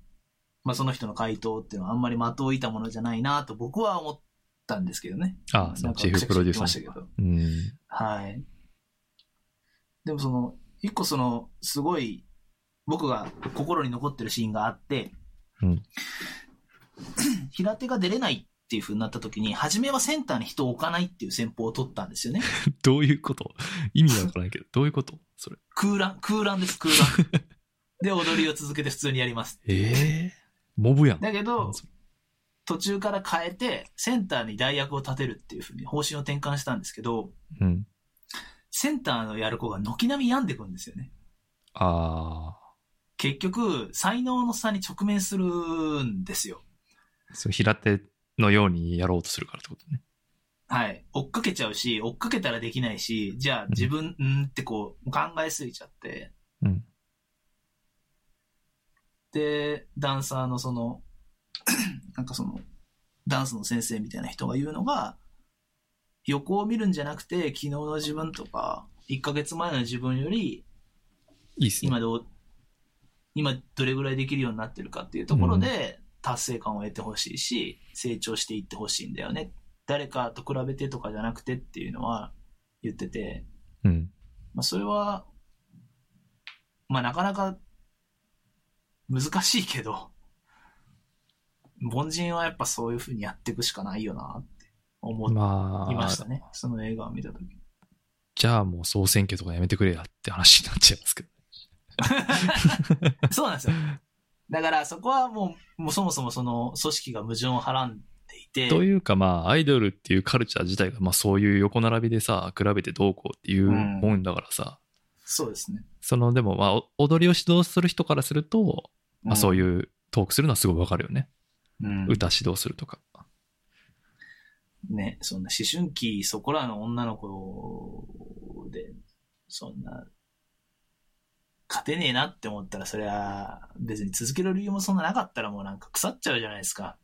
[SPEAKER 3] まあ、その人の回答っていうのはあんまり的を射たものじゃないなと僕は思ったんですけどね。
[SPEAKER 2] ああ、そ
[SPEAKER 3] なん
[SPEAKER 2] の
[SPEAKER 3] か
[SPEAKER 2] チーフプロデューサ
[SPEAKER 3] く
[SPEAKER 2] ー
[SPEAKER 3] しゃくしゃ言ってましたけど。
[SPEAKER 2] の。うん。
[SPEAKER 3] はい。でもその、一個その、すごい、僕が心に残ってるシーンがあって、
[SPEAKER 2] うん、
[SPEAKER 3] 平手が出れないっていう風になった時に、初めはセンターに人を置かないっていう戦法を取ったんですよね。
[SPEAKER 2] どういうこと意味わからんけど、どういうことそれ。
[SPEAKER 3] 空欄、空欄です、空欄。 で、踊りを続けて普通にやります。
[SPEAKER 2] ええモブやん。
[SPEAKER 3] だけど
[SPEAKER 2] なんそれ
[SPEAKER 3] 途中から変えて、センターに代役を立てるっていうふうに方針を転換したんですけど、
[SPEAKER 2] うん。
[SPEAKER 3] センターのやる子が軒並み病んでくんですよね。
[SPEAKER 2] あ
[SPEAKER 3] 結局、才能の差に直面するんですよ。
[SPEAKER 2] あ、そう平手のようにやろうとするからってことね。
[SPEAKER 3] はい。追っかけちゃうし、追っかけたらできないし、じゃあ自分、うん、ってこう、考えすぎちゃって。
[SPEAKER 2] うん。
[SPEAKER 3] で、ダンサーのその、 なんかその、ダンスの先生みたいな人が言うのが、横を見るんじゃなくて、昨日の自分とか、1ヶ月前の自分より、
[SPEAKER 2] いいっすね。
[SPEAKER 3] 今どう、今どれぐらいできるようになってるかっていうところで、達成感を得てほしいし、成長していってほしいんだよね。誰かと比べてとかじゃなくてっていうのは言ってて、
[SPEAKER 2] うん。
[SPEAKER 3] まあそれは、まあなかなか難しいけど、凡人はやっぱそういうふうにやっていくしかないよなって思い
[SPEAKER 2] まあ、
[SPEAKER 3] ましたね。その映画を見たとき。
[SPEAKER 2] じゃあもう総選挙とかやめてくれやって話になっちゃいますけど。
[SPEAKER 3] そうなんですよ。だからそこはもう、もうそもそもその組織が矛盾をはらんでいて、
[SPEAKER 2] というかまあ、アイドルっていうカルチャー自体が、まあそういう横並びでさ、比べてどうこうっていう
[SPEAKER 3] うん
[SPEAKER 2] もんだからさ、
[SPEAKER 3] そうですね。
[SPEAKER 2] その、でもまあ、お踊りを指導する人からすると、まあそう
[SPEAKER 3] い
[SPEAKER 2] いうトークするのはすごいわかるよね。
[SPEAKER 3] うん、
[SPEAKER 2] 歌指導するとか。
[SPEAKER 3] ね、そんな思春期そこらの女の子で、そんな、勝てねえなって思ったら、それは別に続ける理由もそんななかったらもうなんか腐っちゃうじゃないですか。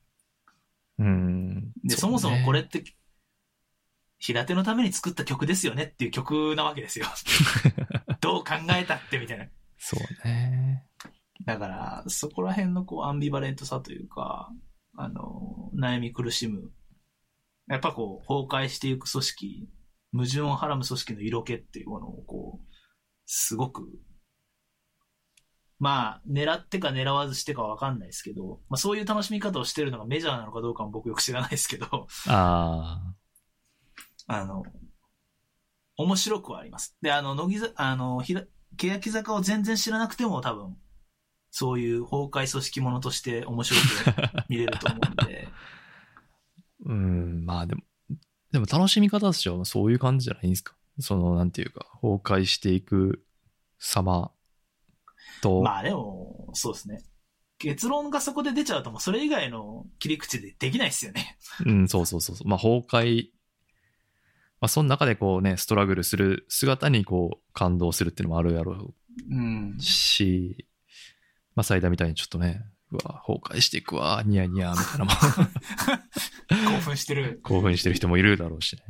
[SPEAKER 2] うん。
[SPEAKER 3] で、そ,、
[SPEAKER 2] う
[SPEAKER 3] も
[SPEAKER 2] ね
[SPEAKER 3] そもこれっ。て、平手のために作った曲ですよねっていう曲なわけ ですよ。どう考えたってみたいな。
[SPEAKER 2] そうね。
[SPEAKER 3] だから、そこら辺のこう、アンビバレントさというか、あの、悩み苦しむ。やっぱこう、崩壊していく組織、矛盾をはらむ組織の色気っていうものをこう、すごく、まあ、狙ってか狙わずしてかわかんないですけど、まあそういう楽しみ方をしてるのがメジャーなのかどうかも僕よく知らないですけど、
[SPEAKER 2] あ
[SPEAKER 3] あの、面白くはあります。で、あの、乃木坂、あの、ひら、欅坂を全然知らなくても多分、そういう崩壊組織ものとして面白く見れると思うんで、
[SPEAKER 2] あ。うん、まあでも、でも楽しみ方としてはそういう感じじゃないんですか。その、なんていうか、崩壊していく様と、
[SPEAKER 3] まあでも、そうですね。結論がそこで出ちゃうともうそれ以外の切り口でできないですよね。
[SPEAKER 2] うん、そうそうそうそう。まあ崩壊、まあその中でこうね、ストラグルする姿にこう感動するっていうのもあるやろう
[SPEAKER 3] うん。
[SPEAKER 2] し、まあ、最大みたいにちょっとね、うわ、崩壊していくわ、ニヤニヤみたいなもん
[SPEAKER 3] 興奮してる。
[SPEAKER 2] 興奮してる人もいるだろうしね。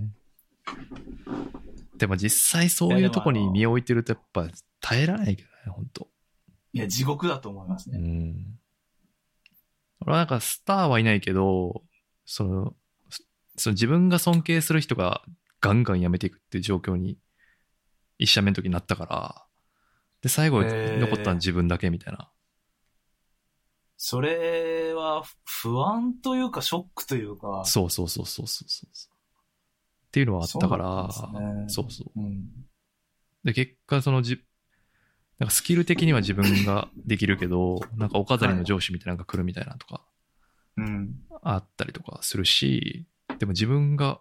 [SPEAKER 2] でも実際そういうとこに身を置いてるとやっぱ耐えられないけどね、本当
[SPEAKER 3] いや、地獄だと思います
[SPEAKER 2] う
[SPEAKER 3] ね。
[SPEAKER 2] ん。俺はなんかスターはいないけど、その、そその自分が尊敬する人がガンガン辞めていくっていう状況に、一社目の時になったから、で、最後
[SPEAKER 3] へー
[SPEAKER 2] 残ったの自分だけみたいな。
[SPEAKER 3] それは不安というかショックというか、
[SPEAKER 2] そうそうそうそうそうそう。っていうのはあったから、
[SPEAKER 3] そうなんです
[SPEAKER 2] そ
[SPEAKER 3] ね
[SPEAKER 2] うそう。
[SPEAKER 3] うん。
[SPEAKER 2] で、結果、そのじ、なんかスキル的には自分ができるけど、なんかお飾りの上司みたいなのが来るみたいなとか、
[SPEAKER 3] うん。
[SPEAKER 2] あったりとかするし、でも自分が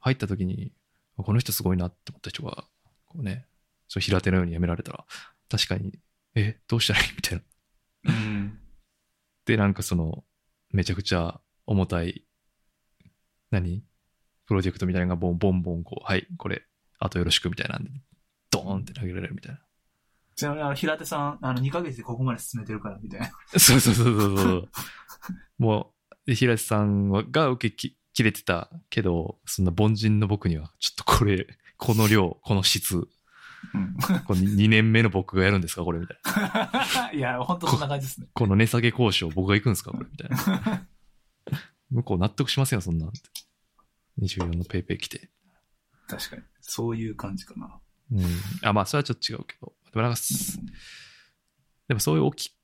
[SPEAKER 2] 入った時に、この人すごいなって思った人が、こうね、そう平手のように辞められたら、確かに、え、どうしたらいい みたいな。
[SPEAKER 3] うん。
[SPEAKER 2] で、なんかその、めちゃくちゃ重たい、何プロジェクトみたいなのがボンボンボン、こう、はい、これ、あとよろしくみたいなんで、ドーンって投げられるみたいな。
[SPEAKER 3] ちなみに、あの、平手さん、あの、2ヶ月でここまで進めてるから、みたいな。
[SPEAKER 2] そうそうそうそうそう。もう、で平瀬さんはが受けき切れてたけど、そんな凡人の僕には、ちょっとこれ、この量、この質、この2年目の僕がやるんですか、これみたいな。
[SPEAKER 3] いや、本当そんな感じですね。
[SPEAKER 2] この値下げ交渉、僕が行くんですか、これみたいな。向こう納得しませんよ、そんなんって。24のペイペイ来て。
[SPEAKER 3] 確かに。そういう感じかな。
[SPEAKER 2] うん。あ、まあ、それはちょっと違うけど。でもなんかす、でもそういう大き、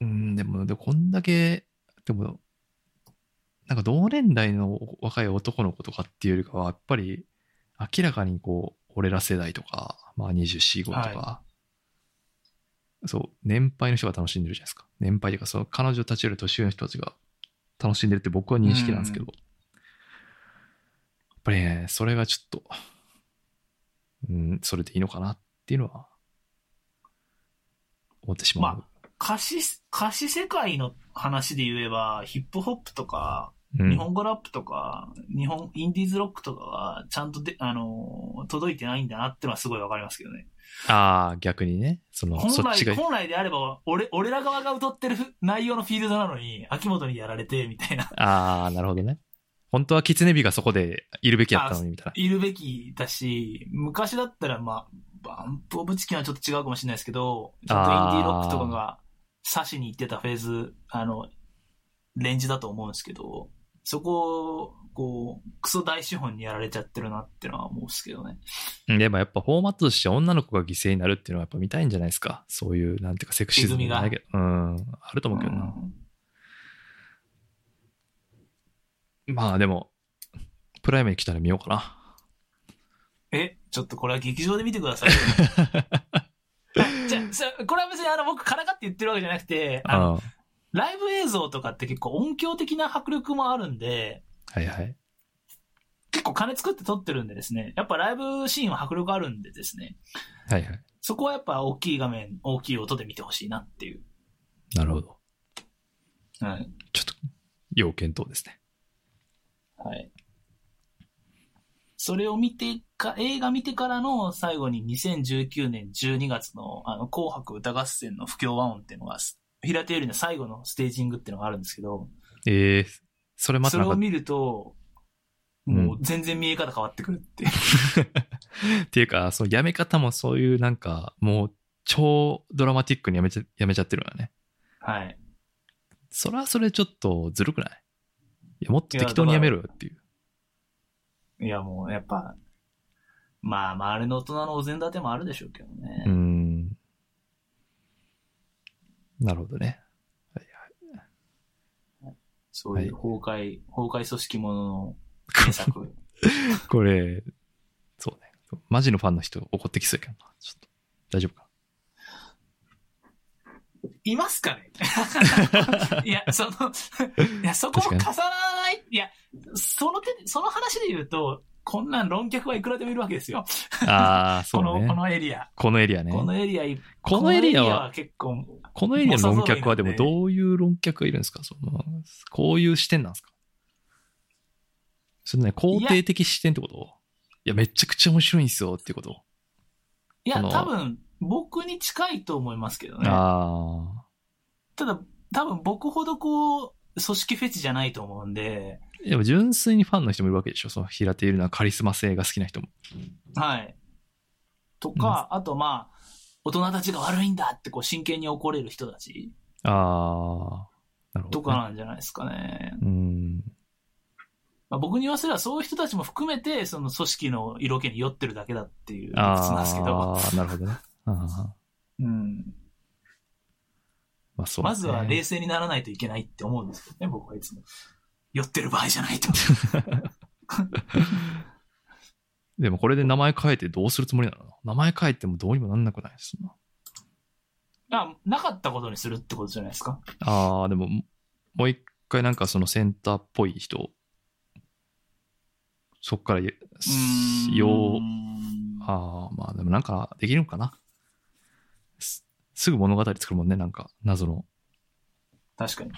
[SPEAKER 2] うん、でも、でもこんだけ、でも、なんか同年代の若い男の子とかっていうよりかは、やっぱり、明らかにこう、俺ら世代とか、まあ24、5とか、
[SPEAKER 3] は
[SPEAKER 2] そう、年配の人が楽しんでるじゃないですか。年配というか、その彼女たちより年上の人たちが楽しんでるって僕は認識なんですけど、やっぱりね、それがちょっと、うん、それでいいのかなっていうのは、思ってしまう。
[SPEAKER 3] ま歌詞、歌詞世界の話で言えば、ヒップホップとか、
[SPEAKER 2] うん
[SPEAKER 3] 日本語ラップとか、日本、インディーズロックとかが、ちゃんとで、あのー、届いてないんだなってのはすごいわかりますけどね。
[SPEAKER 2] ああ、逆にね、その、
[SPEAKER 3] 本
[SPEAKER 2] そっちが
[SPEAKER 3] 来、、本来であれば、俺、俺ら側が歌ってるふ内容のフィールドなのに、秋元にやられて、みたいな。
[SPEAKER 2] ああ、なるほどね。本当は狐火がそこでいるべきだったのに、みたい
[SPEAKER 3] いるべきだし、昔だったら、まあ、バンプオブチキンはちょっと違うかもしれないですけど、ちょっとインディーロックとかが刺しに行ってたフェーズ、あの、レンジだと思うんですけど、そこを、こう、クソ大資本にやられちゃってるなってのは思うんですけどね。
[SPEAKER 2] な。でもやっぱフォーマットとして女の子が犠牲になるっていうのはやっぱ見たいんじゃないですか。そういう、なんていうかセクシズムじゃないけど、うん、あると思うけどな。まあでも、プライムに来たら見ようかな。
[SPEAKER 3] え、ちょっとこれは劇場で見てください。じゃあそこれは別にあの僕からかって言ってるわけじゃなくて、あの
[SPEAKER 2] うん。
[SPEAKER 3] ライブ映像とかって結構音響的な迫力もあるんで、
[SPEAKER 2] はいはい。
[SPEAKER 3] 結構金作って撮ってるんでですね、やっぱライブシーンは迫力あるんでですね、
[SPEAKER 2] はいはい。
[SPEAKER 3] そこはやっぱ大きい画面、大きい音で見てほしいなっていう。
[SPEAKER 2] なるほど。
[SPEAKER 3] はい。
[SPEAKER 2] ちょっと、要検討ですね。
[SPEAKER 3] はい。それを見てか、映画見てからの最後に2019年12月のあの紅白歌合戦の不協和音っていうのが、平手よりの最後のステージングっていうのがあるんですけど、
[SPEAKER 2] えー、それまた
[SPEAKER 3] それ
[SPEAKER 2] なん
[SPEAKER 3] を
[SPEAKER 2] か、
[SPEAKER 3] 見ると、もう全然見え方変わってくるってい う。
[SPEAKER 2] っていうか、そのやめ方もそういうなんか、もう超ドラマティックにやめちゃやめちゃってるよね。
[SPEAKER 3] はい。
[SPEAKER 2] それはそれちょっとずるくないいや、もっと適当にやめろよっていう。
[SPEAKER 3] いやもうやっぱ、まあ周りの大人のお膳立てもあるでしょうけどね。
[SPEAKER 2] うーん。なるほどね。はいはい
[SPEAKER 3] そういう崩壊、崩壊組織ものの名作。
[SPEAKER 2] これ、そうね。マジのファンの人怒ってきそうやけどな。ちょっと、大丈夫か
[SPEAKER 3] いますか ねいや、その、いや、そこも重
[SPEAKER 2] 確
[SPEAKER 3] な
[SPEAKER 2] から
[SPEAKER 3] ない。いや、その手で、その話で言うと、こんなん論客はいくらでもいるわけですよ。
[SPEAKER 2] な。ああ、そ
[SPEAKER 3] こ
[SPEAKER 2] う
[SPEAKER 3] の、
[SPEAKER 2] ね
[SPEAKER 3] こ。のエリア。
[SPEAKER 2] このエリアね。
[SPEAKER 3] このエリアい、
[SPEAKER 2] このエリア
[SPEAKER 3] こ
[SPEAKER 2] は、
[SPEAKER 3] 結構、
[SPEAKER 2] このエリアの論客はで
[SPEAKER 3] も
[SPEAKER 2] も
[SPEAKER 3] うさぞいなんで
[SPEAKER 2] どういう論客がいるんですかその、こういう視点なんですかそれね、肯定的視点ってこといや、めちゃくちゃ面白いんですよっていうこと、
[SPEAKER 3] い
[SPEAKER 2] こ
[SPEAKER 3] や、
[SPEAKER 2] の
[SPEAKER 3] 多分、僕に近いと思いますけどね。
[SPEAKER 2] ああ。
[SPEAKER 3] ただ、多分僕ほどこう、組織フェチじゃないと思うんで、
[SPEAKER 2] でも純粋にファンの人もいるわけでしょその平手いるのはカリスマ性が好きな人も。
[SPEAKER 3] はい。とか、あとまあ、大人たちが悪いんだってこう真剣に怒れる人たち
[SPEAKER 2] ああ。なるほど、ね。
[SPEAKER 3] とかなんじゃないですかね。
[SPEAKER 2] うん。
[SPEAKER 3] まあ、僕に言わせればそういう人たちも含めて、その組織の色気に酔ってるだけだっていう理屈なんですけど
[SPEAKER 2] あ、あ、なるほどね。あー
[SPEAKER 3] うん、
[SPEAKER 2] まあそう、ね。
[SPEAKER 3] まずは冷静にならないといけないって思うんですけどね、僕はいつも。酔ってる場合じゃな いと。
[SPEAKER 2] でもこれで名前変えてどうするつもりなの名前変えてもどうにもなんなくないです
[SPEAKER 3] あなかったことにするってことじゃないですか。
[SPEAKER 2] ああ、でも、もう一回なんかそのセンターっぽい人、そっからよ、よ
[SPEAKER 3] うー
[SPEAKER 2] うんああ、まあでもなんかできるんかな。すすぐ物語作るもんね、なんか謎の。
[SPEAKER 3] 確かに。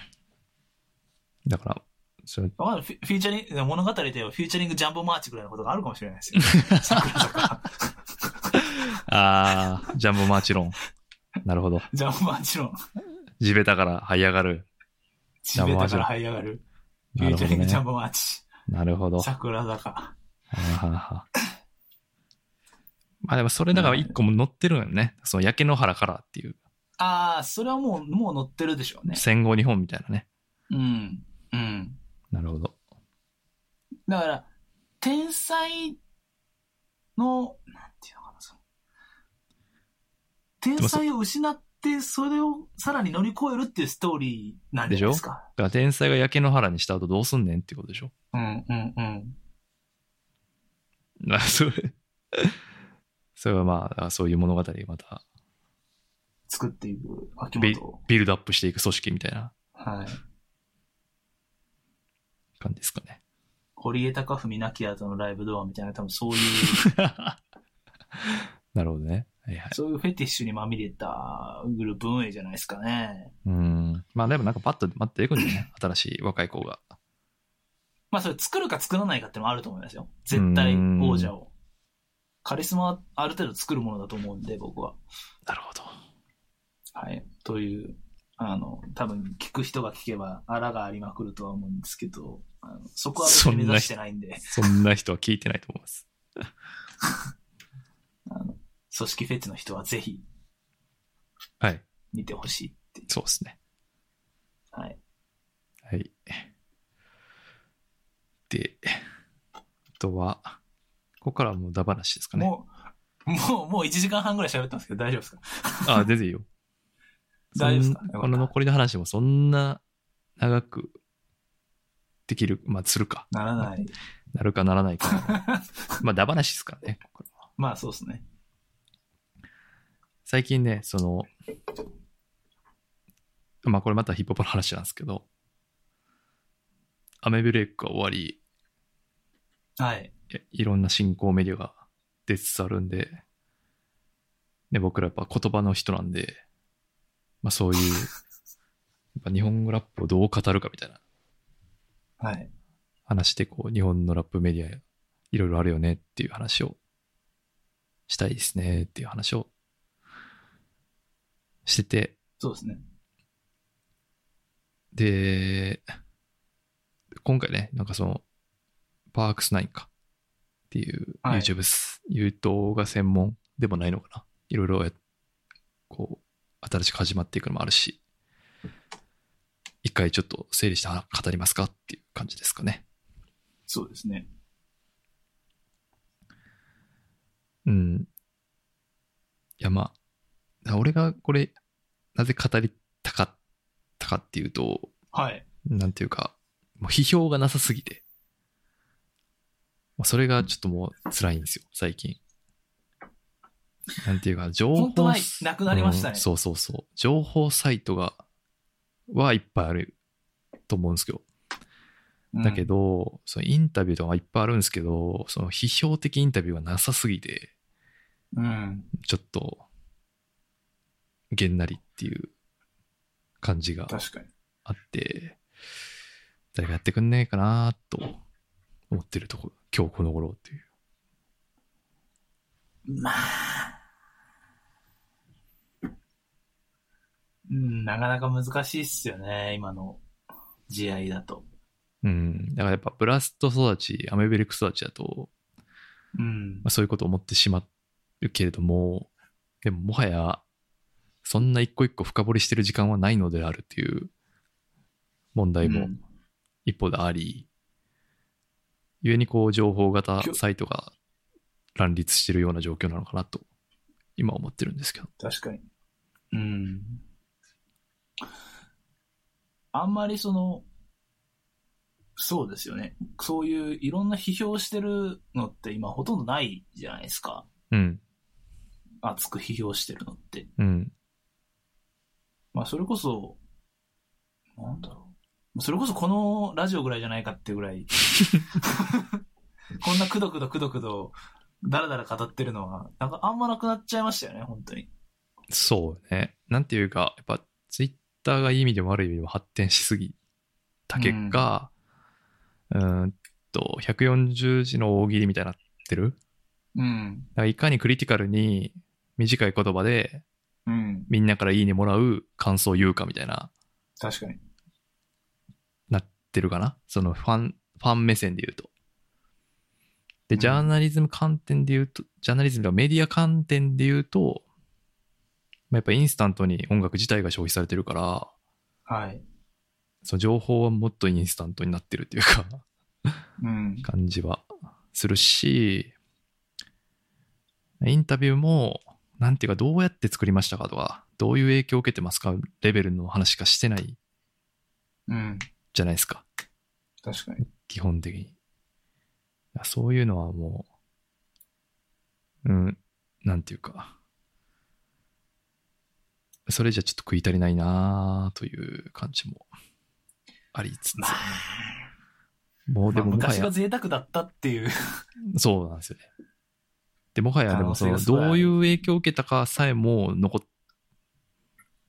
[SPEAKER 2] だから、それ
[SPEAKER 3] わかんないフィフューチャリング、物語ではフューチャリングジャンボマーチぐらいのことがあるかもしれないですよ。 桜坂
[SPEAKER 2] ああ、ジャンボマーチロン。なるほど。
[SPEAKER 3] ジャンボマーチの
[SPEAKER 2] 地べたから這い上がる。
[SPEAKER 3] 地べたから這い上がる。フ
[SPEAKER 2] な
[SPEAKER 3] ュ
[SPEAKER 2] る
[SPEAKER 3] ー
[SPEAKER 2] ほ
[SPEAKER 3] チ
[SPEAKER 2] ど
[SPEAKER 3] ャリング
[SPEAKER 2] ね
[SPEAKER 3] ジャンボマーチ。
[SPEAKER 2] なるほど。
[SPEAKER 3] 桜坂。
[SPEAKER 2] あははまあでもそれだから一個も乗ってるのよね。その焼け野原からっていう
[SPEAKER 3] ああ、それはもう、もう乗ってるでしょうね。
[SPEAKER 2] 戦後日本みたいなね。
[SPEAKER 3] うん。うん。
[SPEAKER 2] なるほど。
[SPEAKER 3] だから、天才の、なんていうのかな、その、天才を失って、それをさらに乗り越えるっていうストーリーなんじゃないですか。
[SPEAKER 2] だから天才が焼け野原にした後どうすんねんっていうことでしょ。
[SPEAKER 3] うんうんうん。
[SPEAKER 2] なそれ。それはまあ、そういう物語、また、
[SPEAKER 3] 作っていく秋
[SPEAKER 2] ビ
[SPEAKER 3] 元を。
[SPEAKER 2] ビルドアップしていく組織みたいな
[SPEAKER 3] はい。
[SPEAKER 2] 感じですかね。
[SPEAKER 3] 堀江貴文亡き後のライブドアみたいな、多分そういう、
[SPEAKER 2] なるほどね。はいはい。
[SPEAKER 3] そういうフェティッシュにまみれたグループ運営じゃないですかね。
[SPEAKER 2] うん。まあでもなんかパッと待っていくんじゃ ない新しい若い子が。
[SPEAKER 3] まあそれ作るか作らないかってのもあると思いますよ。絶対王者を。カリスマはある程度作るものだと思うんで、僕は。
[SPEAKER 2] なるほど。
[SPEAKER 3] はい。という、あの、多分聞く人が聞けば、あらがありまくるとは思うんですけど、あのそこは別に目指してないんで、
[SPEAKER 2] そんな人は聞いてないと思います。
[SPEAKER 3] あの組織フェチの人はぜひ
[SPEAKER 2] はい。
[SPEAKER 3] 見てほしいっていう。
[SPEAKER 2] そうですね。
[SPEAKER 3] はい。
[SPEAKER 2] はい。で、あとは、ここからはもうダ話ですかね。
[SPEAKER 3] もう、もう、もう1時間半ぐらい喋ったんですけど、大丈夫ですか
[SPEAKER 2] あ、全 然いいよ。
[SPEAKER 3] 大丈夫ですか
[SPEAKER 2] そん
[SPEAKER 3] よかった
[SPEAKER 2] この残りの話もそんな長くできる、まあ、するか。
[SPEAKER 3] なら ない。
[SPEAKER 2] なるかならない かの。まあ、ダ話ですからね。これは
[SPEAKER 3] まあそうですね。
[SPEAKER 2] 最近ね、その、まあ、これまたヒップホップの話なんですけど、アメブレイクが終わり、
[SPEAKER 3] はい。
[SPEAKER 2] いいろんな新興メディアが出つつあるんで、で僕らやっぱ言葉の人なんで、まあそういう、やっぱ日本語ラップをどう語るかみたいな
[SPEAKER 3] はい。
[SPEAKER 2] 話でこう、日本のラップメディアいろいろあるよねっていう話をしたいですねっていう話をしてて、
[SPEAKER 3] そうですね。
[SPEAKER 2] で、今回ね、なんかその、パークスナインかっていう
[SPEAKER 3] はい
[SPEAKER 2] YouTube す、YouTube が専門でもないのかな。いろいろや、こう、新しく始まっていくのもあるし、一回ちょっと整理しては語りますかっていう感じですかね。
[SPEAKER 3] そうですね。
[SPEAKER 2] うん。いや、まあ、俺がこれ、なぜ語りたかったかっていうと、
[SPEAKER 3] はい。
[SPEAKER 2] なんていうか、もう批評がなさすぎて。もうそれがちょっともう辛いんですよ、最近。なんていうか、情報。
[SPEAKER 3] 本当ないなくなりましたね
[SPEAKER 2] うんそうそうそう。情報サイトが、はいっぱいあると思うんですけど。
[SPEAKER 3] うん
[SPEAKER 2] だけど、そのインタビューとかはいっぱいあるんですけど、その批評的インタビューがなさすぎて、
[SPEAKER 3] うん。
[SPEAKER 2] ちょっと、げんなりっていう感じが
[SPEAKER 3] 確かに。
[SPEAKER 2] あって、誰かやってくんねえかなと思ってるところ、今日この頃っていう。
[SPEAKER 3] まあ。うん、なかなか難しいっすよね、今の試合だと。
[SPEAKER 2] うん。だからやっぱブラスト育ち、アメベレック育ちだと、
[SPEAKER 3] うん
[SPEAKER 2] まあ、。そういうこと思ってしまうけれども、でももはや、そんな一個一個深掘りしてる時間はないのであるっていう問題
[SPEAKER 3] う
[SPEAKER 2] も
[SPEAKER 3] ん
[SPEAKER 2] 一方であり、故にこう情報型サイトが乱立してるような状況なのかなと、今思ってるんですけど。
[SPEAKER 3] 確かに。うん。あんまりその、そうですよね。そういういろんな批評してるのって今ほとんどないじゃないですか。
[SPEAKER 2] うん。
[SPEAKER 3] 熱く批評してるのって。
[SPEAKER 2] うん。
[SPEAKER 3] まあ、それこそ、なんだろう。それこそこのラジオぐらいじゃないかってぐら い。こんなくどくどくどくど、だらだら語ってるのは、なんかあんまなくなっちゃいましたよね、本当に。
[SPEAKER 2] そうね。なんていうか、やっぱツイッターがいい意味でも悪い意味でも発展しすぎた結果、うーん、と、140字の大喜利みたいになってる。
[SPEAKER 3] うん。
[SPEAKER 2] だからいかにクリティカルに短い言葉で
[SPEAKER 3] うん。
[SPEAKER 2] みんなからいいねもらう感想を言うかみたいな、
[SPEAKER 3] 確かに。
[SPEAKER 2] なってるかな。そのファン、ファン目線で言うと。で、
[SPEAKER 3] うん
[SPEAKER 2] ジャーナリズム観点で言うと、ジャーナリズムとかメディア観点で言うと、まあやっぱインスタントに音楽自体が消費されてるから、
[SPEAKER 3] はい。
[SPEAKER 2] その情報はもっとインスタントになってるっていうか
[SPEAKER 3] うん。
[SPEAKER 2] 感じはするしインタビューもなんていうかどうやって作りましたかとかどういう影響を受けてますかレベルの話しかしてない
[SPEAKER 3] うん。
[SPEAKER 2] じゃないですか
[SPEAKER 3] 確かに。
[SPEAKER 2] 基本的にいやそういうのはもううんなんていうか、それじゃちょっと食い足りないなという感じもありつつ、
[SPEAKER 3] まあ、
[SPEAKER 2] もうで
[SPEAKER 3] まあ
[SPEAKER 2] ももは
[SPEAKER 3] 昔
[SPEAKER 2] や
[SPEAKER 3] が、贅沢だったっていう。
[SPEAKER 2] そうなんですよね。で、もはやでもそ
[SPEAKER 3] 可能
[SPEAKER 2] の、
[SPEAKER 3] 性がすごいある
[SPEAKER 2] どういう影響を受けたかさえも残っ、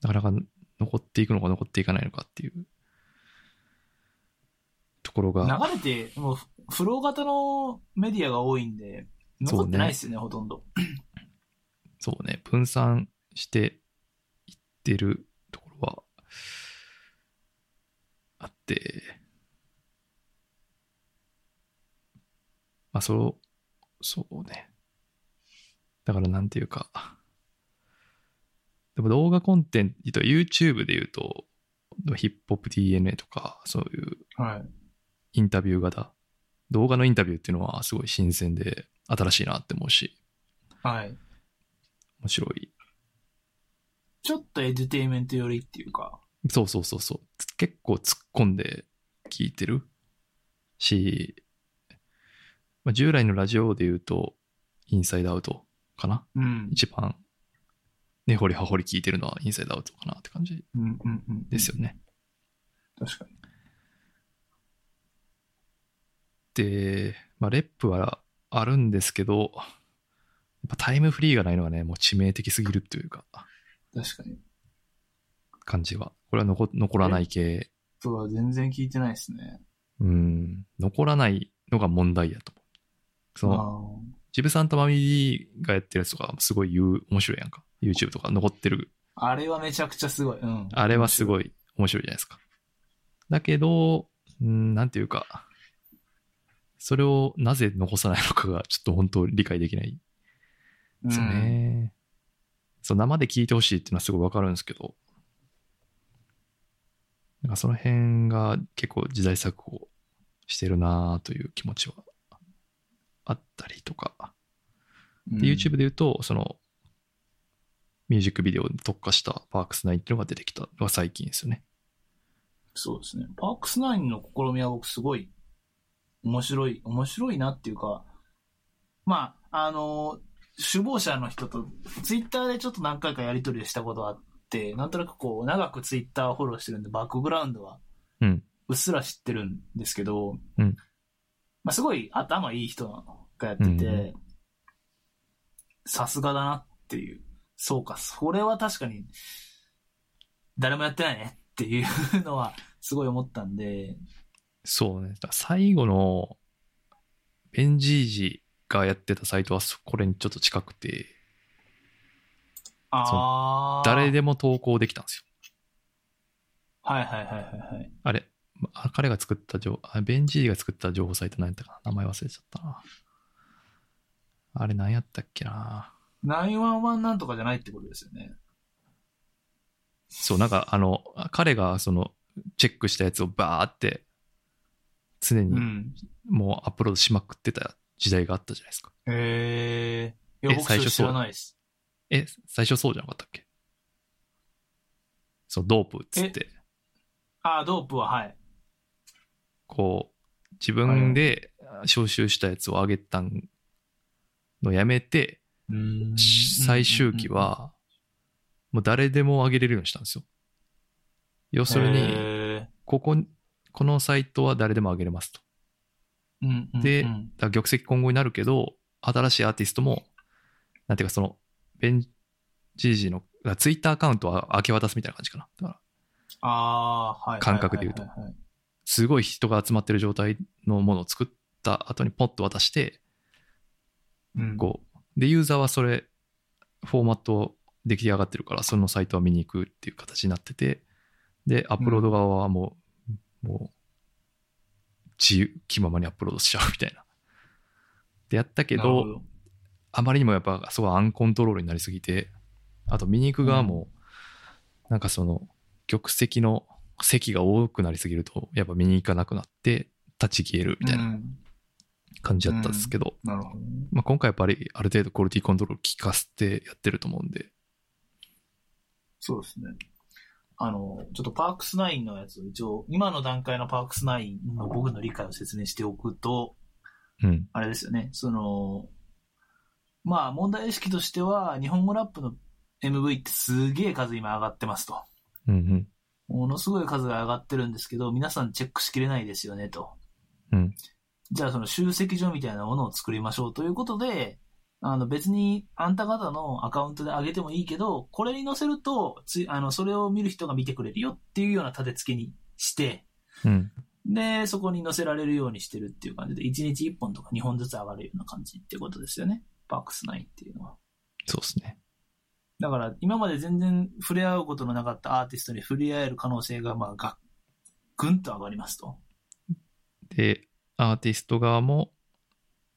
[SPEAKER 2] なかなか残っていくのか残っていかないのかっていうところが、
[SPEAKER 3] 流れて、もう、フロー型のメディアが多いんで、残ってないですよね、ほとんど。
[SPEAKER 2] そうね、分散していってるところはあって、まあ、そう、そうね。だから、なんていうか、でも動画コンテンツ、YouTube で言うと、ヒップホップ DNA とか、そういう
[SPEAKER 3] はい。
[SPEAKER 2] インタビュー型、動画のインタビューっていうのはすごい新鮮で、新しいなって思うし、
[SPEAKER 3] はい。
[SPEAKER 2] 面白い
[SPEAKER 3] ちょっとエデュテイメント寄りっていうか。
[SPEAKER 2] そうそうそうそう。つ結構突っ込んで聞いてるし、まあ、従来のラジオで言うと、インサイドアウトかな
[SPEAKER 3] うん。
[SPEAKER 2] 一番、根掘り葉掘り聞いてるのはインサイドアウトかなって感じ
[SPEAKER 3] うんうんうん。
[SPEAKER 2] ですよね。
[SPEAKER 3] 確かに。
[SPEAKER 2] で、まあ、レップはあるんですけど、やっぱタイムフリーがないのはね、もう致命的すぎるというか、
[SPEAKER 3] 確かに。
[SPEAKER 2] 感じは。これは残残らない系。
[SPEAKER 3] そうは全然聞いてないですね。
[SPEAKER 2] うん、残らないのが問題やと思う。その、
[SPEAKER 3] あ
[SPEAKER 2] ジブさんとマミリーがやってるやつとか、すごい言う、面白いやんか。YouTube とか残ってる。
[SPEAKER 3] ああれはめちゃくちゃすごい。うん。
[SPEAKER 2] あれはす
[SPEAKER 3] い。
[SPEAKER 2] ごい面白いじゃないですか。だけど、うんなんていうか、それをなぜ残さないのかが、ちょっと本当理解できない
[SPEAKER 3] うん、
[SPEAKER 2] ですよね。そう、生で聞いてほしいっていうのはすごいわかるんですけど、なんかその辺が結構時代錯誤してるなという気持ちはあったりとか。
[SPEAKER 3] うん
[SPEAKER 2] で YouTube で言うと、その、ミュージックビデオに特化したパークス9っていうのが出てきたのが最近ですよね。
[SPEAKER 3] そうですね。パークスナインの試みは僕すごい面白い、面白いなっていうか、まあ、あの、首謀者の人とツイッターでちょっと何回かやり取りをしたことがあって、なんとなくこう、長くツイッターをフォローしてるんで、バックグラウンドは
[SPEAKER 2] うん。
[SPEAKER 3] うっすら知ってるんですけど、
[SPEAKER 2] うん
[SPEAKER 3] まあ、すごい頭いい人がやって
[SPEAKER 2] う
[SPEAKER 3] て、さすがだなっていう。そうか、それは確かに、誰もやってないねっていうのは、すごい思ったんで、
[SPEAKER 2] そうね。だから最後の、ベンジージがやってたサイトはそこれにちょっと近くて、
[SPEAKER 3] ああ。
[SPEAKER 2] 誰でも投稿できたんですよ。
[SPEAKER 3] はいはいはいはいはい。
[SPEAKER 2] あれ、まあ彼が作った情、あベンジージが作った情報サイト何やったかな名前忘れちゃったな。あれ何やったっけな
[SPEAKER 3] 911なんとかじゃないってことですよね。
[SPEAKER 2] そう、なんかあの、彼がその、チェックしたやつをバーって、常に
[SPEAKER 3] うん。
[SPEAKER 2] もうアップロードしまくってた時代があったじゃないですか。
[SPEAKER 3] へえ。い
[SPEAKER 2] え
[SPEAKER 3] や、僕
[SPEAKER 2] 最
[SPEAKER 3] そ
[SPEAKER 2] 初
[SPEAKER 3] れ知
[SPEAKER 2] そう
[SPEAKER 3] らないです。
[SPEAKER 2] え、最初そうじゃなかったっけそう、ドープっつって、
[SPEAKER 3] ああ、ドープははい。
[SPEAKER 2] こう、自分で招集したやつを上げたのやめて、し最終期は、もう誰でも上げれるようにしたんですよ。要する
[SPEAKER 3] へ
[SPEAKER 2] に、ここ、このサイトは誰でも上げれますと。
[SPEAKER 3] ー、うんうんうん
[SPEAKER 2] でだから玉石混合になるけど、新しいアーティストも、なんていうかその、ベンジージの、ツイッターアカウントは明け渡すみたいな感じかな。だから、
[SPEAKER 3] ああ、はい。
[SPEAKER 2] 感覚で言うと
[SPEAKER 3] はいはいはいはい
[SPEAKER 2] すごい人が集まってる状態のものを作った後にポッと渡して、
[SPEAKER 3] うん
[SPEAKER 2] こう、で、ユーザーはそれ、フォーマット出来上がってるから、そのサイトは見に行くっていう形になってて、で、アップロード側はもう、もう、自由気ままにアップロードしちゃうみたいな。で、やったけ
[SPEAKER 3] なる
[SPEAKER 2] ど
[SPEAKER 3] ほ、ど
[SPEAKER 2] あまりにもやっぱそこはアンコントロールになりすぎて、あと見に行く側も、なんかその、玉石の席が多くなりすぎると、やっぱ見に行かなくなって、立ち消えるみたいうなん感じだったんですけど、
[SPEAKER 3] なるほどね。
[SPEAKER 2] まあ、今回やっぱりある程度クオリティコントロール効かせてやってると思うんで、
[SPEAKER 3] そうですね。あの、ちょっとパークスナインのやつを一応、今の段階のパークスナインの僕の理解を説明しておくと、
[SPEAKER 2] うん、
[SPEAKER 3] あれですよね、その、まあ問題意識としては、日本語ラップの MV ってすげえ数今上がってますと。
[SPEAKER 2] うん
[SPEAKER 3] ものすごい数が上がってるんですけど、皆さんチェックしきれないですよねと。
[SPEAKER 2] うん
[SPEAKER 3] じゃあその集積所みたいなものを作りましょうということで、あの別にあんた方のアカウントで上げてもいいけど、これに載せると、ついあのそれを見る人が見てくれるよっていうような立て付けにして、
[SPEAKER 2] うん。うん。
[SPEAKER 3] で、そこに載せられるようにしてるっていう感じで、1日1本とか2本ずつ上がるような感じっていうことですよね。パークス9っていうのは。
[SPEAKER 2] そうですね。
[SPEAKER 3] だから、今まで全然触れ合うことのなかったアーティストに触れ合える可能性が、まあ、が、ぐんと上がりますと。
[SPEAKER 2] で、アーティスト側も、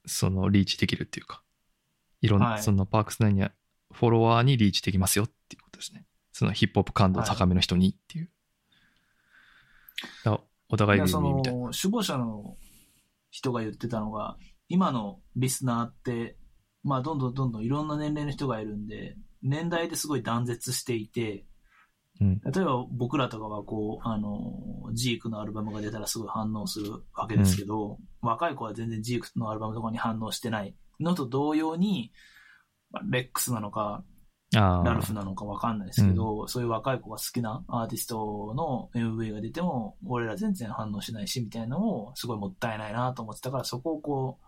[SPEAKER 2] その、リーチできるっていうか、いろんな、
[SPEAKER 3] はい
[SPEAKER 2] そのパークス内にフォロワーにリーチできますよっていうことですね。そのヒップホップ感度高めの人にっていう。だお互い
[SPEAKER 3] で
[SPEAKER 2] に
[SPEAKER 3] そ
[SPEAKER 2] みたいな。
[SPEAKER 3] の、守護者の人が言ってたのが、今のリスナーって、まあ、どんどんどんどんいろんな年齢の人がいるんで、年代ですごい断絶していて、
[SPEAKER 2] うん
[SPEAKER 3] 例えば僕らとかはこう、あの、ジークのアルバムが出たらすごい反応するわけですけど、若い子は全然ジークのアルバムとかに反応してないのと同様に、まあレックスなのか、
[SPEAKER 2] あ
[SPEAKER 3] ラルフ
[SPEAKER 2] あ、
[SPEAKER 3] なのかわかんないですけど、そういう若い子が好きなアーティストの MV が出ても、俺ら全然反応しないし、みたいなのを、すごいもったいないなと思ってたから、そこをこ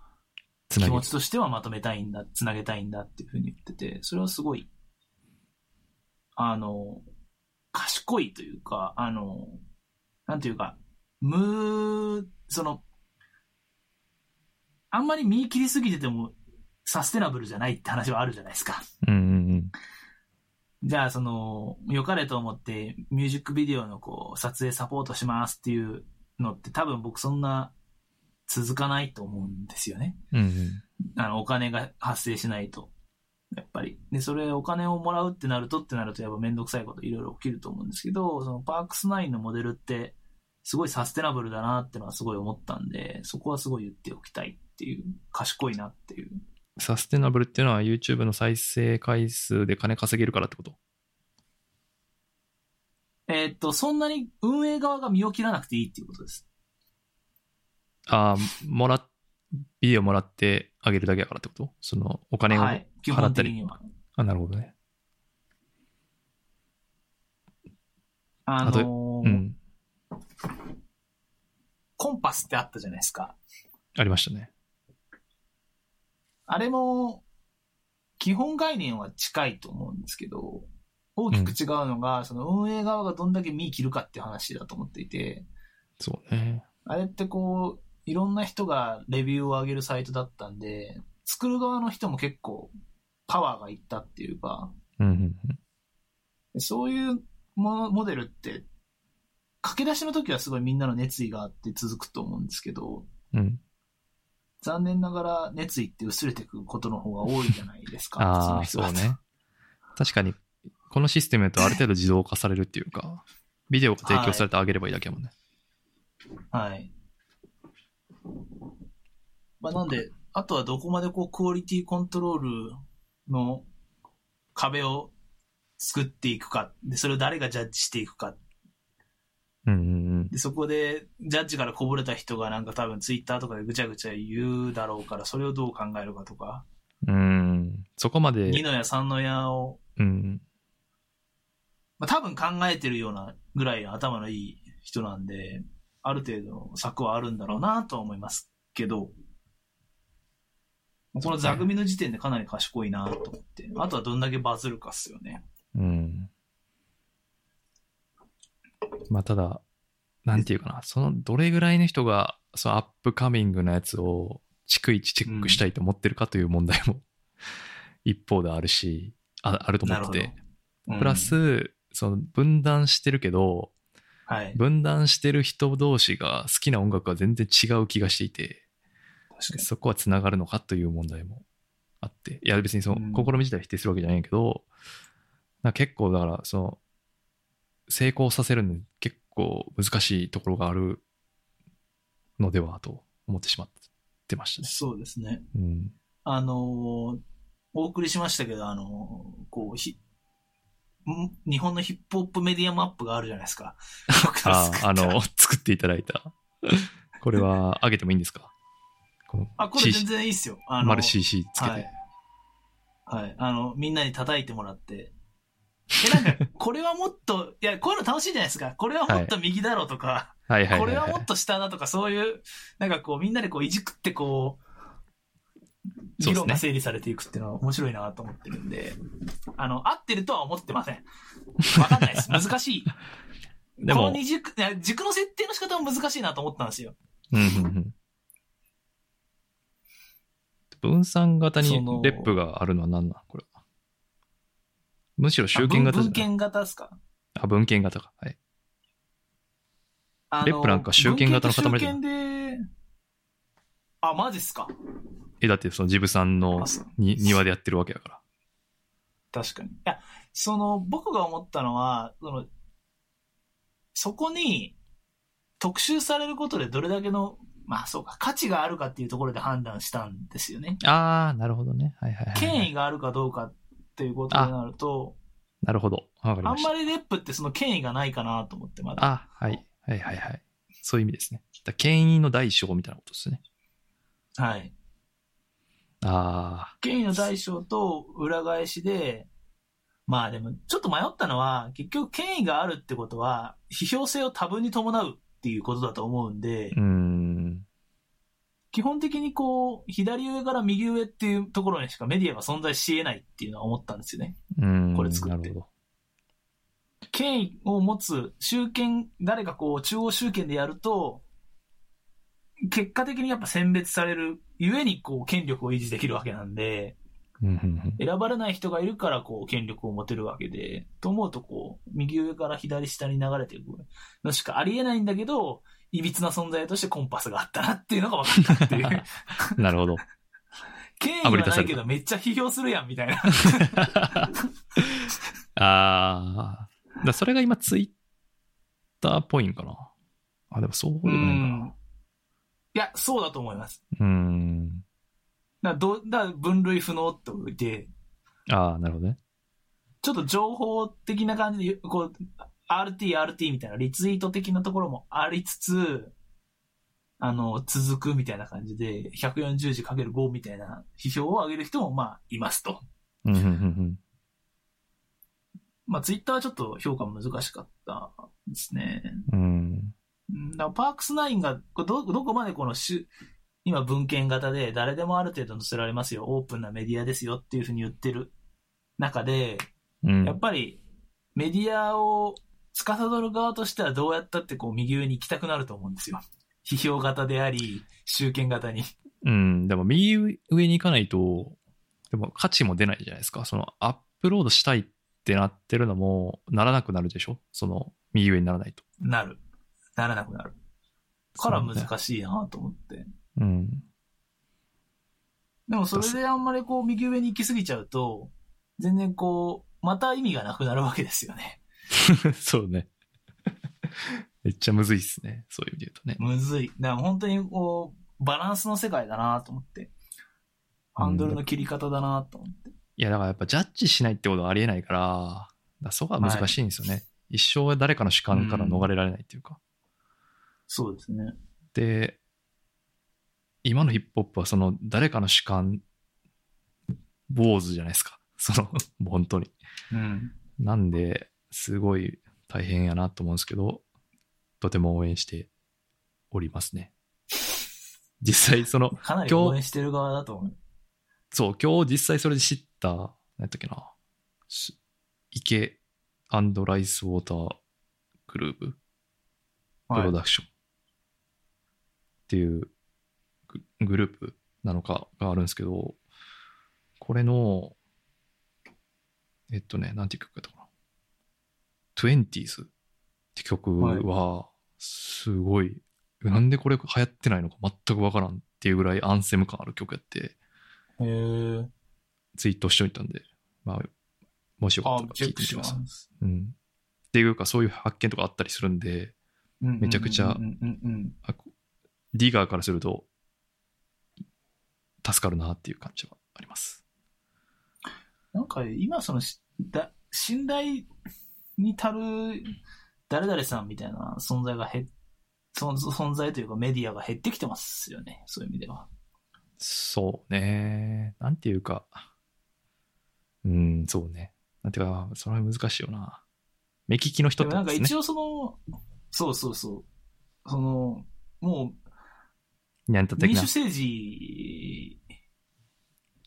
[SPEAKER 2] つ
[SPEAKER 3] う、
[SPEAKER 2] な
[SPEAKER 3] 気
[SPEAKER 2] ぎ
[SPEAKER 3] 持。ちとしてはまとめたいんだ、つなげたいんだっていうふうに言ってて、それはすごい、あの、賢いというか、あの、なんていうか、無、その、あんまり見切りすぎてても、サステナブルじゃないって話はあるじゃないですか。
[SPEAKER 2] うんうんうん。
[SPEAKER 3] じゃあ、その、良かれと思って、ミュージックビデオのこう、撮影サポートしますっていうのって、多分僕そんな、続かないと思うんですよね。
[SPEAKER 2] うんうん。
[SPEAKER 3] あの、お金が発生しないと。やっぱり。で、それ、お金をもらうってなるとってなると、やっぱめんどくさいこといろいろ起きると思うんですけど、その、パークス9のモデルって、すごいサステナブルだなってのはすごい思ったんで、そこはすごい言っておきたいっていう、賢いなっていう。
[SPEAKER 2] サステナブルっていうのは YouTube の再生回数で金稼げるからってこと
[SPEAKER 3] えーっと、そんなに運営側が身を切らなくていいっていうことです。
[SPEAKER 2] ああ、もらっ、ビデオもらってあげるだけだからってことその、お金を
[SPEAKER 3] はい。基
[SPEAKER 2] 払っ
[SPEAKER 3] 本
[SPEAKER 2] た
[SPEAKER 3] 的
[SPEAKER 2] り。
[SPEAKER 3] には。
[SPEAKER 2] あ、なるほどね。
[SPEAKER 3] あのー
[SPEAKER 2] うん。
[SPEAKER 3] コンパスってあったじゃないですか。
[SPEAKER 2] ありましたね。
[SPEAKER 3] あれも、基本概念は近いと思うんですけど、大きく違うのが、その運営側がどんだけ見切るかっていう話だと思っていて、
[SPEAKER 2] そうね。
[SPEAKER 3] あれってこう、いろんな人がレビューを上げるサイトだったんで、作る側の人も結構パワーがいったっていうか、
[SPEAKER 2] うんうん
[SPEAKER 3] そういうものモデルって、駆け出しの時はすごいみんなの熱意があって続くと思うんですけど、
[SPEAKER 2] うん。うん。
[SPEAKER 3] 残念ながら熱意って薄れていくことの方が多いじゃないですか。
[SPEAKER 2] ああ、
[SPEAKER 3] その
[SPEAKER 2] そう
[SPEAKER 3] 人
[SPEAKER 2] ね。確かに、このシステムだとある程度自動化されるっていうか、ビデオが提供されてあげればいいだけやもんね。
[SPEAKER 3] はい。まあ、なんで、あとはどこまでこうクオリティコントロールの壁を作っていくか。で、それを誰がジャッジしていくか。
[SPEAKER 2] うんうん
[SPEAKER 3] で、そこでジャッジからこぼれた人がなんか多分ツイッターとかでぐちゃぐちゃ言うだろうから、それをどう考えるかとか、
[SPEAKER 2] うん。うん。そこまで、
[SPEAKER 3] 二の矢三の矢を、
[SPEAKER 2] うん。
[SPEAKER 3] まあ、多分考えてるようなぐらいの頭のいい人なんで、ある程度の策はあるんだろうなとは思いますけど、この座組の時点でかなり賢いなと思って、あとはどんだけバズるかっすよね。
[SPEAKER 2] うん。まあ、ただ、なんていうかな、その、どれぐらいの人が、そのアップカミングのやつを、逐一チェックしたいと思ってるかという問題も、 一方であるし、ああると思って
[SPEAKER 3] なる
[SPEAKER 2] て。
[SPEAKER 3] うん
[SPEAKER 2] プラ、ス、その、分断してるけど、
[SPEAKER 3] はい。
[SPEAKER 2] 分断してる人同士が好きな音楽は全然違う気がしていて
[SPEAKER 3] 確か
[SPEAKER 2] そこはつながるのかという問題もあっていや別にそ
[SPEAKER 3] うん
[SPEAKER 2] の試み自体否定するわけじゃないけど、なんか結構だからその成功させるのに結構難しいところがあるのではと思ってしまってました
[SPEAKER 3] に。
[SPEAKER 2] ね。
[SPEAKER 3] そうですね。
[SPEAKER 2] うん、
[SPEAKER 3] あのーお送りしましたけど、あのーこう、ひ、ん日本のヒップホップメディアマップがあるじゃないですか。僕が
[SPEAKER 2] あ
[SPEAKER 3] 作った
[SPEAKER 2] あの 作っていただいたこれはあげてもいいんですかこの
[SPEAKER 3] あ、これ
[SPEAKER 2] CC
[SPEAKER 3] 全然いいっすよ。あの
[SPEAKER 2] 丸 CC つけて、
[SPEAKER 3] はいはい。あの、みんなに叩いてもらって。え、な んか、これはもっと、いや、こういうの楽しいじゃないですか。これはもっと右だろうとか、
[SPEAKER 2] はいはい
[SPEAKER 3] こ
[SPEAKER 2] は
[SPEAKER 3] れ
[SPEAKER 2] い、
[SPEAKER 3] はも
[SPEAKER 2] は
[SPEAKER 3] っと下だとか、そういう、なんかこう、みんなでこう、いじくってこう、
[SPEAKER 2] そうですね
[SPEAKER 3] 議論が整理されていくっていうのは面白いなと思ってるんで、あの、合ってるとは思ってません。わか んないです。難しい。
[SPEAKER 2] い。で
[SPEAKER 3] この
[SPEAKER 2] も、
[SPEAKER 3] 二軸、いや軸の設定の仕方も難しいなと思ったんですよ。
[SPEAKER 2] うんうんうん分散型に
[SPEAKER 3] その
[SPEAKER 2] レップがあるのは何なんこれは。むしろ集権型
[SPEAKER 3] あ
[SPEAKER 2] じゃない
[SPEAKER 3] 文献型ですか
[SPEAKER 2] あ、文献型か。はい。
[SPEAKER 3] あの
[SPEAKER 2] レップなんか集権型の塊
[SPEAKER 3] 文
[SPEAKER 2] じゃ
[SPEAKER 3] 献と集権で、あ、マジっすか
[SPEAKER 2] え、だってそのジブさんの
[SPEAKER 3] あそう
[SPEAKER 2] に庭でやってるわけだから。
[SPEAKER 3] 確かに。いや、その、僕が思ったのは、その、そこに、特集されることでどれだけの、まあそうか、価値があるかっていうところで判断したんですよね。
[SPEAKER 2] ああ、なるほどね。はいはいはい、はい。
[SPEAKER 3] 権威があるかどうかっていうことになると、
[SPEAKER 2] なるほど。わかり
[SPEAKER 3] あ
[SPEAKER 2] ま
[SPEAKER 3] ん
[SPEAKER 2] した。
[SPEAKER 3] まりレップってその権威がないかなと思って、まだ。
[SPEAKER 2] あ、はい。はいはいはい。そういう意味ですね。だから権威の大小みたいなことですね。
[SPEAKER 3] はい。
[SPEAKER 2] あ
[SPEAKER 3] 権威の大小と裏返しで、まあでも、ちょっと迷ったのは、結局権威があるってことは、批評性を多分に伴うっていうことだと思うんで、
[SPEAKER 2] あ、うーん。
[SPEAKER 3] 基本的にこう、左上から右上っていうところにしかメディアが存在し得ないっていうのは思ったんですよね。
[SPEAKER 2] うーん。
[SPEAKER 3] これ作って
[SPEAKER 2] なるほど。
[SPEAKER 3] 権威を持つ集権、誰かこう、中央集権でやると、結果的にやっぱ選別される、ゆえにこう、権力を維持できるわけなんで、
[SPEAKER 2] うんうんうん
[SPEAKER 3] 選ばれない人がいるからこう、権力を持てるわけで、と思うとこう、右上から左下に流れていくのしかありえないんだけど、歪な存在としてコンパスがあったなっていうのが分か ったっていう。
[SPEAKER 2] なるほど。
[SPEAKER 3] 権威はないけどめっちゃ批評するやんみたいな。
[SPEAKER 2] ああ。だからそれが今ツイッターっぽいんかな。あ、でもそうでもないかな。
[SPEAKER 3] いや、そうだと思います。
[SPEAKER 2] うーん。
[SPEAKER 3] だからどうだから分類不能っておいて、
[SPEAKER 2] ああ、なるほどね。
[SPEAKER 3] ちょっと情報的な感じで、こう、RT、RT みたいな、リツイート的なところもありつつ、あの、続くみたいな感じで、140字かける5みたいな批評を上げる人も、まあ、いますと。
[SPEAKER 2] うんうんうんうん。
[SPEAKER 3] まあ、ツイッターはちょっと評価難しかったですね。
[SPEAKER 2] うん。
[SPEAKER 3] うんだからパークスナインがこれどどこまでこのし今文献型で誰でもある程度載せられますよオープンなメディアですよっていうふうに言ってる中で
[SPEAKER 2] うん
[SPEAKER 3] やっぱりメディアを司る側としてはどうやったってこう右上に行きたくなると思うんですよ批評型であり集権型に
[SPEAKER 2] うん、でも右上に行かないと、でも価値も出ないじゃないですか。そのアップロードしたいってなってるのも、ならなくなるでしょその右上にならないと。
[SPEAKER 3] なるならなくなるから
[SPEAKER 2] そうね
[SPEAKER 3] 難しいなと思って
[SPEAKER 2] うん。
[SPEAKER 3] でもそれであんまりこう右上に行き過ぎちゃうと全然こうまた意味がなくなるわけですよね
[SPEAKER 2] そうね。めっちゃむずいっすね。そういう意味で言うとね。
[SPEAKER 3] むずい。だから本当にこう、バランスの世界だなと思って。ハンドルの切り方だなと思って。
[SPEAKER 2] いや、だからやっぱジャッジしないってことはありえないから、だからそこは難しいんですよね。一生誰かの主観から逃れられないっていうか。
[SPEAKER 3] そうですね。
[SPEAKER 2] で、今のヒップホップはその誰かの主観、坊主じゃないですか。 その、もう本当に。
[SPEAKER 3] うん。
[SPEAKER 2] なんで、すごい大変やなと思うんですけど、とても応援しておりますね。実際、その、
[SPEAKER 3] かなり
[SPEAKER 2] 今日
[SPEAKER 3] 応援してる側だと思う。
[SPEAKER 2] そう、今日実際それで知った、何やったっけな、し池ライスウォーターグループプ
[SPEAKER 3] はい
[SPEAKER 2] ロダクションっていうググループなのかがあるんですけど、これの、えっとね、なんていう曲だったかな。20s って曲は、すごい、なんでこれ流行ってないのか全くわからんっていうぐらいアンセム感ある曲やって、
[SPEAKER 3] へー
[SPEAKER 2] ツイートしておいたんで、まあ、もしよかっ
[SPEAKER 3] あ
[SPEAKER 2] たら、
[SPEAKER 3] チ
[SPEAKER 2] 聞
[SPEAKER 3] ェ
[SPEAKER 2] い
[SPEAKER 3] ッ
[SPEAKER 2] て
[SPEAKER 3] ク
[SPEAKER 2] みて
[SPEAKER 3] し
[SPEAKER 2] く
[SPEAKER 3] ま
[SPEAKER 2] ださい。
[SPEAKER 3] す。
[SPEAKER 2] うん。っていうか、そういう発見とかあったりするんで、
[SPEAKER 3] め
[SPEAKER 2] ちゃくちゃ
[SPEAKER 3] うんうんうん
[SPEAKER 2] あこディガーからすると、助かるなっていう感じはあります。
[SPEAKER 3] なんか今そのしだ、信頼に足る誰々さんみたいな存在が減っそ存在というかメディアが減ってきてますよね。そういう意味では。
[SPEAKER 2] そうね。なんていうか、うん、そうね。なんていうか、それは難しいよな。目利きの人
[SPEAKER 3] で
[SPEAKER 2] っ
[SPEAKER 3] も
[SPEAKER 2] て
[SPEAKER 3] な
[SPEAKER 2] こ
[SPEAKER 3] ん
[SPEAKER 2] と
[SPEAKER 3] か
[SPEAKER 2] ですね
[SPEAKER 3] 一。応その、そうそうそう。その、も
[SPEAKER 2] ニャンタ
[SPEAKER 3] う
[SPEAKER 2] 的
[SPEAKER 3] 民
[SPEAKER 2] な
[SPEAKER 3] 主、政治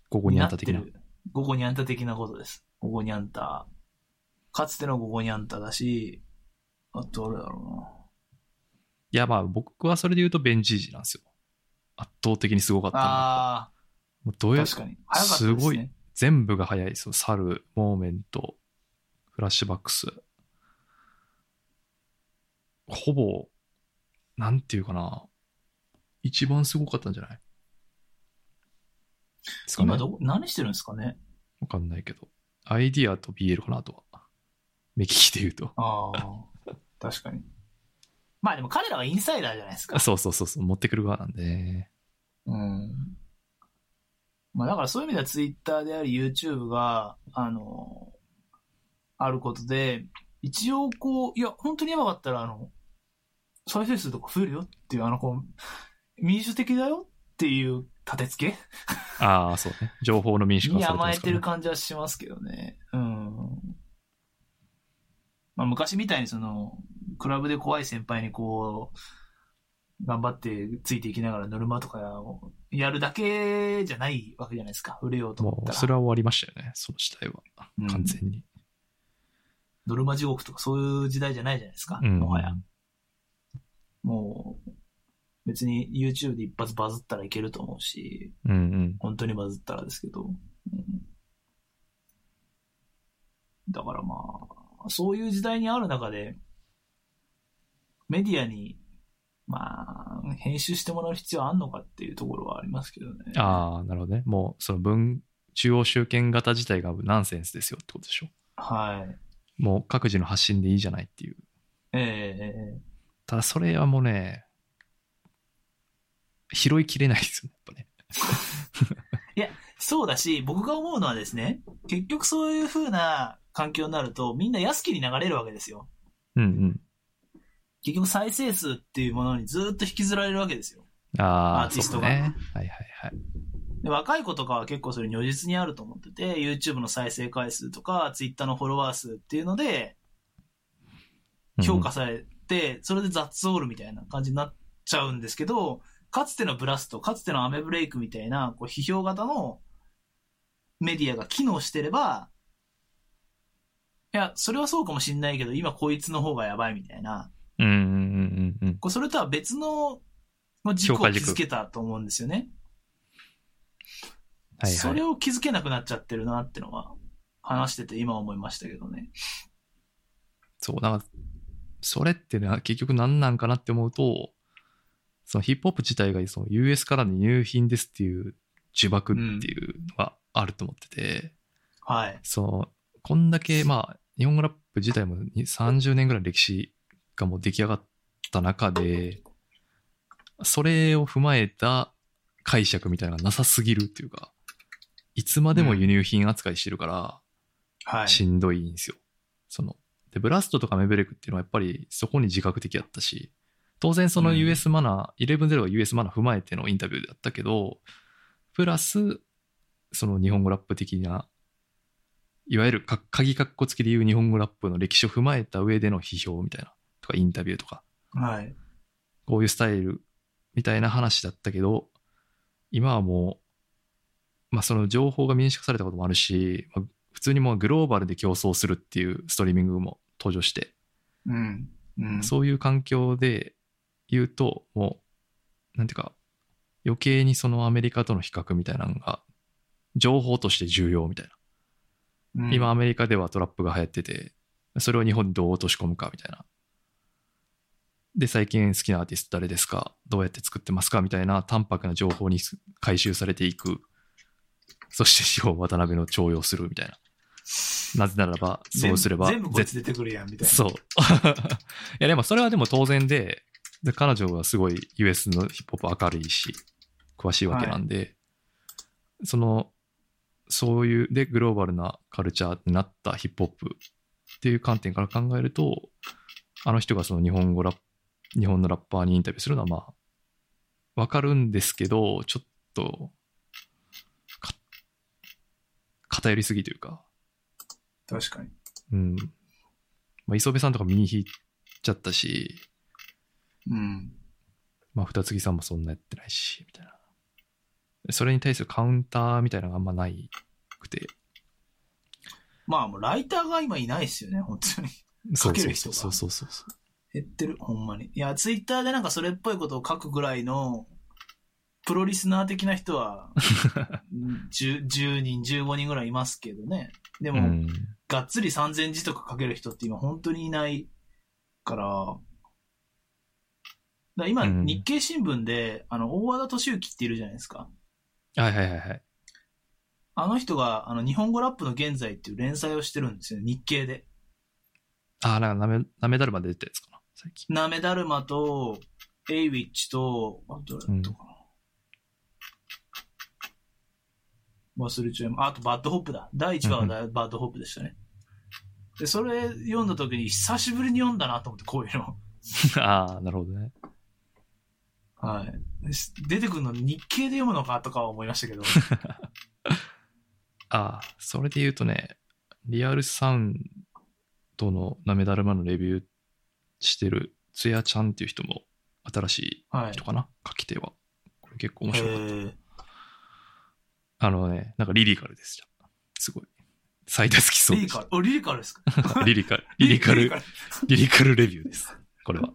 [SPEAKER 2] ここにャンタ的な。。
[SPEAKER 3] ゴゴニャンタ的なことです。ゴゴニャンタ。かつてのゴゴニャンタだし、あとあれだろ
[SPEAKER 2] いや、まあ僕はそれで言うとベンジージなんですよ。圧倒的にすごかっ
[SPEAKER 3] う
[SPEAKER 2] た
[SPEAKER 3] な。
[SPEAKER 2] な。
[SPEAKER 3] あ
[SPEAKER 2] もうど
[SPEAKER 3] あ、
[SPEAKER 2] うや
[SPEAKER 3] 確かに。早かったです
[SPEAKER 2] す
[SPEAKER 3] ね。
[SPEAKER 2] ごい全部が早い。その猿、モーメント、フラッシュバックス。ほぼ、なんていうかな。一番すごかったんじゃないですかね
[SPEAKER 3] 今どこ、何してるんですかね。
[SPEAKER 2] わかんないけど。アイディアと BL かな、あとは。目利きで言うと。
[SPEAKER 3] ああ、確かに。まあでも彼らはインサイダーじゃないですか
[SPEAKER 2] あ。そうそうそうそう、持ってくる側なんで。
[SPEAKER 3] うん。まあだからそういう意味ではツイッターであり YouTube が、あの、あることで、一応こう、いや、本当にやばかったら、あの、再生数とか増えるよっていう、あの、こう、民主的だよっていう立て付
[SPEAKER 2] ああ、そうね。情報の民
[SPEAKER 3] け
[SPEAKER 2] 主化
[SPEAKER 3] に
[SPEAKER 2] はされて
[SPEAKER 3] 甘
[SPEAKER 2] ま
[SPEAKER 3] え
[SPEAKER 2] すか
[SPEAKER 3] て
[SPEAKER 2] らね
[SPEAKER 3] る感じはしますけどね。うん。まあ昔みたいにその、クラブで怖い先輩にこう、頑張ってついていきながらノルマとかをやるだけじゃないわけじゃないですか。売れようと思
[SPEAKER 2] も
[SPEAKER 3] っ
[SPEAKER 2] う、
[SPEAKER 3] たら。
[SPEAKER 2] それは終わりましたよね。その時代は
[SPEAKER 3] うん。
[SPEAKER 2] 完全に。
[SPEAKER 3] ノルマ地獄とかそういう時代じゃないじゃないですか。
[SPEAKER 2] うん。
[SPEAKER 3] もはや。もう、別に YouTube で一発バズったらいけると思うし、
[SPEAKER 2] うんうん。
[SPEAKER 3] 本当にバズったらですけど。うんだからまあ、そういう時代にある中で、メディアに、まあ、編集してもらう必要あんのかっていうところはありますけどね。
[SPEAKER 2] ああ、なるほどね。もう、その文、中央集権型自体がナンセンスですよってことでしょ。
[SPEAKER 3] はい。
[SPEAKER 2] もう各自の発信でいいじゃないっていう。
[SPEAKER 3] ええええ
[SPEAKER 2] ただ、それはもうね、拾いきれないですよね、やっぱね。
[SPEAKER 3] そうだし、僕が思うのはですね、結局そういう風な環境になると、みんな安きに流れるわけですよ。
[SPEAKER 2] うん
[SPEAKER 3] 結局再生数っていうものにずっと引きずられるわけですよ。
[SPEAKER 2] うん。あ
[SPEAKER 3] アー
[SPEAKER 2] あ、
[SPEAKER 3] ティ
[SPEAKER 2] そ
[SPEAKER 3] ス
[SPEAKER 2] う
[SPEAKER 3] トが
[SPEAKER 2] ね。はいはいはい。
[SPEAKER 3] で若い子とかは結構それ如実にあると思ってて、YouTube の再生回数とか、Twitter のフォロワー数っていうので、
[SPEAKER 2] うん
[SPEAKER 3] 評価されて、それで雑オールみたいな感じになっちゃうんですけど、かつてのブラスト、かつてのアメブレイクみたいな、こう、批評型のメディアが機能してれば、いや、それはそうかもしんないけど、今こいつの方がやばいみたいな、
[SPEAKER 2] うんうんうんうんうん。
[SPEAKER 3] こうそれとは別のまあ
[SPEAKER 2] 評
[SPEAKER 3] 軸を
[SPEAKER 2] 価軸
[SPEAKER 3] 築けたと思うんですよね。
[SPEAKER 2] はい
[SPEAKER 3] そ
[SPEAKER 2] は
[SPEAKER 3] れ
[SPEAKER 2] い。
[SPEAKER 3] を気づけなくなっちゃってるなってのは、話してて今思いましたけどね。
[SPEAKER 2] そう、だから、それってね、結局何なんかなって思うと、そのヒップホップ自体がその US からの入品ですっていう呪縛っていうのがあると思ってて、
[SPEAKER 3] はい。
[SPEAKER 2] そのこんだけ、まあ、日本語ラップ自体もに30年ぐらい歴史がもう出来上がった中で、それを踏まえた解釈みたいなのがなさすぎるっていうか、いつまでも輸入品扱いしてるから、
[SPEAKER 3] はい。
[SPEAKER 2] しんどいんですよ。そのでブラストとかメベレクっていうのはやっぱりそこに自覚的だったし当然その
[SPEAKER 3] うん
[SPEAKER 2] US マナー、11-0は US マナー踏まえてのインタビューだったけどプラスその日本語ラップ的ないわゆるか鍵括弧付きでいう日本語ラップの歴史を踏まえた上での批評みたいなとかインタビューとか
[SPEAKER 3] はい。
[SPEAKER 2] こういうスタイルみたいな話だったけど、今はもう、まあその情報が民主化されたこともあるし、まあ普通にもうグローバルで競争するっていうストリーミングも登場して、
[SPEAKER 3] うん。うん。
[SPEAKER 2] そういう環境で言うと、もう、なんていうか、余計にそのアメリカとの比較みたいなのが、情報として重要みたいな。
[SPEAKER 3] うん
[SPEAKER 2] 今アメリカではトラップが流行ってて、それを日本にどう落とし込むかみたいな。で、最近好きなアーティスト誰ですかどうやって作ってますかみたいな淡白な情報にす回収されていく。そして司法渡辺の徴用するみたいな。なぜならば、そうすれば、
[SPEAKER 3] 全部全部こいつ出てくるやん、みたいな。
[SPEAKER 2] そう。い や、でもそれはでも当然で、で彼女はすごい US のヒップホップ明るいし、詳しいわけなんで、その、そういう、で、グローバルなカルチャーになったヒップホップっていう観点から考えると、あの人がその日本語ラップ、日本のラッパーにインタビューするのはまあ、わかるんですけど、ちょっと、か偏りすぎというか、
[SPEAKER 3] 確かに。
[SPEAKER 2] うん。まあ、磯部さんとか身に引いちゃったし、
[SPEAKER 3] うん。
[SPEAKER 2] まあ、二木さんもそんなやってないし、みたいな。それに対するカウンターみたいなのがあんまないくて。
[SPEAKER 3] まあ、もうライターが今いないですよね、本当に。
[SPEAKER 2] そう
[SPEAKER 3] け
[SPEAKER 2] そ
[SPEAKER 3] る
[SPEAKER 2] う
[SPEAKER 3] 人
[SPEAKER 2] そう
[SPEAKER 3] が
[SPEAKER 2] そうそうそうそう。
[SPEAKER 3] 減ってる、ほんまに。いや、ツイッターでなんかそれっぽいことを書くぐらいの、プロリスナー的な 人は、10, 10人、15人ぐらいいますけどね。でも、
[SPEAKER 2] うん、
[SPEAKER 3] がっつり3000字とか書ける人って今本当にいないから、だから今、
[SPEAKER 2] うん
[SPEAKER 3] 日経新聞で、あの、大和田敏之っているじゃないですか。
[SPEAKER 2] はいはいはいはい。
[SPEAKER 3] あの人が、あの、日本語ラップの現在っていう連載をしてるんですよ、日経で。
[SPEAKER 2] ああ、なんかなめ、なめだるまで出たやつかな、最近。
[SPEAKER 3] なめだるまと、エイウィッチと、あと、どれだったかな。忘れちゃいま、ああとバッドホップだ。第1話はだバッドホップでしたね。で、それ読んだ時に久しぶりに読んだなと思って、こういうの。
[SPEAKER 2] ああ、なるほどね。
[SPEAKER 3] はい。です出てくるの日経で読むのかとかは思い ましたけど。
[SPEAKER 2] ああ、それで言うとね、リアルサウンドのなめだるまのレビューしてるつやちゃんっていう人も新しい
[SPEAKER 3] はい
[SPEAKER 2] 人。かな、書き手は。これ結構面
[SPEAKER 3] え
[SPEAKER 2] 白い。
[SPEAKER 3] ー、
[SPEAKER 2] あのね、なんかリリカルですじゃん。すごい。最多好きそう
[SPEAKER 3] リ
[SPEAKER 2] で
[SPEAKER 3] リ
[SPEAKER 2] し
[SPEAKER 3] カ
[SPEAKER 2] た
[SPEAKER 3] ル。お、リリカルですか
[SPEAKER 2] リリカル。 リリカル
[SPEAKER 3] リ。
[SPEAKER 2] リリカルレビューです。こ れは。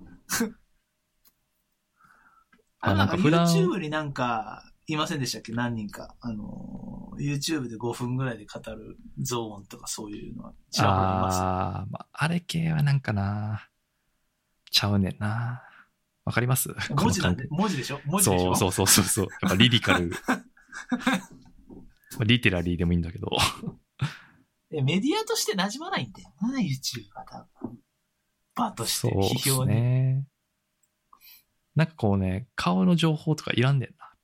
[SPEAKER 3] あ、
[SPEAKER 2] あなん
[SPEAKER 3] な
[SPEAKER 2] ん
[SPEAKER 3] か
[SPEAKER 2] か普段
[SPEAKER 3] YouTube になんか、いませんでしたっけ何人か。あのー、YouTube で5分ぐらいで語るゾーンとかそういうのはちらほらいます。
[SPEAKER 2] あー、まあ、あれ系はなんかな、ちゃうねんな。わかります
[SPEAKER 3] 文字なんで、文字でしょ文字でし
[SPEAKER 2] そ
[SPEAKER 3] ょ。
[SPEAKER 2] うそううそうそうそう。やっぱリリ カル。まあリテラリーでもいいんだけど。
[SPEAKER 3] えメディアとして馴染まないんだよな、YouTube は多分。バーとし
[SPEAKER 2] そ
[SPEAKER 3] て、
[SPEAKER 2] うで
[SPEAKER 3] 批
[SPEAKER 2] す
[SPEAKER 3] 評に。
[SPEAKER 2] ね。なんかこうね、顔の情報とかいらんねんな、やっ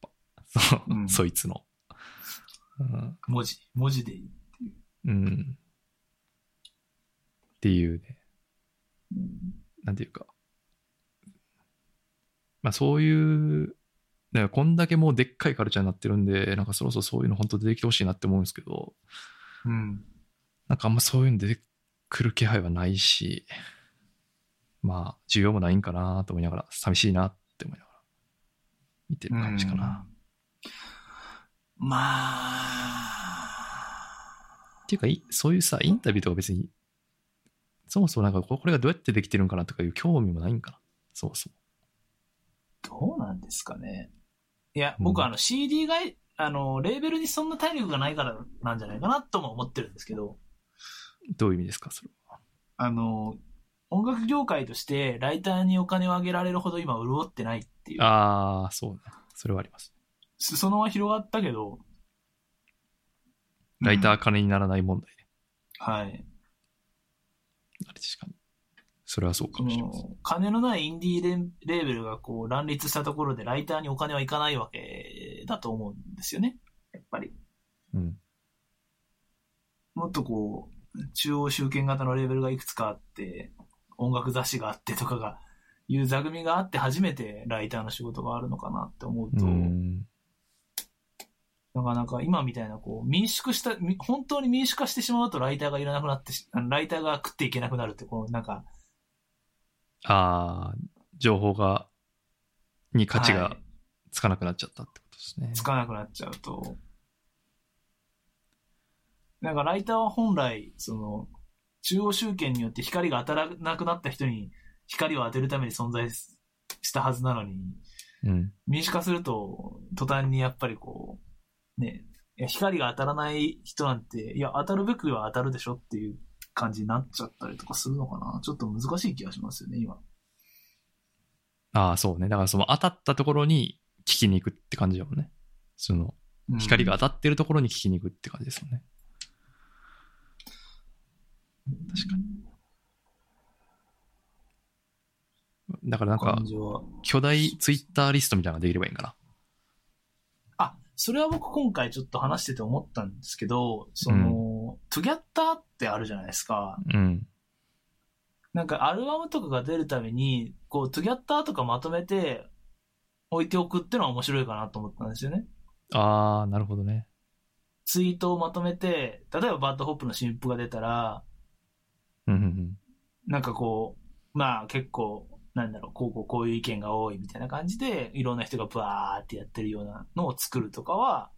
[SPEAKER 2] ぱ。そう、
[SPEAKER 3] うん
[SPEAKER 2] そいつの。うん
[SPEAKER 3] 文字、文字でいい。
[SPEAKER 2] うん。っていうね、
[SPEAKER 3] うん
[SPEAKER 2] なんていうか。まあそういう、だからこんだけもうでっかいカルチャーになってるんで、なんかそろそろそういうの本当出てきてほしいなって思うんですけど、
[SPEAKER 3] うん。
[SPEAKER 2] なんかあんまそういうの出てくる気配はないし、まあ需要もないんかなと思いながら、寂しいなって思いながら、見てる感じかな。
[SPEAKER 3] まあ、
[SPEAKER 2] っていうかい、そういうさ、インタビューとか別に、そもそもなんかここれがどうやってできてるんかなとかいう興味もないんかな。そもそも。
[SPEAKER 3] どうなんですかね。いや、
[SPEAKER 2] うん
[SPEAKER 3] 僕、あの CD が、あの、レーベルにそんな体力がないからなんじゃないかなとも思ってるんですけど、
[SPEAKER 2] どういう意味ですか、それは。
[SPEAKER 3] あの、音楽業界としてライターにお金をあげられるほど今潤ってないっていう。
[SPEAKER 2] ああ、そうね。それはあります。
[SPEAKER 3] 裾野は広がったけど。
[SPEAKER 2] ライタ
[SPEAKER 3] う
[SPEAKER 2] ー金にならない問題ね。
[SPEAKER 3] んはい。
[SPEAKER 2] あれ確かに。それはそうか
[SPEAKER 3] こ
[SPEAKER 2] もしれません。
[SPEAKER 3] の金のないインディーレンレーベルがこう乱立したところでライターにお金はいかないわけだと思うんですよね。やっぱり。
[SPEAKER 2] うん。
[SPEAKER 3] もっとこう、中央集権型のレーベルがいくつかあって、音楽雑誌があってとかが、いう座組があって初めてライターの仕事があるのかなって思う
[SPEAKER 2] う
[SPEAKER 3] と、
[SPEAKER 2] ん。
[SPEAKER 3] なかなか今みたいなこう、民宿した、み本当に民主化してしまうとライターがいらなくなってし、あのライターが食っていけなくなるって、こうなんか、
[SPEAKER 2] ああ、情報が、に価値
[SPEAKER 3] は
[SPEAKER 2] が
[SPEAKER 3] い
[SPEAKER 2] つかなくなっちゃったってことですね。
[SPEAKER 3] つかなくなっちゃうと、なんかライターは本来、その、中央集権によって光が当たらなくなった人に光を当てるために存在すしたはずなのに、
[SPEAKER 2] うん。
[SPEAKER 3] 民主化すると、途端にやっぱりこう、ね、いや光が当たらない人なんて、いや、当たるべくは当たるでしょっていう感じになっちゃったりとかするのかな。ちょっと難しい気がしますよね、今。
[SPEAKER 2] ああ、そうね。だからその当たったところに聞きに行くって感じだもんね。その、
[SPEAKER 3] うん
[SPEAKER 2] 光が当たってるところに聞きに行くって感じですよね。確かに。だからなんか
[SPEAKER 3] 感、じは。
[SPEAKER 2] 巨大ツイッターリストみたいなのができればいいんかな。
[SPEAKER 3] あ、それは僕今回ちょっと話してて思ったんですけど、その、トゥギャッターってあるじゃないですか。
[SPEAKER 2] うん。
[SPEAKER 3] なんかアルバムとかが出るために、こう、トゥギャッターとかまとめて置いておくってのは面白いかなと思ったんですよね。
[SPEAKER 2] ああ、なるほどね。
[SPEAKER 3] ツイートをまとめて、例えばバッドホップの新譜が出たら、
[SPEAKER 2] うんうんうん。
[SPEAKER 3] なんかこう、まあ結構、なんだろう、こうこうこういう意見が多いみたいな感じで、いろんな人がバーってやってるようなのを作るとかは、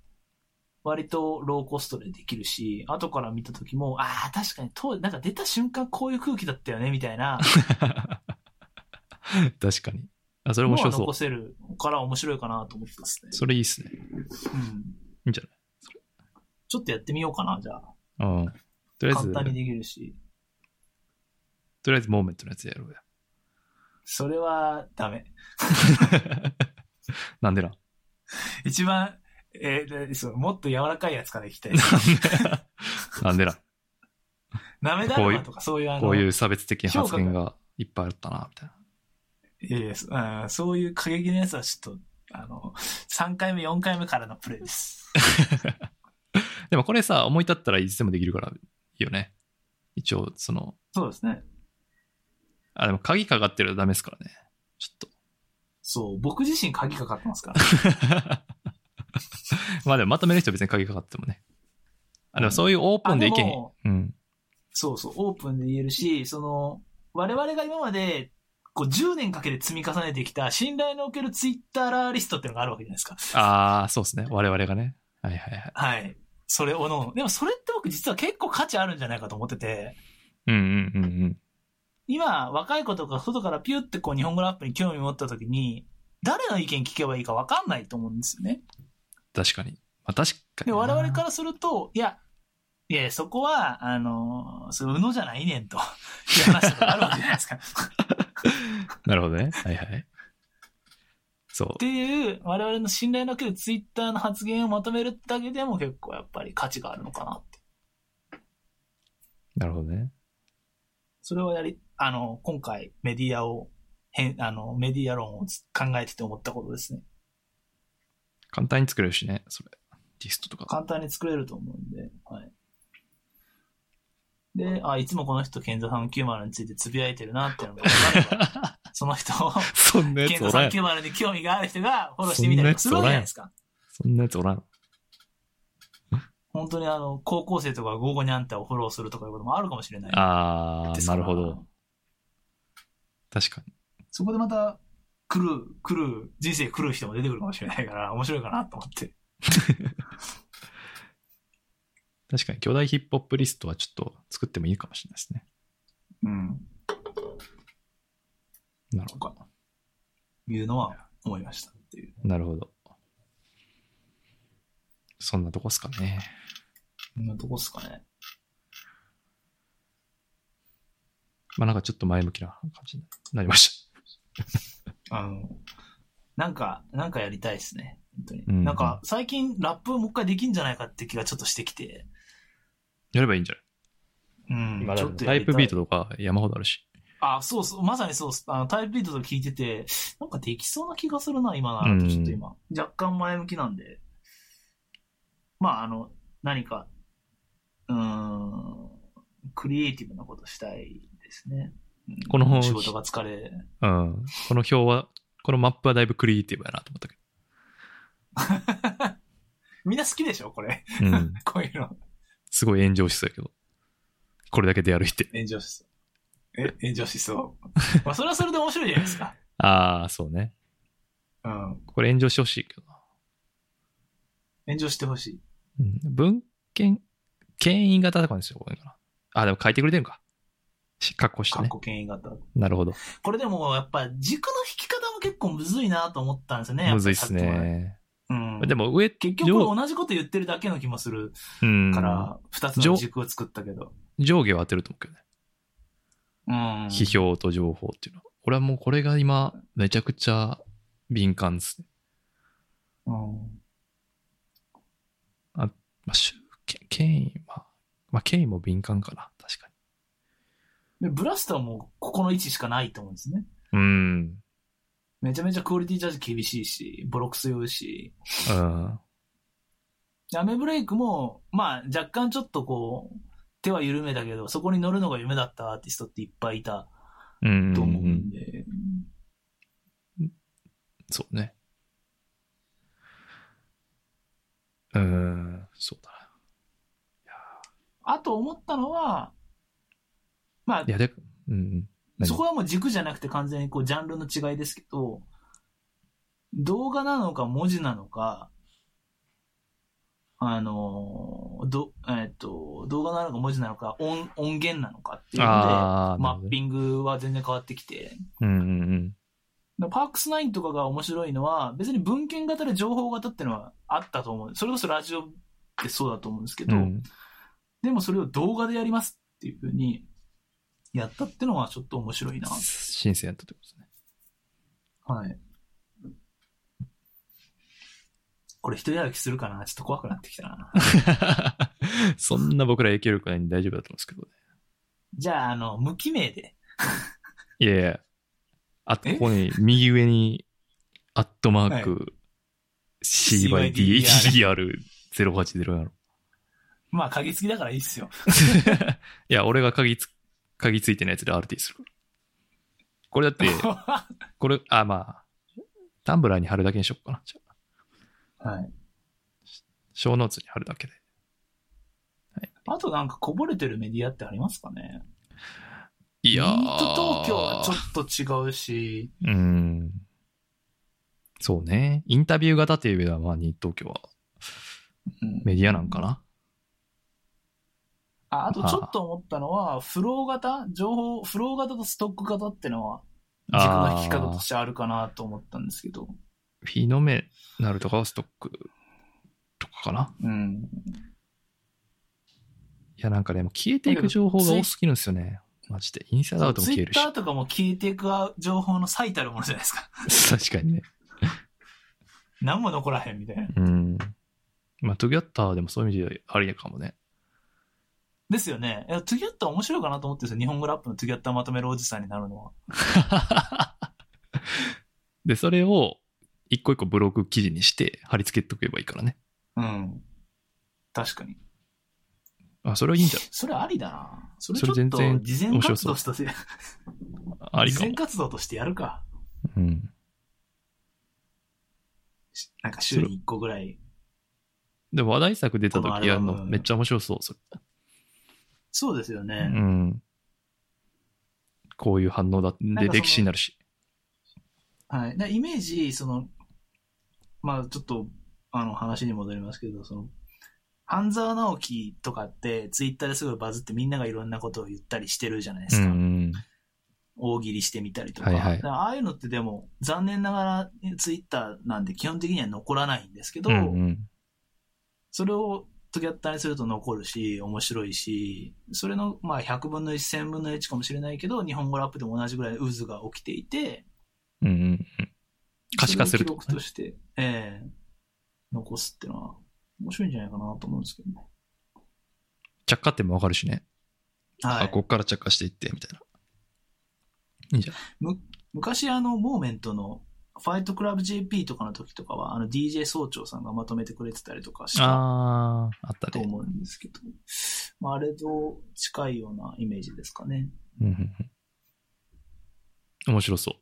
[SPEAKER 3] 割とローコストでできるし、後から見た時も、ああ、確かに当時、なんか出た瞬間こういう空気だったよね、みた いな、
[SPEAKER 2] 確かに。あ、それ
[SPEAKER 3] も
[SPEAKER 2] 面
[SPEAKER 3] う
[SPEAKER 2] 白そう
[SPEAKER 3] 残。せるから面白いかなと思ってますね。
[SPEAKER 2] それいいっすね。い
[SPEAKER 3] うん。
[SPEAKER 2] いんじゃ
[SPEAKER 3] ちょっとやってみようかな、じゃあ。
[SPEAKER 2] ないうん。とりあえ
[SPEAKER 3] 簡
[SPEAKER 2] ず、
[SPEAKER 3] 単にできるし。
[SPEAKER 2] とりあえずモーメントのやつやろうや。
[SPEAKER 3] それはダメ。
[SPEAKER 2] なん でな。
[SPEAKER 3] 一番、えーでそう、もっと柔らかいやつからいきたい。
[SPEAKER 2] なんでな。
[SPEAKER 3] なめだるまとかそういうあの、
[SPEAKER 2] こういう差別的な発言がいっぱいあったな、みたいな。
[SPEAKER 3] いやいやそあーそういう過激なやつはちょっと、あの、3回目、4回目からのプレイ です。
[SPEAKER 2] でもこれさ、思い立ったらいつでもできるからいいよね。一応、その、
[SPEAKER 3] そうですね。
[SPEAKER 2] あ、でも鍵かかってるらダメですからね。ちょっと。
[SPEAKER 3] そう、僕自身鍵かかってますから。
[SPEAKER 2] まあでもまとめる人は別に鍵かかってもね。あ、でもそういうオープンで意
[SPEAKER 3] あで
[SPEAKER 2] 見
[SPEAKER 3] も。
[SPEAKER 2] うん。
[SPEAKER 3] そうそう、オープンで言えるし、その、我々が今まで、こう10年かけて積み重ねてきた信頼のおけるツイッターラーリストっていうのがあるわけじゃないですか。
[SPEAKER 2] ああ、そうですね。我々がね。はいはいはい。
[SPEAKER 3] はい。それをの、でもそれって僕実は結構価値あるんじゃないかと思ってて、
[SPEAKER 2] うんうんうんうん。
[SPEAKER 3] 今、若い子とか外からピュってこう日本語ラップに興味持った時に、誰の意見聞けばいいか分かんないと思うんですよね。
[SPEAKER 2] 確かに。まあ確かに
[SPEAKER 3] で、
[SPEAKER 2] な。
[SPEAKER 3] 我々からすると、いや、いや、そこは、あのー、それ、うのじゃないねんと、いう話とかあるわけじゃないですか。っ
[SPEAKER 2] なるほどね。はいはい。そう
[SPEAKER 3] て。いう、我々の信頼のおけるツイッターの発言をまとめるだけでも結構やっぱり価値があるのかなって。
[SPEAKER 2] なるほどね。
[SPEAKER 3] それをやり、あの、今回メディアを、変、あの、メディア論をつ考えてて思ったことですね。
[SPEAKER 2] 簡単に作れるしね、それ。リストとか。
[SPEAKER 3] 簡単に作れると思うんで、はい。で、あ、いつもこの人、ケンザ390についてつぶやいてるなっていうのが分 かれば、その人を、
[SPEAKER 2] そんなや
[SPEAKER 3] ケン
[SPEAKER 2] つお
[SPEAKER 3] ト
[SPEAKER 2] らんやろ。
[SPEAKER 3] 390に興味がある人がフォローしてみたりとかするわけじゃないですか。
[SPEAKER 2] そんなやつおらんやろ。
[SPEAKER 3] 本当にあの、高校生とかゴーゴニャンタをフォローするとかいうこともあるかもしれない。
[SPEAKER 2] あ
[SPEAKER 3] で
[SPEAKER 2] ー、
[SPEAKER 3] すか
[SPEAKER 2] なる
[SPEAKER 3] ら
[SPEAKER 2] ほど。。確かに。
[SPEAKER 3] そこでまた、来る、来る、人生来る人も出てくるかもしれないから、面白いかなと思って。
[SPEAKER 2] 確かに、巨大ヒップホップリストはちょっと作ってもいいかもしれないですね。
[SPEAKER 3] うん。
[SPEAKER 2] なる
[SPEAKER 3] と
[SPEAKER 2] ほど
[SPEAKER 3] か。、いうのは思いましたっていう。
[SPEAKER 2] なるほど。そんなとこっすかね。
[SPEAKER 3] そんなとこっすかね。
[SPEAKER 2] まあなんかちょっと前向きな感じになりまし
[SPEAKER 3] あの、なんか、なんかやりたいですね。本当に。
[SPEAKER 2] うん
[SPEAKER 3] なんか、最近ラップもう一回できんじゃないかって気がちょっとしてきて。
[SPEAKER 2] た。やればいいんじゃない
[SPEAKER 3] うん。
[SPEAKER 2] 今だ
[SPEAKER 3] ち
[SPEAKER 2] と
[SPEAKER 3] ょっ
[SPEAKER 2] タ
[SPEAKER 3] とやり
[SPEAKER 2] イ
[SPEAKER 3] たい
[SPEAKER 2] プビートとか山ほどあるし。
[SPEAKER 3] あ、そうそう、まさにそうっすあの、タイプビートと聞いてて、なんかできそうな気がするな、今ならと、
[SPEAKER 2] うん
[SPEAKER 3] ちょっと今。若干前向きなんで。まあ、あの、何か、うーん、クリエイティブなことしたいですね。うん
[SPEAKER 2] この
[SPEAKER 3] 仕事が疲れ。
[SPEAKER 2] うん。この表は、このマップはだいぶクリエイティブやなと思ったけ
[SPEAKER 3] みんな好きでしょこれ。
[SPEAKER 2] ど。うん。
[SPEAKER 3] こういうの。
[SPEAKER 2] すごい炎上しそうやけど。これだけで歩いて。
[SPEAKER 3] 炎上しそう。え、炎上 しそう。まあ、それはそれで面白いじゃないですか。
[SPEAKER 2] ああ、そうね。
[SPEAKER 3] うん。
[SPEAKER 2] これ炎上してほしいけどな。
[SPEAKER 3] 炎上してほしい。
[SPEAKER 2] うん。文献、牽引型とかですよ、これかな。あ、でも書いてくれてるんか。し、格好して
[SPEAKER 3] かっ
[SPEAKER 2] ね。
[SPEAKER 3] こ牽引型。
[SPEAKER 2] なるほど。
[SPEAKER 3] これでも、やっぱ、軸の引き方も結構むずいなと思ったんですよね。やぱり
[SPEAKER 2] むずいっす
[SPEAKER 3] さっきも
[SPEAKER 2] ね。
[SPEAKER 3] うん。
[SPEAKER 2] でも上、
[SPEAKER 3] 結
[SPEAKER 2] 上
[SPEAKER 3] 局同じこと言ってるだけの気もする
[SPEAKER 2] うん
[SPEAKER 3] から、二、つの軸を作ったけど。
[SPEAKER 2] 上下を当てると思うけどね。
[SPEAKER 3] うん。
[SPEAKER 2] 批評と情報っていうのは。俺はもうこれが今、めちゃくちゃ敏感ですね。
[SPEAKER 3] うん
[SPEAKER 2] まあ、宗権権威は、まあ、権威も敏感かな。確か
[SPEAKER 3] で、ブラストはもう、ここの位置しかないと思うんですね。
[SPEAKER 2] に。うん。
[SPEAKER 3] めちゃめちゃクオリティジャッジ厳しいし、ボロクソ言うし。
[SPEAKER 2] うん。
[SPEAKER 3] でアメブレイクも、まあ、若干ちょっとこう、手は緩めだけど、そこに乗るのが夢だったアーティストっていっぱいいた
[SPEAKER 2] うん。
[SPEAKER 3] と思うんで。
[SPEAKER 2] そうね。うーん、そうだな。
[SPEAKER 3] あと思ったのは、ま
[SPEAKER 2] いや、で、うんうん。
[SPEAKER 3] あ、
[SPEAKER 2] 何
[SPEAKER 3] そこはもう軸じゃなくて完全にこうジャンルの違いですけど、動画なのか文字なのか、あの、ど、えっと、動画なのか文字なのか、音、音源なのかっていうので、
[SPEAKER 2] あー、なる
[SPEAKER 3] マ
[SPEAKER 2] ほ
[SPEAKER 3] ッ
[SPEAKER 2] ど
[SPEAKER 3] ピングは全然変わってきて、
[SPEAKER 2] うんうんうん。
[SPEAKER 3] だからパークスナインとかが面白いのは、別に文献型で情報型ってのはあったと思う。それこそラジオってそうだと思うんですけど、
[SPEAKER 2] うん
[SPEAKER 3] でもそれを動画でやりますっていうふうにやったってのはちょっと面白いな。
[SPEAKER 2] 新鮮やったってことですね。
[SPEAKER 3] はい。これ一人歩きするかなちょっと怖くなってきたな。
[SPEAKER 2] そんな僕ら影響力ないんで大丈夫だと思うんですけどね。
[SPEAKER 3] じゃあ、あの、無記名で。
[SPEAKER 2] いやいや、あと
[SPEAKER 3] え
[SPEAKER 2] ここに右上に、アットマーク、CYDER080 やろ。
[SPEAKER 3] まあ、鍵付きだからいいっすよ。
[SPEAKER 2] いや、俺が鍵つ、鍵ついてないやつで RT するから。こ れだって、
[SPEAKER 3] は
[SPEAKER 2] これ、あ、まあ、タンブラーに貼るだけにしよっかな。じゃあ、
[SPEAKER 3] い。
[SPEAKER 2] 小ノーツに貼るだけで。
[SPEAKER 3] あとなんかこぼれてるメディアってありますかね
[SPEAKER 2] い
[SPEAKER 3] い
[SPEAKER 2] やー。
[SPEAKER 3] 東京はちょっと違うし、
[SPEAKER 2] うん。そうね。インタビュー型という意味では、まあ、ニット東京は
[SPEAKER 3] うん
[SPEAKER 2] メディアなんかな。
[SPEAKER 3] ああとちょっと思ったのは、フロー型情報、フロー型とストック型ってのは、軸の引き方としてあるかなと思ったんですけど。
[SPEAKER 2] フィノメナルとかはストックとかかな。
[SPEAKER 3] うん。
[SPEAKER 2] いや、なんかね、もう消えていく情報が多すぎるんですよね。マジで。インサイドアウトも
[SPEAKER 3] ツイ
[SPEAKER 2] 消え
[SPEAKER 3] ッ
[SPEAKER 2] るし
[SPEAKER 3] タ。ーとかも消えていく情報の最たるものじゃないです か。
[SPEAKER 2] 確かにね。
[SPEAKER 3] 何も残らへんみたいな。
[SPEAKER 2] うん。まあ、トゥギャッターでもそういう意味でありやかもね。
[SPEAKER 3] ですよね。いや、トゥギャッター面白いかなと思ってるんですよ。日本語ラップのトゥギャッターまとめるおじさんになるのは。
[SPEAKER 2] で、それを一個一個ブログ記事にして貼り付けておけばいいからね。
[SPEAKER 3] うん。確かに。
[SPEAKER 2] あ、それはいいんじゃ
[SPEAKER 3] それありだな。それち
[SPEAKER 2] そ
[SPEAKER 3] ょ
[SPEAKER 2] れ
[SPEAKER 3] っと
[SPEAKER 2] 全然
[SPEAKER 3] 事前活動として、
[SPEAKER 2] あり
[SPEAKER 3] 事
[SPEAKER 2] かも
[SPEAKER 3] 前。活動としてやるか。
[SPEAKER 2] うん。
[SPEAKER 3] なんか週に1個ぐらい。
[SPEAKER 2] でも話題作出た
[SPEAKER 3] このア
[SPEAKER 2] 時
[SPEAKER 3] ル
[SPEAKER 2] やる
[SPEAKER 3] バム
[SPEAKER 2] のめっちゃ面白そう、それ。
[SPEAKER 3] そうですよね。
[SPEAKER 2] うん。こういう反応だっ
[SPEAKER 3] な
[SPEAKER 2] て
[SPEAKER 3] んかその
[SPEAKER 2] 歴史になるし。
[SPEAKER 3] はい。なイメージ、その、まあちょっと、あの話に戻りますけど、その、半沢直樹とかって、ツイッターですごいバズってみんながいろんなことを言ったりしてるじゃないですか。
[SPEAKER 2] ん。
[SPEAKER 3] 大喜利してみたりとか。
[SPEAKER 2] はいはい
[SPEAKER 3] だからああいうのってでも、残念ながらツイッターなんで基本的には残らないんですけど、
[SPEAKER 2] うん
[SPEAKER 3] それをトゥギャッターにすると残るし、面白いし、それの、まあ、100分の1、1000分の1かもしれないけど、日本語ラップでも同じぐらい渦が起きていて、
[SPEAKER 2] うん。うんうん。可視化する
[SPEAKER 3] それ
[SPEAKER 2] と
[SPEAKER 3] を記録として、ええ残すってのは面白いんじゃないかなと思うんですけどね。
[SPEAKER 2] 着火点もわかるしね。
[SPEAKER 3] は
[SPEAKER 2] あ、
[SPEAKER 3] い。
[SPEAKER 2] こっから着火していって、みたいな。いいんじゃない
[SPEAKER 3] 昔あの、モーメントのファイトクラブ JP とかの時とかは、あの DJ 総長さんがまとめてくれてたりとかした
[SPEAKER 2] あー、あった
[SPEAKER 3] と
[SPEAKER 2] ね。
[SPEAKER 3] 思うんですけど、まあ、あれと近いようなイメージですかね。
[SPEAKER 2] うんうんうん面白そう。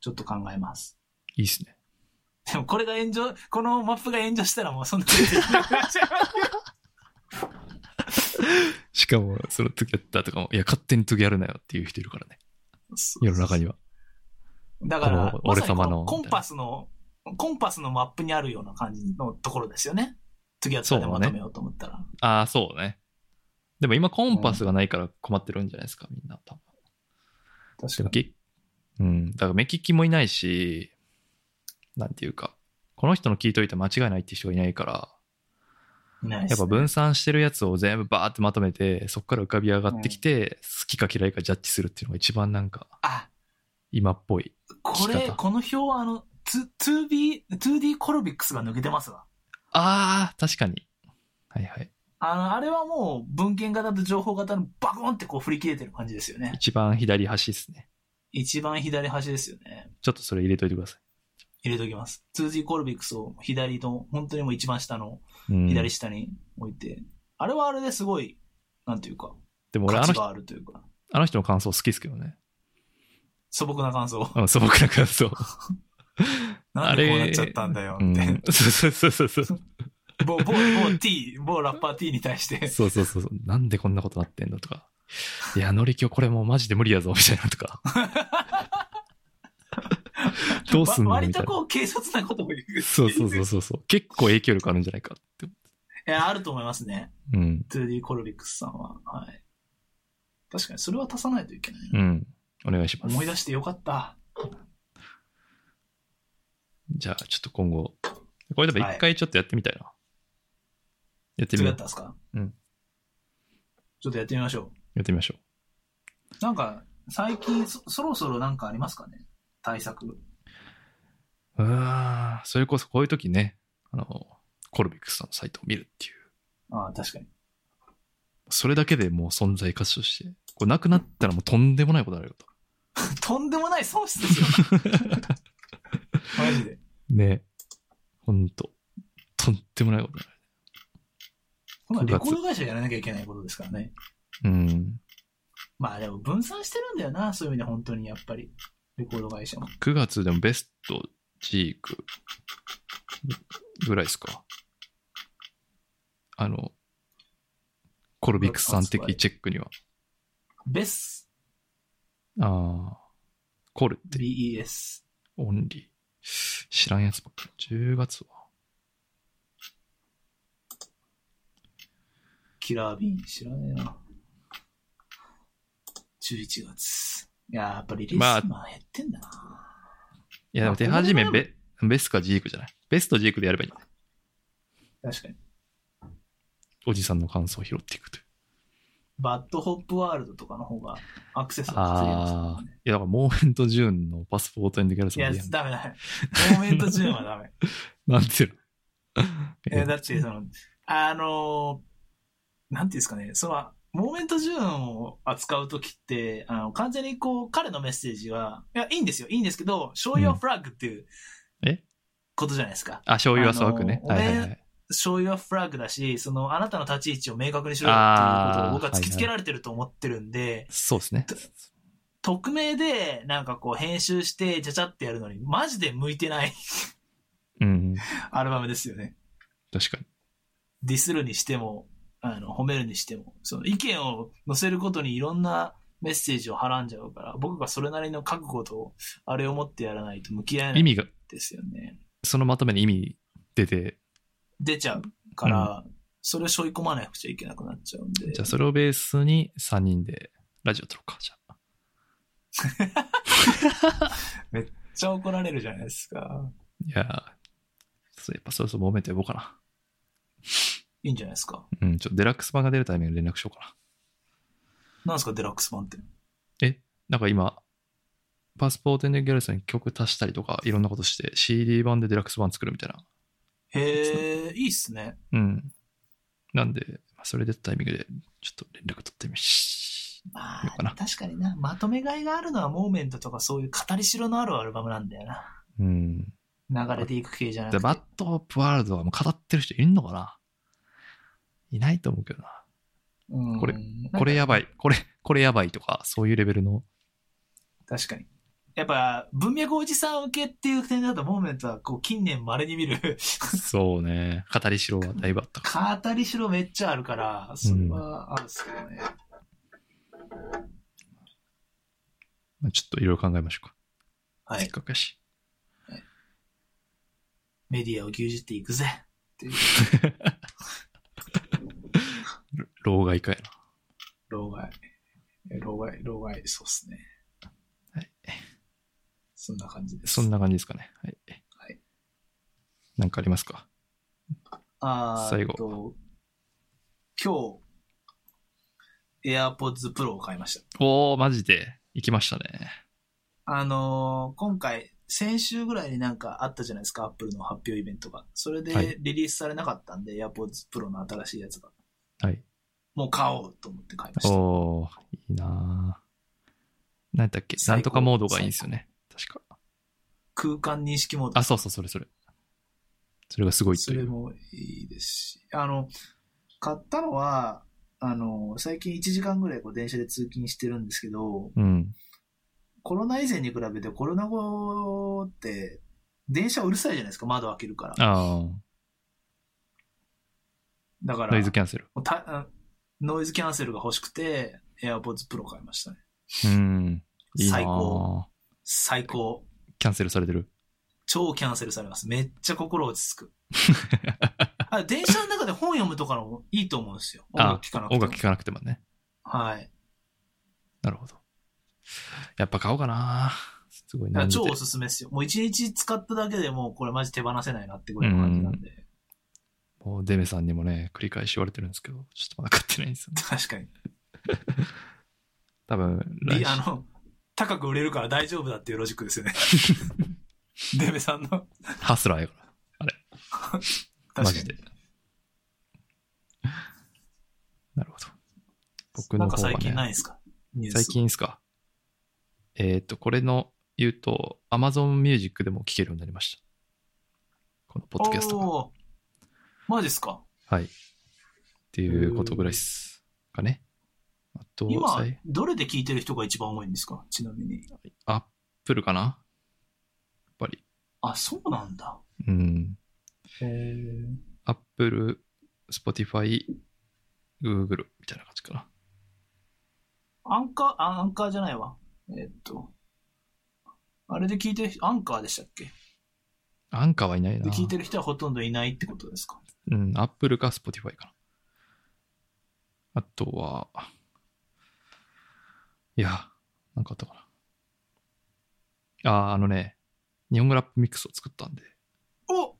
[SPEAKER 3] ちょっと考えます。
[SPEAKER 2] いいっすね。
[SPEAKER 3] でもこれが炎上、このマップが炎上したらもうそんなことできなくなっちゃう
[SPEAKER 2] しかも、そのトゥギャッターとかも、いや、勝手にトゥギャるなよっていう人いるからね。世の中には。
[SPEAKER 3] だから
[SPEAKER 2] こ、の
[SPEAKER 3] ま
[SPEAKER 2] 俺
[SPEAKER 3] さに
[SPEAKER 2] 様
[SPEAKER 3] こ
[SPEAKER 2] の
[SPEAKER 3] のコンパスの、コンパスのマップにあるような感じのところですよね。次はそれでまとめようと思ったら。
[SPEAKER 2] ああ、そうね。でも今コンパスがないから困ってるんじゃないですか、みんな。多分
[SPEAKER 3] 確かに。
[SPEAKER 2] げうん。だから目利きもいないし、なんていうか、この人の聞いといて間違いないって人がいないから、
[SPEAKER 3] ないで
[SPEAKER 2] やっ
[SPEAKER 3] す
[SPEAKER 2] ぱ
[SPEAKER 3] ね
[SPEAKER 2] 分散してるやつを全部バーってまとめて、そこから浮かび上がってきて、好きか嫌いかジャッジするっていうのが一番なんか
[SPEAKER 3] あ、
[SPEAKER 2] 今っぽい。
[SPEAKER 3] こ
[SPEAKER 2] 聞き
[SPEAKER 3] れ、
[SPEAKER 2] 方
[SPEAKER 3] この表はあの、ツ 2B、2D コロビックスが抜けてますわ。
[SPEAKER 2] ああ、確かに。はいはい。
[SPEAKER 3] あの、あれはもう文献型と情報型のバコンってこう振り切れてる感じですよね。
[SPEAKER 2] 一番左端ですね。
[SPEAKER 3] 一番左端ですよね。
[SPEAKER 2] ちょっとそれ入れといてくださ
[SPEAKER 3] 入れときます。2D コロビックスを左の、本当にもう一番下の
[SPEAKER 2] い。うん、
[SPEAKER 3] 左下に置いて、あれはあれですごい、なんていうか、
[SPEAKER 2] でも俺
[SPEAKER 3] 価
[SPEAKER 2] あの
[SPEAKER 3] 値
[SPEAKER 2] 人、
[SPEAKER 3] があるというか、
[SPEAKER 2] あの人の感想好きですけどね。
[SPEAKER 3] 素朴な感想。
[SPEAKER 2] うん、素朴な感想。
[SPEAKER 3] なんでこうなっちゃったんだよ、
[SPEAKER 2] う
[SPEAKER 3] みたいな。
[SPEAKER 2] んそうそうそうそう。
[SPEAKER 3] 某、某、某 T、某ラッパー T に対して、
[SPEAKER 2] そうそうそうそう。なんでこんなことなってんだとか。いや、乗り気をこれもうマジで無理やぞ、みたいなとか。 どうすん
[SPEAKER 3] わ
[SPEAKER 2] の
[SPEAKER 3] 割
[SPEAKER 2] みた
[SPEAKER 3] と
[SPEAKER 2] いな。
[SPEAKER 3] こう、軽率なことも言う。
[SPEAKER 2] そうそうそうそうそう。結構影響力あるんじゃないかって思
[SPEAKER 3] いや、あると思いますね。
[SPEAKER 2] う。うん。
[SPEAKER 3] 2D コルビックスさんは。はい。確かに、それは足さないといけないな。
[SPEAKER 2] うん。お願いします。
[SPEAKER 3] 思い出してよかった。
[SPEAKER 2] じゃあ、ちょっと今後。これでも一回ちょっとやってみたいな。やって
[SPEAKER 3] ど
[SPEAKER 2] みよ
[SPEAKER 3] うや
[SPEAKER 2] う
[SPEAKER 3] ったん。ですか
[SPEAKER 2] うん。
[SPEAKER 3] ちょっとやってみましょ
[SPEAKER 2] やってみましょ
[SPEAKER 3] う。なんか、最近そ、そろそろなんかありますかね対策。
[SPEAKER 2] う。うわーそれこそこういう時ね、あの、コルビックスさんのサイトを見るっていう。
[SPEAKER 3] ああ、確かに。
[SPEAKER 2] それだけでもう存在価値として。これなくなったらもうとんでもないことになるよと。
[SPEAKER 3] とんでもない損失 ですよ。マジで。
[SPEAKER 2] ね。ほんと。とんでもないことに
[SPEAKER 3] このレコード会社やらなきゃいけないことですからね。
[SPEAKER 2] なる。うん。
[SPEAKER 3] まあでも分散してるんだよな、そういう意味で本当にやっぱり。レコード会社も。
[SPEAKER 2] 9月でもベストチークぐらいですか。あの、コルビックスさん的チェックには。
[SPEAKER 3] ベス、
[SPEAKER 2] ああ。コルって、
[SPEAKER 3] BES。
[SPEAKER 2] オンリー。知らんやつばっかり。10月は。
[SPEAKER 3] キラービーン知らねえな。11月。いやー、やっぱりリリ
[SPEAKER 2] まあ
[SPEAKER 3] ースマン減ってんだな。
[SPEAKER 2] いや、でも手始めベ、ベスかジークじゃない。ベストジークでやればいいんだね。
[SPEAKER 3] 確かに。
[SPEAKER 2] おじさんの感想を拾っていくという。
[SPEAKER 3] バッドホップワールドとかの方がアクセスが強いです
[SPEAKER 2] ああ。いや、だから、モーメントジューンのパスポートエンドギャラソ
[SPEAKER 3] い
[SPEAKER 2] ン
[SPEAKER 3] や
[SPEAKER 2] でやん、
[SPEAKER 3] ダメだ。モーメント順はダメ。
[SPEAKER 2] なんていうの
[SPEAKER 3] えだって、その、あのーなんていうんですかね、その、モーメントジューンを扱うときって、あの、完全にこう、彼のメッセージは、いや、いいんですよ、いいんですけど、show your flag っていう、
[SPEAKER 2] うんえ
[SPEAKER 3] ことじゃないですか。
[SPEAKER 2] あ、醤油は騒くね。
[SPEAKER 3] あの
[SPEAKER 2] はいはいはい。
[SPEAKER 3] show your flag だし、その、あなたの立ち位置を明確にしろよっていうことを
[SPEAKER 2] あー
[SPEAKER 3] 僕は突きつけられてると思ってるんで、
[SPEAKER 2] そうですね。
[SPEAKER 3] 匿名で、なんかこう、編集して、ちゃちゃってやるのに、マジで向いてない
[SPEAKER 2] うん。
[SPEAKER 3] アルバムですよね。
[SPEAKER 2] 確かに。
[SPEAKER 3] ディスるにしても、あの、褒めるにしても、その意見を載せることにいろんなメッセージをはらんじゃうから、僕がそれなりの覚悟と、あれを持ってやらないと向き合えない
[SPEAKER 2] 意
[SPEAKER 3] ん
[SPEAKER 2] 味が、
[SPEAKER 3] ですよね。
[SPEAKER 2] そのまとめに意味出て、
[SPEAKER 3] 出ちゃうから、それを背負い込まなくちゃいけなくなっちゃうんで。
[SPEAKER 2] じゃあそれをベースに3人でラジオ撮ろうか、じゃあ。
[SPEAKER 3] めっちゃ怒られるじゃないですか。
[SPEAKER 2] いやーそうやっぱそろそろ揉めていこうかな。
[SPEAKER 3] いいんじゃないですか。
[SPEAKER 2] うん、ちょっとデラックス版が出るタイミングで連絡しようか
[SPEAKER 3] なんですか、デラックス版って。
[SPEAKER 2] な。えなんか今、パスポートエンデギャルソンに曲足したりとか、いろんなことして、CD 版でデラックス版作るみたいな。
[SPEAKER 3] へえ、いいっすね。
[SPEAKER 2] うん。なんで、まあそれでタイミングで、ちょっと連絡取ってみし。
[SPEAKER 3] ま
[SPEAKER 2] ようかな
[SPEAKER 3] あ、確かにな。まとめ買いがあるのは、モーメントとかそういう語りしろのあるアルバムなんだよな。
[SPEAKER 2] うん。
[SPEAKER 3] 流れていく系じゃなく
[SPEAKER 2] で
[SPEAKER 3] て。
[SPEAKER 2] バッドホップワールドはもう語ってる人いるのかないないと思うけどな。
[SPEAKER 3] うん
[SPEAKER 2] これ、これやばい、これ、これやばいとか、そういうレベルの。
[SPEAKER 3] 確かに。やっぱ、文脈おじさん受けっていう点だと、モーメントは、こう、近年稀に見る、
[SPEAKER 2] そうね。語りしろはだいぶあったか
[SPEAKER 3] 語りしろめっちゃあるから、それはあるっすけどね。
[SPEAKER 2] ら。まあちょっといろいろ考えましょうか。
[SPEAKER 3] は
[SPEAKER 2] せっ
[SPEAKER 3] い。
[SPEAKER 2] かくやし。
[SPEAKER 3] メディアを牛耳っていくぜ。っていう、
[SPEAKER 2] 老害かやな。
[SPEAKER 3] 老害。老害、老害、そうっすね。
[SPEAKER 2] はい。
[SPEAKER 3] そんな感じです。
[SPEAKER 2] そんな感じですかね。はい。
[SPEAKER 3] はい
[SPEAKER 2] なんかありますか
[SPEAKER 3] あー
[SPEAKER 2] 最後
[SPEAKER 3] えっと今日、AirPods Pro を買いました。
[SPEAKER 2] おー、マジで。行きましたね。
[SPEAKER 3] あのー今回、先週ぐらいになんかあったじゃないですか、Apple の発表イベントが。それ
[SPEAKER 2] はい
[SPEAKER 3] でリリースされなかったんで、AirPods Pro の新しいやつが。
[SPEAKER 2] はい。
[SPEAKER 3] もう買おうと思って買いました。
[SPEAKER 2] おー、いいなーなんだっけ
[SPEAKER 3] 最
[SPEAKER 2] なん
[SPEAKER 3] 高
[SPEAKER 2] とかモードがいいんですよね。確か。
[SPEAKER 3] 空間認識モード
[SPEAKER 2] あ、。そうそう、それそれ。それがすごい
[SPEAKER 3] そ
[SPEAKER 2] とい
[SPEAKER 3] れ
[SPEAKER 2] う。
[SPEAKER 3] もいいですし。あの、買ったのは、あの、最近1時間ぐらいこう電車で通勤してるんですけど、
[SPEAKER 2] うん。
[SPEAKER 3] コロナ以前に比べてコロナ後って、電車うるさいじゃないですか、窓開けるから。
[SPEAKER 2] あ
[SPEAKER 3] だから、
[SPEAKER 2] ノイズキャンセル。
[SPEAKER 3] もうたノイズキャンセルが欲しくて、AirPods Pro 買いましたね。
[SPEAKER 2] うん。いいな
[SPEAKER 3] 最高
[SPEAKER 2] ぁ
[SPEAKER 3] 最高。
[SPEAKER 2] キャンセルされてる。
[SPEAKER 3] 超キャンセルされます。めっちゃ心落ち 着く。あ電車の中で本読むとかのもいいと思うんですよ。音
[SPEAKER 2] あ
[SPEAKER 3] 楽聴かなくて
[SPEAKER 2] 音
[SPEAKER 3] も。
[SPEAKER 2] 楽聴かなくてもね。
[SPEAKER 3] はい。
[SPEAKER 2] なるほど。やっぱ買おうかなすごい
[SPEAKER 3] だ
[SPEAKER 2] な
[SPEAKER 3] から超おすすめですよ。もう一日使っただけでもうこれマジ手放せないなってぐらいの感じなんで。
[SPEAKER 2] もうデメさんにもね、繰り返し言われてるんですけど、ちょっとまだ買ってないんですよね。
[SPEAKER 3] 確かに。
[SPEAKER 2] 多分、来
[SPEAKER 3] りあ
[SPEAKER 2] 週。
[SPEAKER 3] の、高く売れるから大丈夫だっていうロジックです よね。デベさんの。
[SPEAKER 2] ハスラーやから。マ
[SPEAKER 3] 確か
[SPEAKER 2] ジ
[SPEAKER 3] に
[SPEAKER 2] で。。なるほど。僕の
[SPEAKER 3] なんか
[SPEAKER 2] 方は、ね、
[SPEAKER 3] 最近ないですかニュー
[SPEAKER 2] 最
[SPEAKER 3] ス
[SPEAKER 2] 近ですか。えーっ、と、これの言うと、Amazon Music でも聴けるようになりました。このポッドキャストが。
[SPEAKER 3] おーマジですか
[SPEAKER 2] はい。っていうことぐらいですかね。あと、
[SPEAKER 3] 今
[SPEAKER 2] 最、
[SPEAKER 3] どれで聞いてる人が一番多いんですかちなみに。
[SPEAKER 2] Apple かなやっぱり。
[SPEAKER 3] あ、そうなんだ。
[SPEAKER 2] うん。
[SPEAKER 3] へー
[SPEAKER 2] Apple、Spotify、Google みたいな感じかな。
[SPEAKER 3] アンカー、あアンカーじゃないわ。えーっと。あれで聞いてる人、アンカーでしたっけ
[SPEAKER 2] アンカーはいないな。
[SPEAKER 3] で聞いてる人はほとんどいないってことですか
[SPEAKER 2] うん、Apple か Spotify かな。あとは、いや、なんかあったかな。あー、あのね、日本語ラップミックスを作ったんで。
[SPEAKER 3] お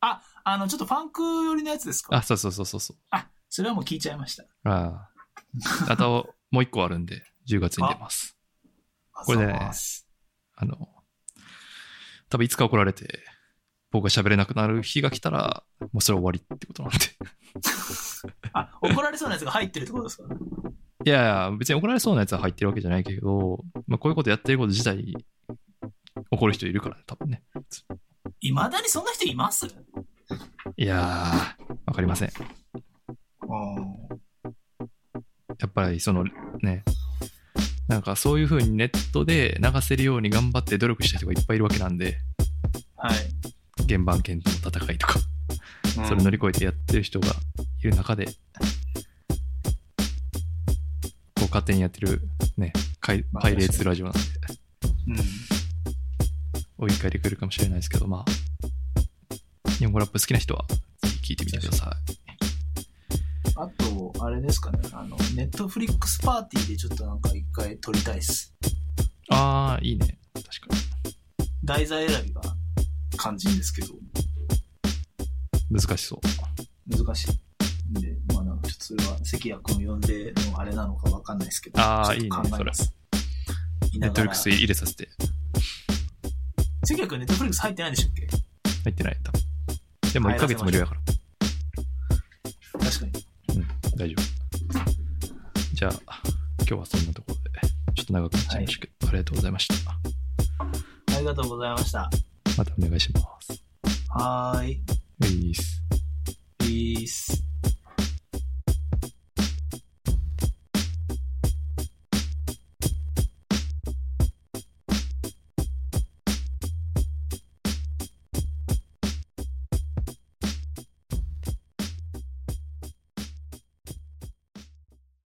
[SPEAKER 3] あ、あの、ちょっとファンク寄りのやつですか
[SPEAKER 2] あ、そうそうそうそうそう。
[SPEAKER 3] あ、それはもう聞いちゃいました。
[SPEAKER 2] あーあと、もう一個あるんで、10月に出ます。これね
[SPEAKER 3] あざます
[SPEAKER 2] あの、多分いつか怒られて、僕が喋れなくなる日が来たら、もうそれ終わりってことなんで。
[SPEAKER 3] あ、怒られそうなやつが入ってるってことですか
[SPEAKER 2] いやいや、別に怒られそうなやつは入ってるわけじゃないけど、まあ、こういうことやってること自体、怒る人いるからね、多分ね。
[SPEAKER 3] いまだにそんな人います
[SPEAKER 2] いやー、わかりません。やっぱりそのね、なんかそういう風にネットで流せるように頑張って努力した人がいっぱいいるわけなんで、
[SPEAKER 3] はい。
[SPEAKER 2] 原版権との戦いとか、それ乗り越えてやってる人がいる中で、こう勝手にやってるね、かい
[SPEAKER 3] まあ
[SPEAKER 2] パイレーツラジオなんで、
[SPEAKER 3] うん
[SPEAKER 2] 追い返りくるかもしれないですけど、まあ、日本語ラップ好きな人はぜひ聞いてみてください。
[SPEAKER 3] あと、あれですかね、あの、ネットフリックスパーティーでちょっとなんか一回撮りたいです。
[SPEAKER 2] あー、いいね。確か
[SPEAKER 3] 題材選びが肝心ですけど、
[SPEAKER 2] に。難しそう。
[SPEAKER 3] 難しいんで、まあなんかちょっとそれは関谷君呼んでのあれなのかわかんないですけど、
[SPEAKER 2] あー
[SPEAKER 3] ちょっと考えます。い
[SPEAKER 2] ネッ
[SPEAKER 3] な
[SPEAKER 2] トフリッ
[SPEAKER 3] がら
[SPEAKER 2] クス
[SPEAKER 3] 関
[SPEAKER 2] 入れさせて
[SPEAKER 3] 谷君ネットフリックス入ってないんでしたっけ
[SPEAKER 2] 入ってない多分でも1ヶ月無料やから
[SPEAKER 3] 確かに。
[SPEAKER 2] 大丈夫じゃあ今日はそんなところでちょっと長くなっちゃいましたけど、ありがとうございました
[SPEAKER 3] ありがとうございました。
[SPEAKER 2] またお願いします
[SPEAKER 3] はーい。
[SPEAKER 2] ういっす
[SPEAKER 3] ピース。